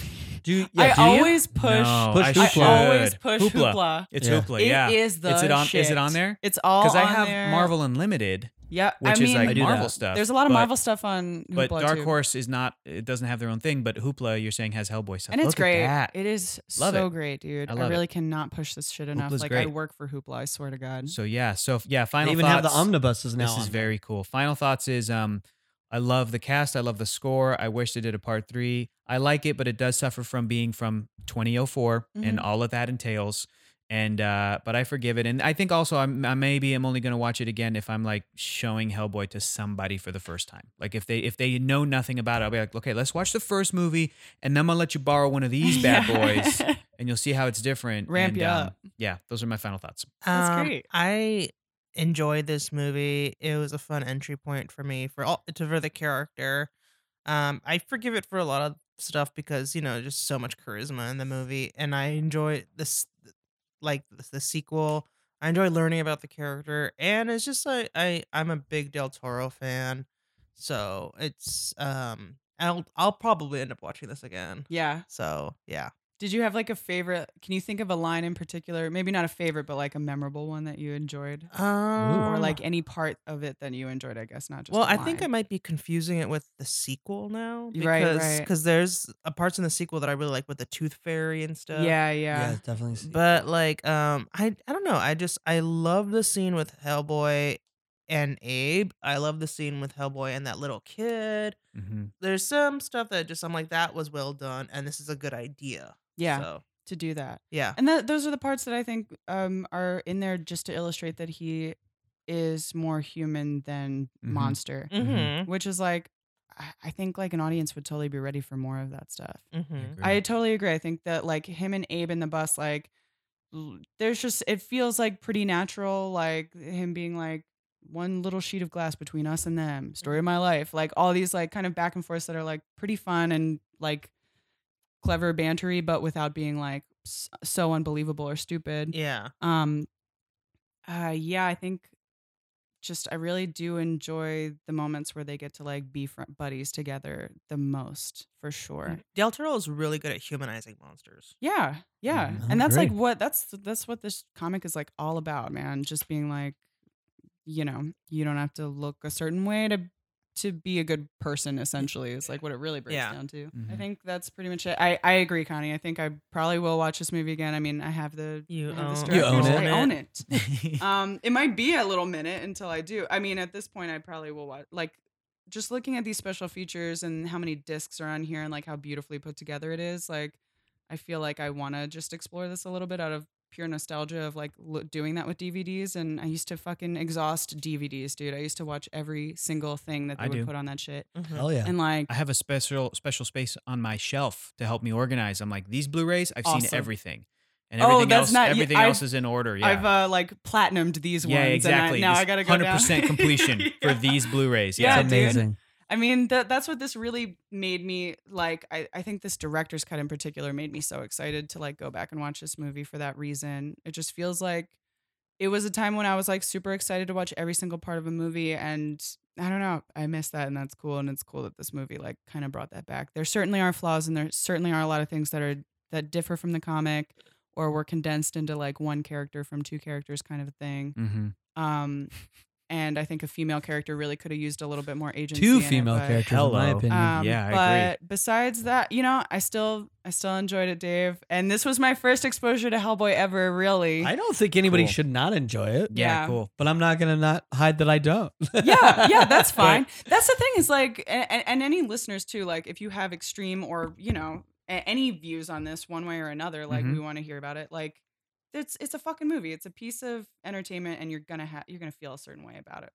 you?
I
Yeah, do you?
always push.
No,
Push
I
Hoopla.
should.
I
always push Hoopla.
It's
Yeah.
Hoopla.
It
yeah,
is the
Is it on? Is
shit.
it on there?
It's all
Because I
on
have
there.
Marvel Unlimited,
Yeah,
which
I mean,
is like
I do
Marvel
that.
stuff.
there's a lot of
but-
Marvel stuff on Hoopla
But Dark
too.
Horse is not. It doesn't have their own thing. But Hoopla, you're saying has Hellboy stuff.
and it's
Look at
great.
that.
It is
Love
so
it.
great, dude.
I
I,
love it.
really cannot push this shit enough.
Hoopla's
like I
great.
work for Hoopla. I swear to God.
So yeah. So f- yeah. Final
They even have
thoughts.
the omnibuses now.
This is
on.
very cool. Final thoughts is um, I love the cast. I love the score. I wish they did a part three. I like it, but it does suffer from being from 2004
Mm-hmm.
and all of that entails. And uh, but I forgive it, and I think also I'm I maybe I'm only gonna watch it again if I'm like showing Hellboy to somebody for the first time. Like if they if they know nothing about it, I'll be like, okay, let's watch the first movie, and then I'm gonna let you borrow one of these bad boys, and you'll see how it's different.
Ramp
and,
you
um,
up.
yeah, those are my final thoughts.
That's
Um,
great.
I enjoyed this movie. It was a fun entry point for me for all to for the character. Um, I forgive it for a lot of stuff because you know just so much charisma in the movie, and I enjoy this like the, the sequel. I enjoy learning about the character, and it's just like I I'm a big Del Toro fan, so it's um I'll I'll probably end up watching this again.
yeah.
So yeah,
Did you have like a favorite? Can you think of a line in particular? Maybe not a favorite, but like a memorable one that you enjoyed,
um,
or like any part of it that you enjoyed. I guess not just.
well
I
i think i might be confusing it with the sequel now
Y- right,
because
right.
because there's a parts in the sequel that i really like with the tooth fairy and stuff
Yeah, yeah.
Yeah,
uh,
it's definitely. see-
but like um i i don't know i just i love the scene with hellboy and abe i love the scene with hellboy and that little kid
Mm-hmm.
there's some stuff that just i'm like that was well done and this is a good idea
Yeah,
so
to do that.
yeah
And that, those are the parts that I think um, are in there just to illustrate that he is more human than
Mhm.
monster,
mm-hmm.
which is like, I I think like an audience would totally be ready for more of that stuff.
Mm-hmm.
I totally agree. I think that like him and Abe in the bus, like l- there's just it feels like pretty natural, like him being like one little sheet of glass between us and them. Story of my life, like all these like kind of back and forths that are like pretty fun and like clever bantery, but without being like s- so unbelievable or stupid.
yeah
Um uh yeah, I think just I really do enjoy the moments where they get to like be fr- buddies together the most for sure.
del toro is really good at humanizing monsters
Yeah, yeah,
Mm,
Mhm.
and that's like
Agreed.
what that's that's what this comic is like all about, man. Just being like, you know, you don't have to look a certain way to to be a good person. Essentially, is like what it really breaks
Yeah. Mm-hmm.
down to. I
Mhm.
think that's pretty much it. I I agree, Connie. I think I probably will watch this movie again. I mean, I have the
You
I have this
own-
You
director's-
own
I
it.
own it.
think
Um, it might be a little minute until I do. I mean, at this point, I probably will watch. Like, just looking at these special features and how many discs are on here and like how beautifully put together it is. Like, I feel like I want to just explore this a little bit out of pure nostalgia of like lo- doing that with DVDs. And I used to fucking exhaust DVDs, dude. I used to watch every single thing that they
I
would
do.
put on that shit.
Oh,
Mhm.
Hell yeah.
And Mm-hmm. like,
I have a special special space on my shelf to help me organize. I'm like these Blu-rays. I've seen
Awesome.
everything, and
Oh,
everything
that's
else.
not- yeah,
everything
I've-
else is in order. Yeah,
I've uh, like platinumed these
yeah,
ones.
exactly.
And I, now I gotta go
Hundred
down.
percent completion
Yeah.
for these Blu-rays.
Yeah,
Yeah,
It's
dude.
amazing.
I mean, that that's what this really made me like. I, I think this director's cut in particular made me so excited to like go back and watch this movie for that reason. It just feels like it was a time when I was like super excited to watch every single part of a movie and I don't know. I miss that and that's cool. And it's cool that this movie like kind of brought that back. There certainly are flaws and there certainly are a lot of things that are that differ from the comic or were condensed into like one character from two characters kind of a thing.
Mm-hmm.
Um and I think a female character really could have used a little bit more agency.
Two
in it,
female
but-
characters, in my
Hello.
opinion.
um,
Yeah, I
but
agree.
besides that, you know, I still I still enjoyed it, Dave. And this was my first exposure to Hellboy ever, really.
I don't think anybody
Cool.
should not enjoy it,
Yeah,
Yeah.
cool.
but I'm not gonna not hide that I don't.
yeah, yeah, that's
But-
fine. that's the thing is like, and, and any listeners too, like if you have extreme or you know a- any views on this one way or another, like
Mhm.
we want to hear about it. Like it's it's a fucking movie. It's a piece of entertainment, and you're gonna ha- you're gonna feel a certain way about it.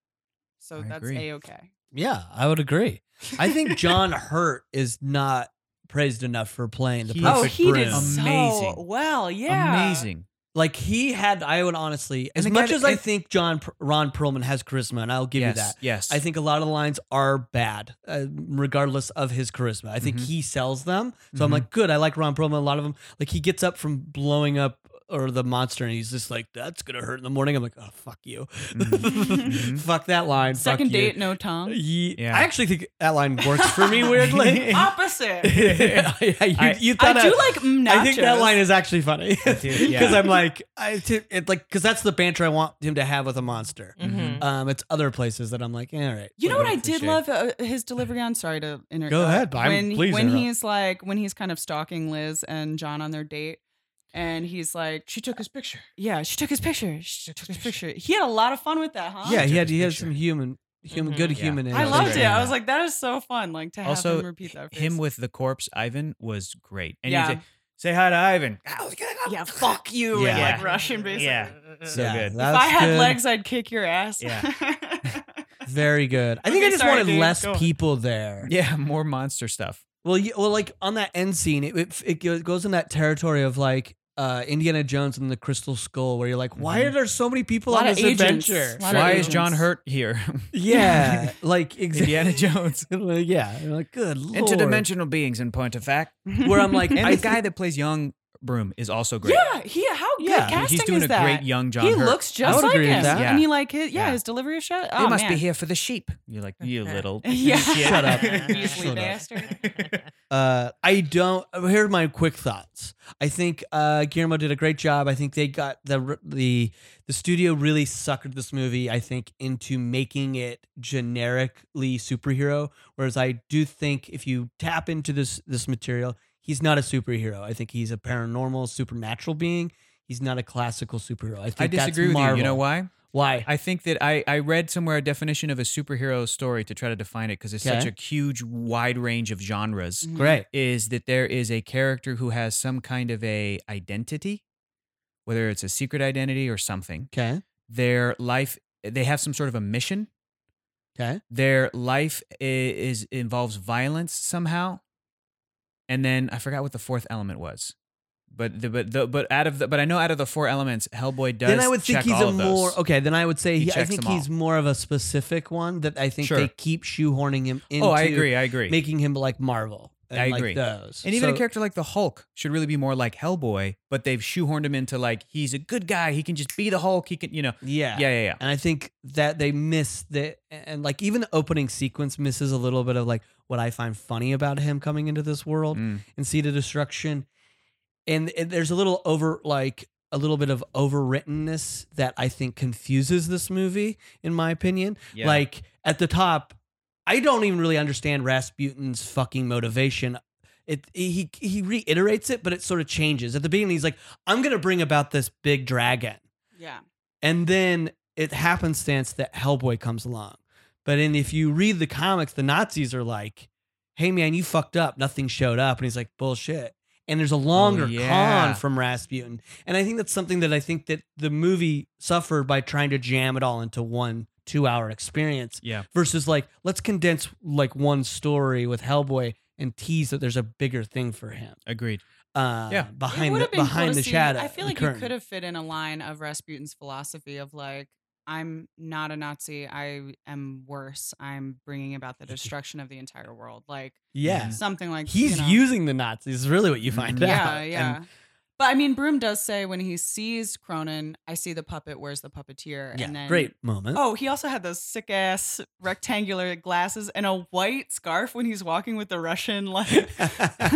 So
I
that's
agree.
a okay.
Yeah, I would agree. I think John Hurt is not praised enough for playing the
He-
perfect
Oh, he did
Broom.
Um,
so
Amazing.
well. Yeah,
Amazing.
like he had. I would honestly, as
the
much
guy-
as I
and-
think John Per- Ron Perlman has charisma, and I'll give
yes,
you that.
Yes.
I think a lot of the lines are bad, uh, regardless of his charisma. I think
Mhm.
he sells them. So I'm
Mhm.
like, good. I like Ron Perlman. A lot of them, like he gets up from blowing up or the monster, and he's just like, "That's gonna hurt in the morning." I'm like, "Oh fuck you,
Mhm.
fuck that line." fuck
Second
you.
date, no tongue.
Ye-
Yeah.
I actually think that line works for me weirdly.
Opposite.
Yeah, you,
I-
you
I
thought
do like mm, nachos.
I think that line is actually funny because
do, yeah.
I'm like, I t- it like because that's the banter I want him to have with a monster.
Mm-hmm.
Mm-hmm.
Mhm.
Um, it's other places that I'm like, all right.
You know what I
whatever.
did
appreciate.
love uh, his delivery on. Sorry to interrupt.
Go ahead, I'm-
when
please
when
interrupt.
he's like when he's kind of stalking Liz and John on their date, and he's like, she took his picture. Yeah, she took his picture. She took his picture. He had a lot of fun with that, huh?
Yeah, he
Took
had he
his
had
picture.
some human, human,
Mhm.
good
Yeah.
human. in
I
Yeah,
loved it.
yeah.
I was like, that is so fun. Like to have
Also,
him repeat that. Phrase.
him with the corpse Ivan was great. And
Yeah.
you say, say hi to Ivan. "Ah,
yeah, fuck you,
Yeah.
and like
Yeah.
Russian basically. Uh,
Yeah. So
Yeah,
good.
If
that's
I had
good.
legs, I'd kick your ass.
Yeah.
very good. I think
Okay,
I just
sorry,
wanted
dude.
less
Go on.
people there.
Yeah, more monster stuff.
Well, you, well, like on that end scene, it, it it go- goes in that territory of like uh Indiana Jones and the Crystal Skull, where you're like, why are there so many people
Lot
on
of
this
agents.
adventure?
Lot of
Why
agents.
is John hurt here?
Yeah, like exactly.
Indiana Jones.
yeah, you're like good lord.
Interdimensional beings, in point of fact.
Where I'm like,
And
I
the guy that plays young Broom is also great. Uh,
Yeah, he. How good
Yeah,
casting
He's doing
is
a
that?
great young John
he
Hurt.
looks
I
just
would
like
agree
him,
with that.
and he like his yeah,
Yeah.
his delivery of shit.
They
oh,
must
man.
be here for the sheep. You're like, you little.
Yeah.
shit."
Shut up.
Beastly
Shut up.
bastard.
Uh, I don't. Here are my quick thoughts. I think uh, Guillermo did a great job. I think they got the the the studio really suckered this movie. I think into making it generically superhero. Whereas I do think if you tap into this this material, he's not a superhero. I think he's a paranormal, supernatural being. He's not a classical superhero. I think
I disagree
that's
with
Marvel.
you. You know why?
Why?
I think that I, I read somewhere a definition of a superhero story to try to define it because it's such
Okay.
a huge, wide range of genres.
Mm.
Great.
Is that there is a character who has some kind of a identity, whether it's a secret identity or something.
Okay.
Their life, they have some sort of a mission.
Okay.
Their life i- is involves violence somehow, and then I forgot what the fourth element was. But the, but the, but out of the, but I know out of the four elements, Hellboy does.
then I would think
check
he's
all
a
of those.
more okay. Then I would say
He
he, I
checks
think
them all.
he's more of a specific one that I think
Sure.
they keep shoehorning him into.
oh, I agree. I agree.
Making him like Marvel. And
I
like
agree.
those.
And even a
So-
character like the Hulk should really be more like Hellboy, but they've shoehorned him into like he's a good guy. He can just be the Hulk. He can, you know.
Yeah.
Yeah, yeah, yeah.
And I think that they miss that, and like even the opening sequence misses a little bit of like what I find funny about him coming into this world
Mm.
and see the destruction. And, and there's a little over, like a little bit of overwrittenness that I think confuses this movie, in my opinion.
Yeah.
Like at the top, I don't even really understand Rasputin's fucking motivation. It he he reiterates it, but it sort of changes. At the beginning, he's like, "I'm gonna bring about this big dragon,"
Yeah.
and then it happenstance that Hellboy comes along. But in if you read the comics, the Nazis are like, "Hey man, you fucked up. Nothing showed up," and he's like, "Bullshit." And there's a longer
Oh, yeah.
con from Rasputin, and I think that's something that I think that the movie suffered by trying to jam it all into one two-hour experience
yeah.
versus like let's condense like one story with Hellboy and tease that there's a bigger thing for him.
Agreed.
Uh,
Yeah.
behind
It
the
would've been
behind
cool
the
to see.
shadow.
I feel
the
like you
curtain.
could have fit in a line of Rasputin's philosophy of like, I'm not a Nazi. I am worse. I'm bringing about the destruction of the entire world. Like
Mm-hmm.
Yeah,
something like
he's
you know. Mm-hmm.
using the Nazis. Is really what you find
Mhm.
out.
Yeah,
And
yeah. but I mean, Broom does say when he sees Cronin, I see the puppet. Where's the puppeteer?
yeah,
and then
great moment.
Oh, he also had those sick ass rectangular glasses and a white scarf when he's walking with the Russian like,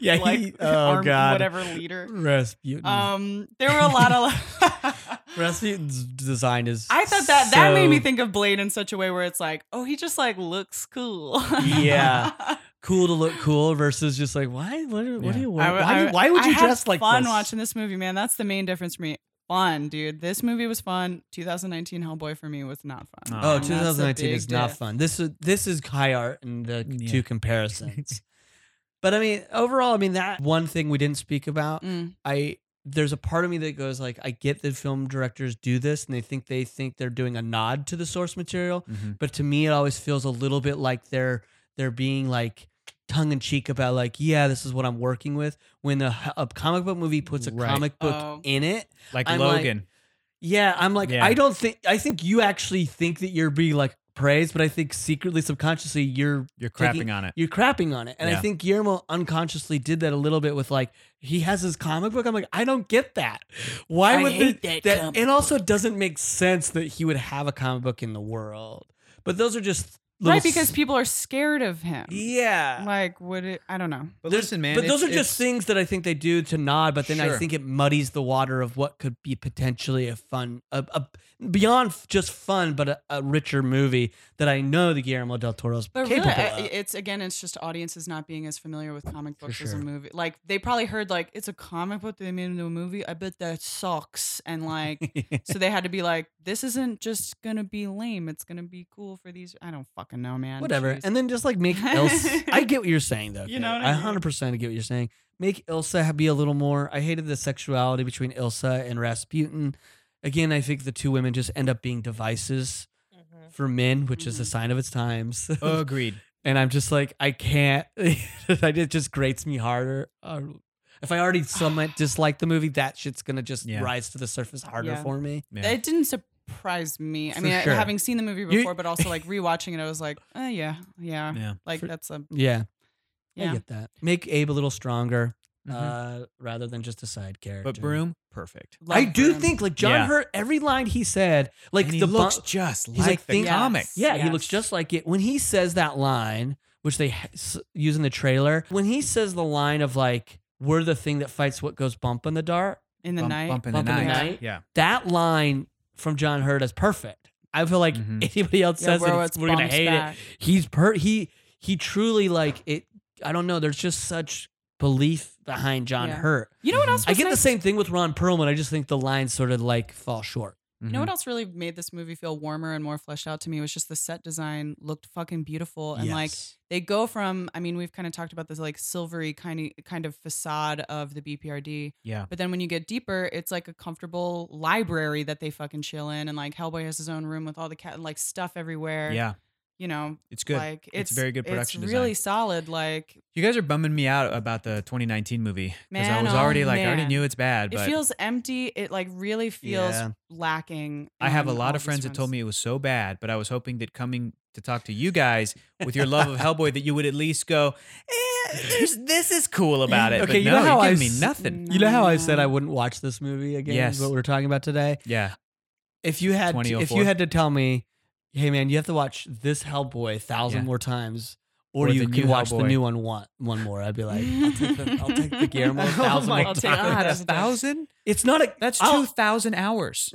Yeah,
like
he- oh,
armed
God. Mm.
whatever leader.
Rasputin.
Um, there were a lot of.
Rasputin's design is.
I thought that that made me
so
think of Blade in such a way where it's like, oh, he just like looks cool.
Yeah. Cool to look cool versus just like why? What, are- what are
Yeah.
you?
I
Wearing?
w-
why, do-
I-
why would
I
you
had
dress like
fun
this?
watching this movie, man. That's the main difference for me. Fun, dude. This movie was fun. 2019 Hellboy for me was not fun.
Oh,
And that's
the
2019
big
is not
diff.
fun. This is this is high art in the
Yeah.
two comparisons. but I mean, overall, I mean that one thing we didn't speak about.
Mm.
I there's a part of me that goes like, I get that film directors do this and they think they think they're doing a nod to the source material,
Mhm.
but to me, it always feels a little bit like they're they're being like tongue in cheek about like, yeah, this is what I'm working with. When a, h- a comic book movie puts a
Right.
comic book
Oh.
in it,
Like
I'm like-
Logan.
yeah, I'm like,
Yeah.
I don't think, I think you actually think that you're being like, praise, but I think secretly, subconsciously, you're
You're
taking-
crapping on it.
You're crapping on it, and I
Yeah.
think Guillermo unconsciously did that a little bit with like he has his comic book. I'm like, I don't get that. Why
I
would
hate
the-
that comic
It also doesn't make sense that he would have a comic book in the world. But those are just little
right because
s-
people are scared of him.
yeah.
Like would it? I don't know.
But
There's-
listen, man.
But those are
it's-
just
it's-
things that I think they do to nod. But then I
Sure.
think it muddies the water of what could be potentially a fun, a, a beyond f- just fun, but a, a richer movie that I know the Guillermo del Toro's
But
capable
really,
of.
I- it's again, it's just audiences not being as familiar with comic books as a
sure.
movie. Like they probably heard like it's a comic book they made into a movie. I bet that sucks. And like, so they had to be like, this isn't just gonna be lame. It's gonna be cool for these. I don't fucking know, man.
Whatever,
Jeez.
and then just like make Ilsa. I get what you're saying, though.
You know
Kate.
what I mean?
hundred percent get what you're saying. Make Ilsa ha- be a little more. I hated the sexuality between Ilsa and Rasputin. Again, I think the two women just end up being devices
Mm-hmm.
for men, which is a
Mhm.
sign of its times.
Agreed.
and I'm just like, I can't. I it just grates me harder. Uh, if I already somewhat dislike the movie, that shit's gonna just
Yeah.
rise to the surface harder
Yeah.
for me.
Yeah.
it didn't surprise me. I
For
mean, I-
sure.
having seen the movie
You-
before, but also like rewatching it, I was like, oh yeah, yeah.
Yeah.
Like
For- Oh,
that's a
Yeah, I
yeah.
get that. Make Abe a little stronger,
Mhm.
uh, rather than just a side character.
But Broom, perfect.
I
Love
do
for him.
think like John
Yeah.
Hurt every line he said, like
And he
the bu-
looks just
he's like,
like, the
think-
comic.
Yes.
Yeah, he looks
Yes.
just like it. When he says that line, which they ha- s- use in the trailer, when he says the line of like, "We're the thing that fights what goes bump in the dark,"
in the
Bump-
night.
Bump in
Bump
the
in the
night.
night.
Yeah.
that line from John Hurt is perfect. I feel like
Mhm.
anybody else
Yeah,
says
bro,
it,
it's
it's- we're gonna
bumps
hate
back.
it. He's per he he truly like it. I don't know. There's just such belief behind John
Yeah.
Hurt.
You know what else?
I
was
get the
nice?
same thing with Ron Perlman. I just think the lines sort of like fall short.
Mm-hmm.
You know what else really made this movie feel warmer and more fleshed out to me was just the set design looked fucking beautiful and like
Yes.
they go from I mean we've kind of talked about this like silvery kind of kind of facade of the BPRD
Yeah.
but then when you get deeper it's like a comfortable library that they fucking chill in and like Hellboy has his own room with all the cat like stuff everywhere
Yeah.
you know
It's good.
like
It's very good production
it's
design.
really solid like
You guys are bumming me out about the 2019 movie because I
Man,
was
oh,
already like, I already
man.
knew it's bad.
it
But
feels empty it like really feels
Yeah.
lacking
I have a
in all
lot of
these
friends that
fronts.
told me it was so bad, but I was hoping that coming to talk to you guys with your love of Hellboy, that you would at least go, eh, there's, this is cool about it.
Okay,
but
you
no,
know how
you're
I
giving me
s-
Mm.
nothing.
You know how I said
No.
I wouldn't watch this movie again?
Yes.
What we were talking about today.
Yeah.
If you had to, if you
2004.
had to tell me, hey man, you have to watch this Hellboy a thousand
Yeah.
more times, or,
Or
you
the
can
new
watch the
Hellboy.
new one one, one more, I'd be like, I'll take the, I'll take the Guillermo a
Oh
thousand
my
more
God.
times.
God.
a thousand?
It's not a.
That's
I'll-
2,000 hours.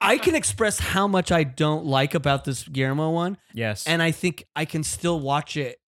I can express how much I don't like about this Guillermo one,
Yes.
and I think I can still watch it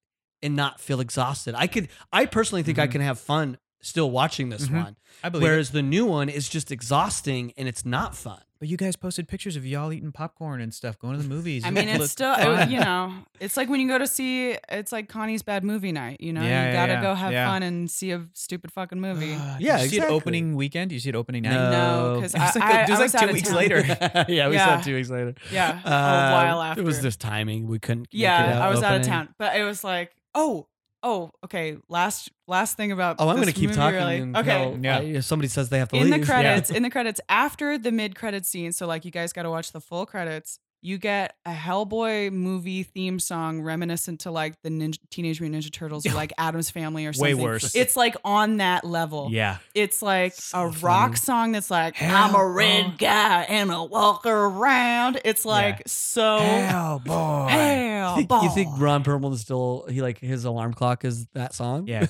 and not feel exhausted. I could. I personally think I
Mhm.
can have fun still watching this
Mhm.
one.
I believe it.
Whereas the new one is just exhausting and it's not fun.
But you guys posted pictures of y'all eating popcorn and stuff, going to the movies.
I
It
mean,
looked
it's still, oh,
fun.
you know, it's like when you go to see, it's like Connie's bad movie night, you know?
Yeah,
you
yeah,
gotta
yeah,
go have
yeah.
fun and see a stupid fucking movie.
Did
Yeah,
Uh, you see it
exactly.
opening weekend? You see it opening night?
No.
no,
Oh.
because
It
I,
was like a-
I,
it was
I
like
was out
two
of
weeks
town.
later.
yeah, we saw
Yeah.
it two weeks later.
Yeah, a
Uh,
while
It was
after.
just timing. We couldn't. make it
Yeah,
out
I was out of
opening.
town, but it was like, oh, oh, okay. Last, last thing about.
Oh, I'm
this
going to keep
movie,
talking.
really-
until
okay.
I- if somebody says they have to
in
leave.
the credits in the credits after the mid credit scene so like you guys got to watch the full credits you get a hellboy movie theme song reminiscent to like the ninja, teenage mutant ninja turtles or like adam's family or
Way
something
worse.
it's like on that level
Yeah.
it's like
So
a
funny.
rock song that's like i'm a red guy and i walk around it's like so
Hellboy.
You
hell
think, you think Ron Perlman is still he like his alarm clock is that song?
Yeah.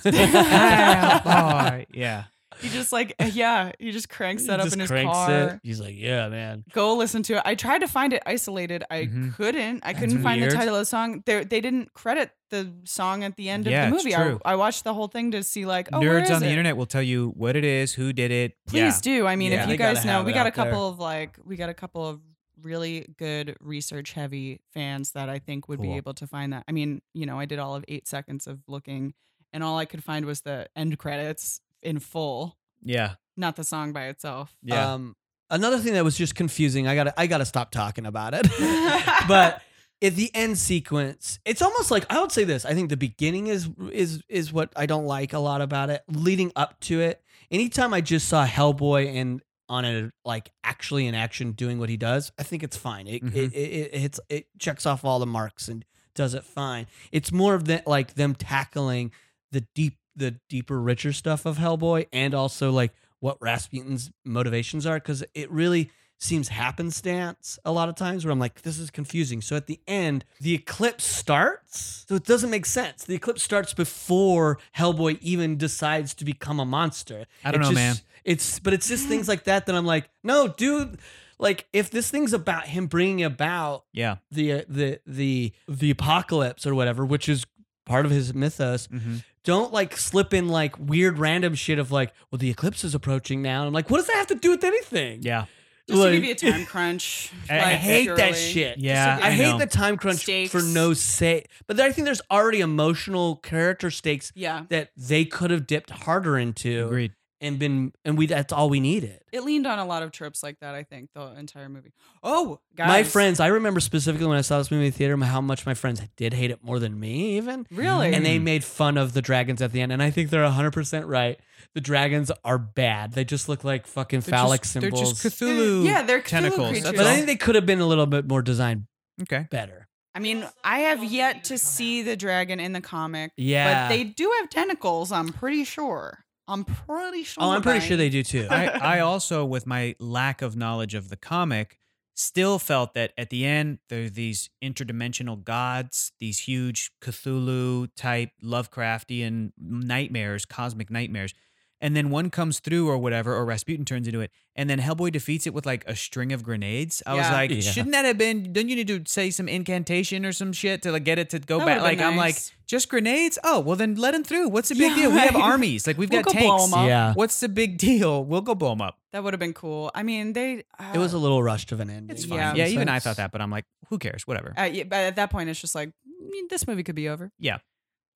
Hellboy. Yeah.
he just like yeah he just cranks that
He
up
just
in his
cranks
car
It. He's like, yeah, man.
go listen to it. I tried to find it isolated. I
Mhm.
couldn't. I
That's
couldn't find the
weird.
title of the song. They they didn't credit the song at the end
Yeah,
of
it's
the movie. I,
true.
I watched the whole thing to see like oh, where
Nerds
is
on the
it?
internet will tell you what it is, who did it.
Please
yeah.
do. I mean,
Yeah,
if
they
you
gotta
guys know,
have
we
it
got a
out there.
couple of like we got a couple of really good research heavy fans that I think would be
Cool.
able to find that. I mean, you know, I did all of 8 seconds of looking and all I could find was the end credits in full,
Yeah.
not the song by itself.
Yeah.
Um, another thing that was just confusing. I gotta I gotta stop talking about it. but at the end sequence, it's almost like I would say this. I think the beginning is is is what I don't like a lot about it. Leading up to it, anytime I just saw Hellboy and on a like actually in action doing what he does, I think it's fine. It
Mhm.
it, it, it hits it checks off all the marks and does it fine. It's more of that like them tackling the deep the deeper richer stuff of Hellboy and also like what Rasputin's motivations are because it really seems happenstance a lot of times where I'm like, this is confusing. So at the end, the eclipse starts. So it doesn't make sense. The eclipse starts before Hellboy even decides to become a monster.
I don't
It
know,
just-
man.
It's but it's just things like that that I'm like, no, dude. Like if this thing's about him bringing about
Yeah.
the uh, the the the apocalypse or whatever, which is part of his mythos,
Mm-hmm.
don't like slip in like weird random shit of like, well, the eclipse is approaching now. And I'm like, what does that have to do with anything?
Yeah.
Just to
Like-
give you a time crunch.
I-
I
like,
hate that
surely.
shit.
Yeah.
I, hate
know.
the time crunch
Stakes.
for no say. But there, I think there's already emotional character stakes
Yeah.
that they could have dipped harder into
Agreed.
and been and we that's all we needed.
It leaned on a lot of tropes like that, I think, the entire movie. Oh, guys.
My friends, I remember specifically when I saw this movie in the theater how much my friends did hate it more than me even.
Really?
And they made fun of the dragons at the end and I think they're 100% right. The dragons are bad. They just look like fucking phallic
just,
symbols.
They're just Cthulhu.
Yeah, they're Cthulhu
tentacles. That's
but I
all.
think they could have been a little bit more designed
okay.
better.
I mean, I have yet to see the dragon in the comic.
Yeah.
But they do have tentacles, I'm pretty sure. I'm pretty sure.
Oh, I'm pretty sure
Brian.
they do too.
I, I also, with my lack of knowledge of the comic, still felt that at the end there are these interdimensional gods, these huge Cthulhu type Lovecraftian nightmares, cosmic nightmares. And then one comes through or whatever, or Rasputin turns into it, and then Hellboy defeats it with like a string of grenades. I was
Yeah.
like,
Yeah.
shouldn't that have been? Don't you need to say some incantation or some shit to like get it to go
That
back?
would've
Like
been
I'm like,
nice.
just grenades? Oh, well then let him through. What's the big
Yeah,
deal? We have
right.
armies. Like we've
We'll
got
go blow
tanks.
'em up.
yeah.
What's the big deal? We'll go blow them up.
That would have been cool. I mean, they. Uh,
It was a little rushed of an ending.
It's
Yeah,
fine.
in a
even I
sense.
thought that, but I'm like, who cares? Whatever.
Uh, yeah, but at that point, it's just like I mean, this movie could be over.
Yeah.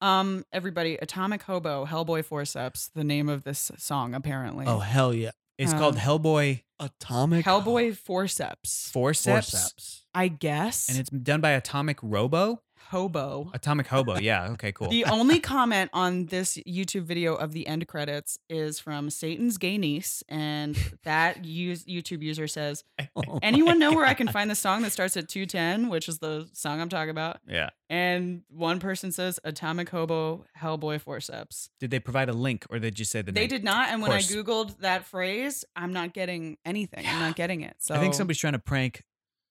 Um. Everybody, Atomic Hobo, Hellboy Forceps, the name of this song apparently.
Oh hell yeah!
It's
Um,
called Hellboy
Atomic
Hellboy Forceps.
Forceps,
forceps.
I guess.
and it's done by Atomic Robo.
Hobo.
Atomic Hobo. Yeah. Okay. Cool.
The only comment on this YouTube video of the end credits is from Satan's gay niece, and that use, YouTube user says,
Oh
"Anyone
my
know where I can
God.
find the song that starts at 210, which is the song I'm talking about?"
yeah.
And one person says, "Atomic Hobo, Hellboy Forceps."
Did they provide a link, or they just say the
They
name?
did not, and when I
course.
googled that phrase, I'm not getting anything. I'm not getting it. So
I think somebody's trying to prank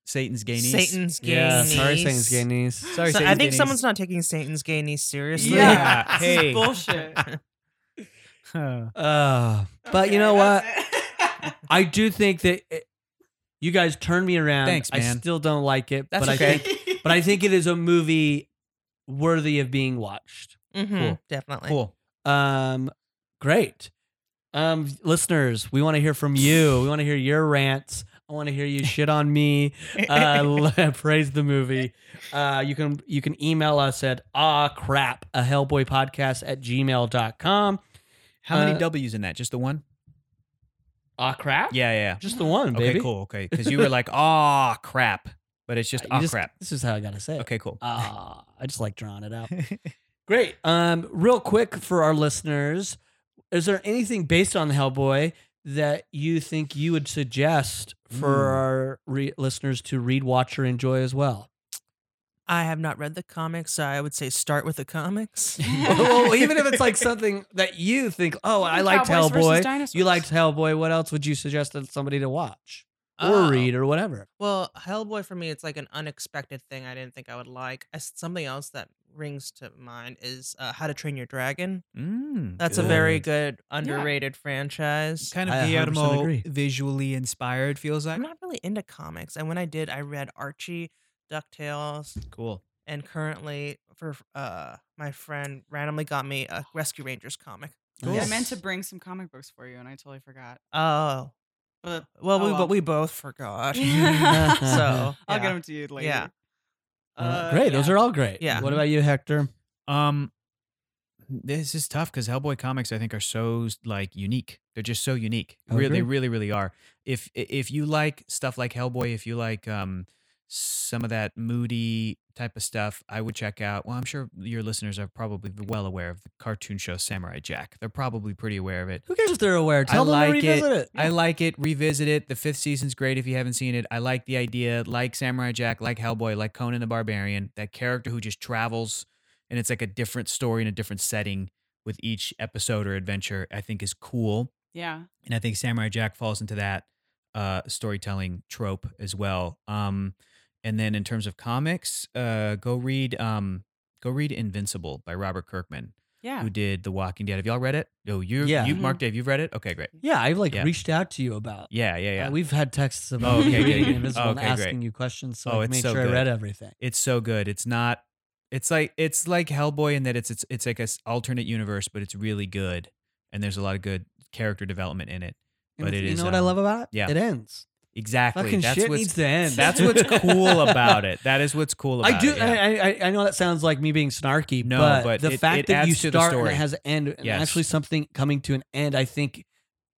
Satan's gay niece.
Satan's gay
Yeah,
niece.
sorry, Satan's gay niece.
Sorry, Satan's
So I
gay
think
niece.
someone's not taking Satan's gay niece seriously.
Yeah,
This is
hey.
bullshit.
Huh.
Uh, but you know what? I do think that it, you guys turned me around.
Thanks,
I
man.
still don't like it,
That's
but I
okay.
think, but I think it is a movie worthy of being watched.
hmm
Cool.
Definitely.
Cool.
Um, great. Um, listeners, we want to hear from you. We want to hear your rants. I want to hear you shit on me. Uh, praise the movie. Uh, you can you can email us at ah crap a hellboy podcast at gmail.com.
How many
Uh,
W's in that? Just the one?
Ah crap?
Yeah. Yeah.
Just the one,
yeah.
baby.
Okay. Cool. Okay. Because you were like, ah, crap, but it's just
You
ah,
just-
crap.
This is how I gotta say it.
Okay. Cool.
Ah, I just like drawing it out. Great. Um, real quick for our listeners, is there anything based on the Hellboy that you think you would suggest for
Mm.
our re- listeners to read, watch, or enjoy as well?
I have not read the comics, so I would say start with the comics.
well, even if it's like something that you think, oh, I liked
Cowboys versus
Hellboy.
dinosaurs.
You liked Hellboy. What else would you suggest that somebody to watch or
Oh.
read or whatever?
Well, Hellboy for me, it's like an unexpected thing I didn't think I would like. I s something else that rings to mind is uh, How to Train Your Dragon.
Mm,
That's a
good.
very good underrated franchise.
kind
I 100%
of Guillermo
agree.
visually inspired. Feels like
I'm not really into comics, and when I did, I read Archie, Ducktales,
cool.
and currently for uh my friend randomly got me a Rescue Rangers comic.
Cool.
I meant to bring some comic books for you, and I totally forgot.
Oh, but well,
oh
we
well.
but we both forgot.
Yeah.
so
I'll get
yeah.
them to you later.
Yeah.
Uh,
Uh,
great.
yeah.
Those are all great.
Yeah.
What about you, Hector?
Um, this is tough because Hellboy comics, I think, are so like unique. They're just so unique.
I
Really, they
agree.
really, really are. If if you like stuff like Hellboy, if you like um some of that moody type of stuff, I would check out. Well, I'm sure your listeners are probably well aware of the cartoon show Samurai Jack. They're probably pretty aware of it.
Who cares if they're aware? Tell
I
them
like
to revisit it.
I like it. Revisit it. The fifth season's great if you haven't seen it. I like the idea, like Samurai Jack, like Hellboy, like Conan the Barbarian, that character who just travels and it's like a different story in a different setting with each episode or adventure, I think is cool.
Yeah.
And I think Samurai Jack falls into that uh, storytelling trope as well. Um, and then in terms of comics, uh, go read um, go read Invincible by Robert Kirkman,
Yeah.
who did The Walking Dead. Have y'all read it? No, you,
Yeah.
you,
Mhm.
Mark, Dave, you've read it. Okay, great.
Yeah, I've like
Yeah.
reached out to you about.
Yeah, yeah, yeah.
Uh, we've had texts
Oh,
about
okay,
you
good,
reading
good.
Invisible and
Okay, great.
asking you questions, so
Oh,
I
it's
made
so
sure I
good.
read everything.
it's so good. It's not. It's like it's like Hellboy in that it's it's it's like a s- alternate universe, but it's really good, and there's a lot of good character development in it.
And
But
it's-
it
you
is,
know what I
um,
love about it?
yeah.
it ends.
Exactly.
Fucking
that's
shit
what's
needs to end.
that's what's cool about it. That is what's cool about
I do.
it. yeah.
I, I I know that sounds like me being snarky,
No,
but,
but
the
it-
fact
it
that you
adds to the
start and
story.
it has an end, and
Yes.
actually something coming to an end. I think,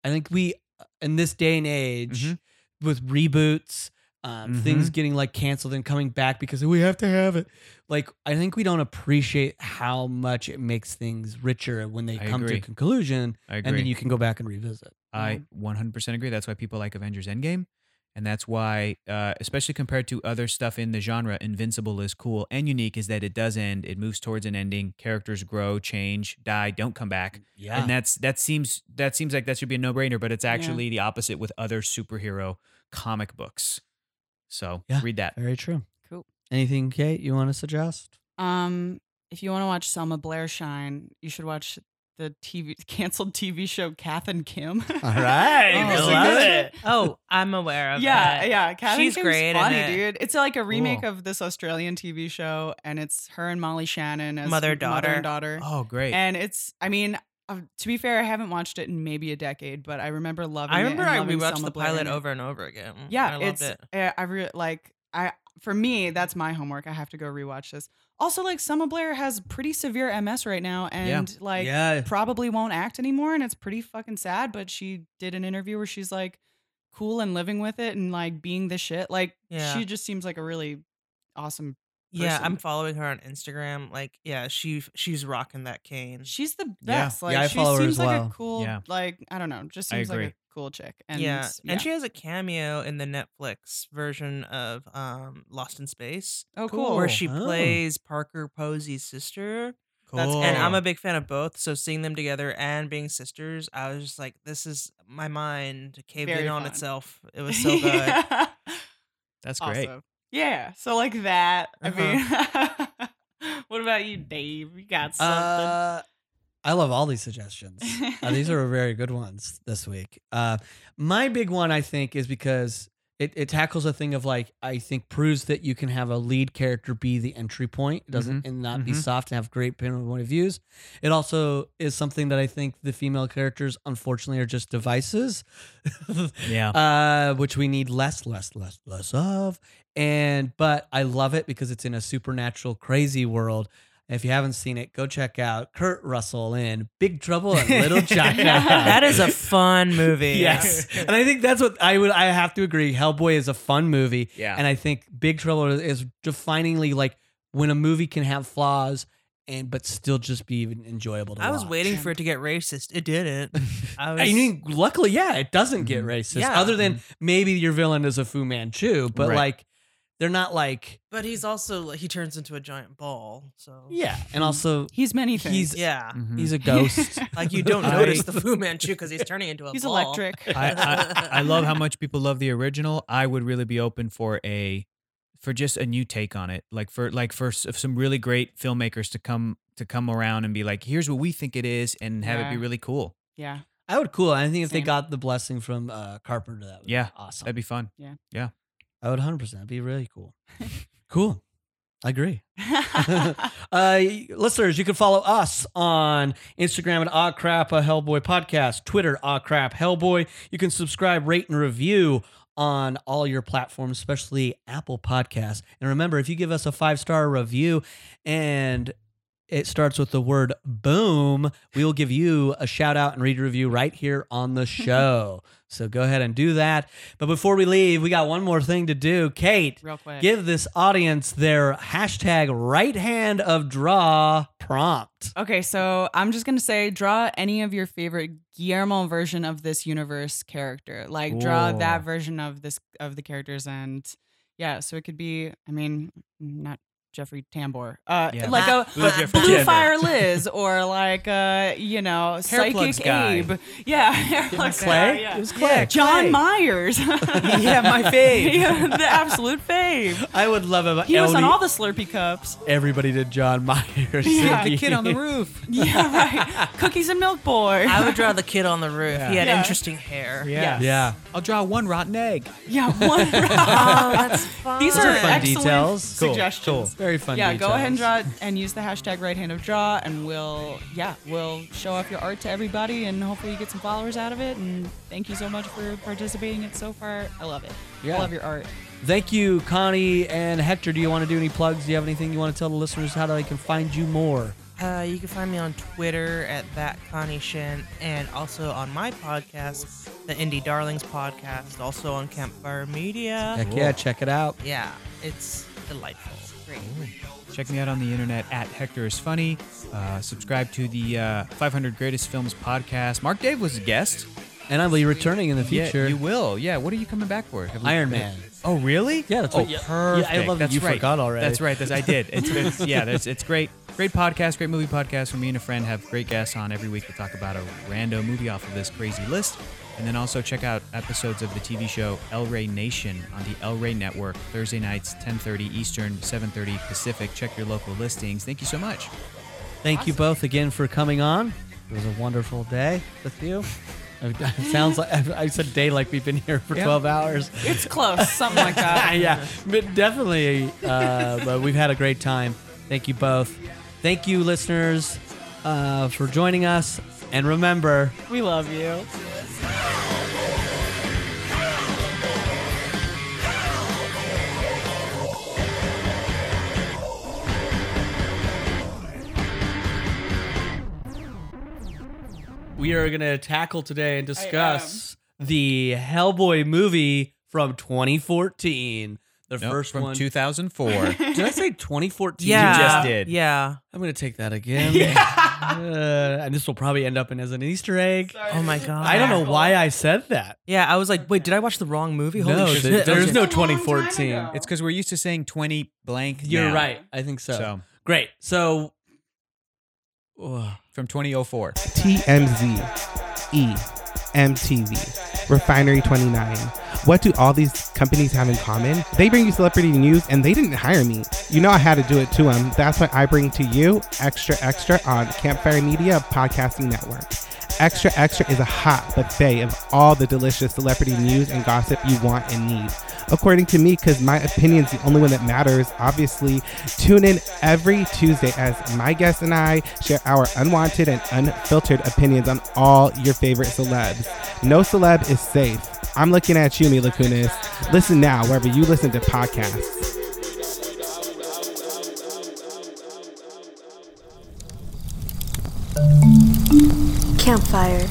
I think we uh, in this day and age
Mhm.
with reboots, um,
Mm-hmm.
things getting like canceled and coming back because we have to have it. Like I think we don't appreciate how much it makes things richer when they
I
come to
agree.
a conclusion,
I agree.
and then you can go back and revisit.
I 100% agree. That's why people like Avengers Endgame. And that's why, uh, especially compared to other stuff in the genre, Invincible is cool and unique is that it does end. It moves towards an ending. Characters grow, change, die, don't come back.
Yeah,
And that's that seems that seems like that should be a no brainer, but it's
Yeah.
actually the opposite with other superhero comic books. So
Yeah.
read that.
very true.
Cool.
Anything, Kate? You want to suggest?
Um, if you want to watch Selma Blair shine, you should watch the TV canceled TV show Kath and Kim.
All right,
Oh,
I
so
love
good.
it.
Oh, I'm aware of
yeah,
that.
yeah. Kath
She's
and Kim's
great in
funny,
it.
dude. It's like a remake
Cool.
of this Australian TV show, and it's her and Molly Shannon as
Mother,
and
daughter.
daughter.
Oh, great.
And it's, I mean, uh, to be fair, I haven't watched it in maybe a decade, but I remember loving.
I remember
it and
I
loving
rewatched
Selma
the
Blair in
pilot
it.
over and over again. Mm-hmm. I
Yeah,
loved
it's.
it.
uh, I re- like. I for me, that's my homework. I have to go rewatch this. Also, like Selma Blair has pretty severe MS right now, and like
yeah,
probably won't act anymore and it's pretty fucking sad but she did an interview where she's like cool and living with it and like being the shit like
Yeah.
she just seems like a really awesome
Yeah, I'm
person.
following her on Instagram. Like, yeah, she she's rocking that cane.
she's the
Yeah.
best like
Yeah, I
she
follow her
seems
as
like
well.
a cool
Yeah.
like i don't know just
I
seems like a
agree.
cool chick and
yeah.
yeah.
and she has a cameo in the Netflix version of um Lost in Space,
oh cool,
where she
Oh.
plays Parker Posey's sister.
cool.
That's and I'm a big fan of both. So seeing them together and being sisters, I was just like, this is my mind caved
Very
in on
fun.
itself. It was so good.
yeah.
that's great.
awesome yeah so like that i mean what about you dave you got something
Uh, I love all these suggestions. Uh, these are very good ones this week. Uh, my big one, I think, is because it, it tackles a thing of like, I think proves that you can have a lead character be the entry point. It doesn't and not be
Mhm.
soft and have great point of views. It also is something that I think the female characters, unfortunately, are just devices.
Yeah.
Oh.
uh, which we need less, less, less, less of. And but I love it because it's in a supernatural, crazy world. If you haven't seen it, go check out Kurt Russell in Big Trouble and Little China.
that is a fun movie.
yes, and I think that's what I would. I have to agree. Hellboy is a fun movie,
yeah.
and I think Big Trouble is definingly like when a movie can have flaws and but still just be even enjoyable. To
I was
watch.
waiting for it to get racist. It didn't. I was
I mean, luckily, yeah, it doesn't get
Mm-hmm.
racist.
Yeah.
Other than maybe your villain is a Fu Manchu, but
Right.
like they're not like
But he's also like, he turns into a giant ball. So
yeah. And also,
he's many things
he's
yeah,
Mhm.
he's a ghost.
like you don't
Mm-hmm. I-
notice the Fu Manchu because he's turning into a
he's
ball.
electric
I, I, I love how much people love the original. I would really be open for a for just a new take on it, like for like for s- some really great filmmakers to come to come around and be like, here's what we think it is, and have it be
Yeah.
really cool.
yeah
I would cool. I think if they
Same.
got the blessing from uh, Carpenter, that would
Yeah,
be awesome.
That'd be fun.
I would 100 percent be really cool. cool. I agree. uh, listeners, you can follow us on Instagram at Ah Crap a Hellboy Podcast, Twitter Ah Crap Hellboy. You can subscribe, rate, and review on all your platforms, especially Apple Podcasts. And remember, if you give us a five star review and it starts with the word boom, we will give you a shout out and read a review right here on the show. so go ahead and do that. But before we leave, we got one more thing to do. Kate,
Real quick.
give this audience their hashtag right hand of draw prompt.
Okay, so I'm just gonna say, draw any of your favorite Guillermo version of this universe character. Like, draw
Ooh.
that version of this of the characters, and yeah, so it could be. I mean, not Jeffrey Tambor, uh,
Yeah.
like a
Blue
but
Jeffrey
Blue
Tambor.
Fire Liz, or like uh, you know,
plugs
Psychic
guy.
Abe. Yeah, hair plugs guy,
Clay?
yeah.
It was Clay.
John
Clay.
Myers.
Yeah, my fave.
Yeah, the absolute fave.
I would love it. if
He was on
LD
all the Slurpee cups.
Everybody did John Myers.
Yeah.
the kid on the roof.
Yeah, right. Cookies and milk boy.
I would draw the kid on the roof. He had
Yeah.
interesting hair.
Yeah.
Yeah.
I'll draw one rotten egg.
Yeah, one
Oh, that's fun.
These
Those
are
are fun
excellent
details. Cool,
suggestions.
Very fun.
Yeah, go
details.
ahead and draw it and use the hashtag right hand of draw and we'll yeah, we'll show off your art to everybody and hopefully you get some followers out of it and thank you so much for participating in it so far. I love it.
Yeah.
I love your art.
Thank you, Connie and Hector. Do you want to do any plugs? Do you have anything you want to tell the listeners how they can find you more?
Uh, you can find me on Twitter at that Connie Shin, and also on my podcast, the Indie Darlings podcast, also on Campfire Media.
Heck yeah, check it out.
Yeah, it's delightful. Great.
Oh,
Check me out on the internet at Hector is Funny. Uh, subscribe to the uh, 500 Greatest Films podcast. Mark Dave was a guest.
And I'll be returning in the
Yeah,
future.
you will. Yeah. What are you coming back for? Have we-
Iron Man.
Oh, really?
Yeah, that's
oh,
what- yeah.
perfect.
Yeah, I love that
that's
you
right.
forgot already.
That's right. That's, I did. It's, it's yeah. That's, it's great. Great podcast. Great movie podcast for me and a friend. Have great guests on every week to talk about a rando movie off of this crazy list. And then also check out episodes of the TV show El Rey Nation on the El Rey Network Thursday nights 10:30 Eastern, 7:30 Pacific. Check your local listings. Thank you so much.
Thank you both again for coming on. It was a wonderful day with you. It sounds like I said day like we've been here for
Yeah.
12 hours.
It's close, something like
Ah,
that.
yeah, but definitely. Uh, but we've had a great time. Thank you both. Thank you, listeners, uh, for joining us. And remember,
We love you.
we are going to tackle today and discuss the Hellboy movie from 2014. The
Nope,
first
from
one.
2004.
did I say 2014?
Yeah.
just did.
Yeah.
I'm going to take that again. Uh, and this will probably end up in as an Easter egg.
Oh my god.
I don't know why I said that.
Yeah, I was like, wait, did I watch the wrong movie? Holy
no,
shit.
th- there's no
That was a long time
2014.
ago.
it's because we're used to saying 20 blank.
You're
now.
right. I think so.
So
Great. So, Ugh.
from 2004.
TMZ, E, MTV, Refinery 29. What do all these companies have in common? They bring you celebrity news and they didn't hire me. You know I had to do it to them. That's what I bring to you Extra Extra on Campfire Media Podcasting Network. Extra Extra is a hot buffet of all the delicious celebrity news and gossip you want and need. According to me, because my opinion's the only one that matters, obviously, tune in every Tuesday as my guests and I share our unwanted and unfiltered opinions on all your favorite celebs. No celeb is safe. I'm looking at you, Mila Kunis. Listen now, wherever you listen to podcasts.
Campfire.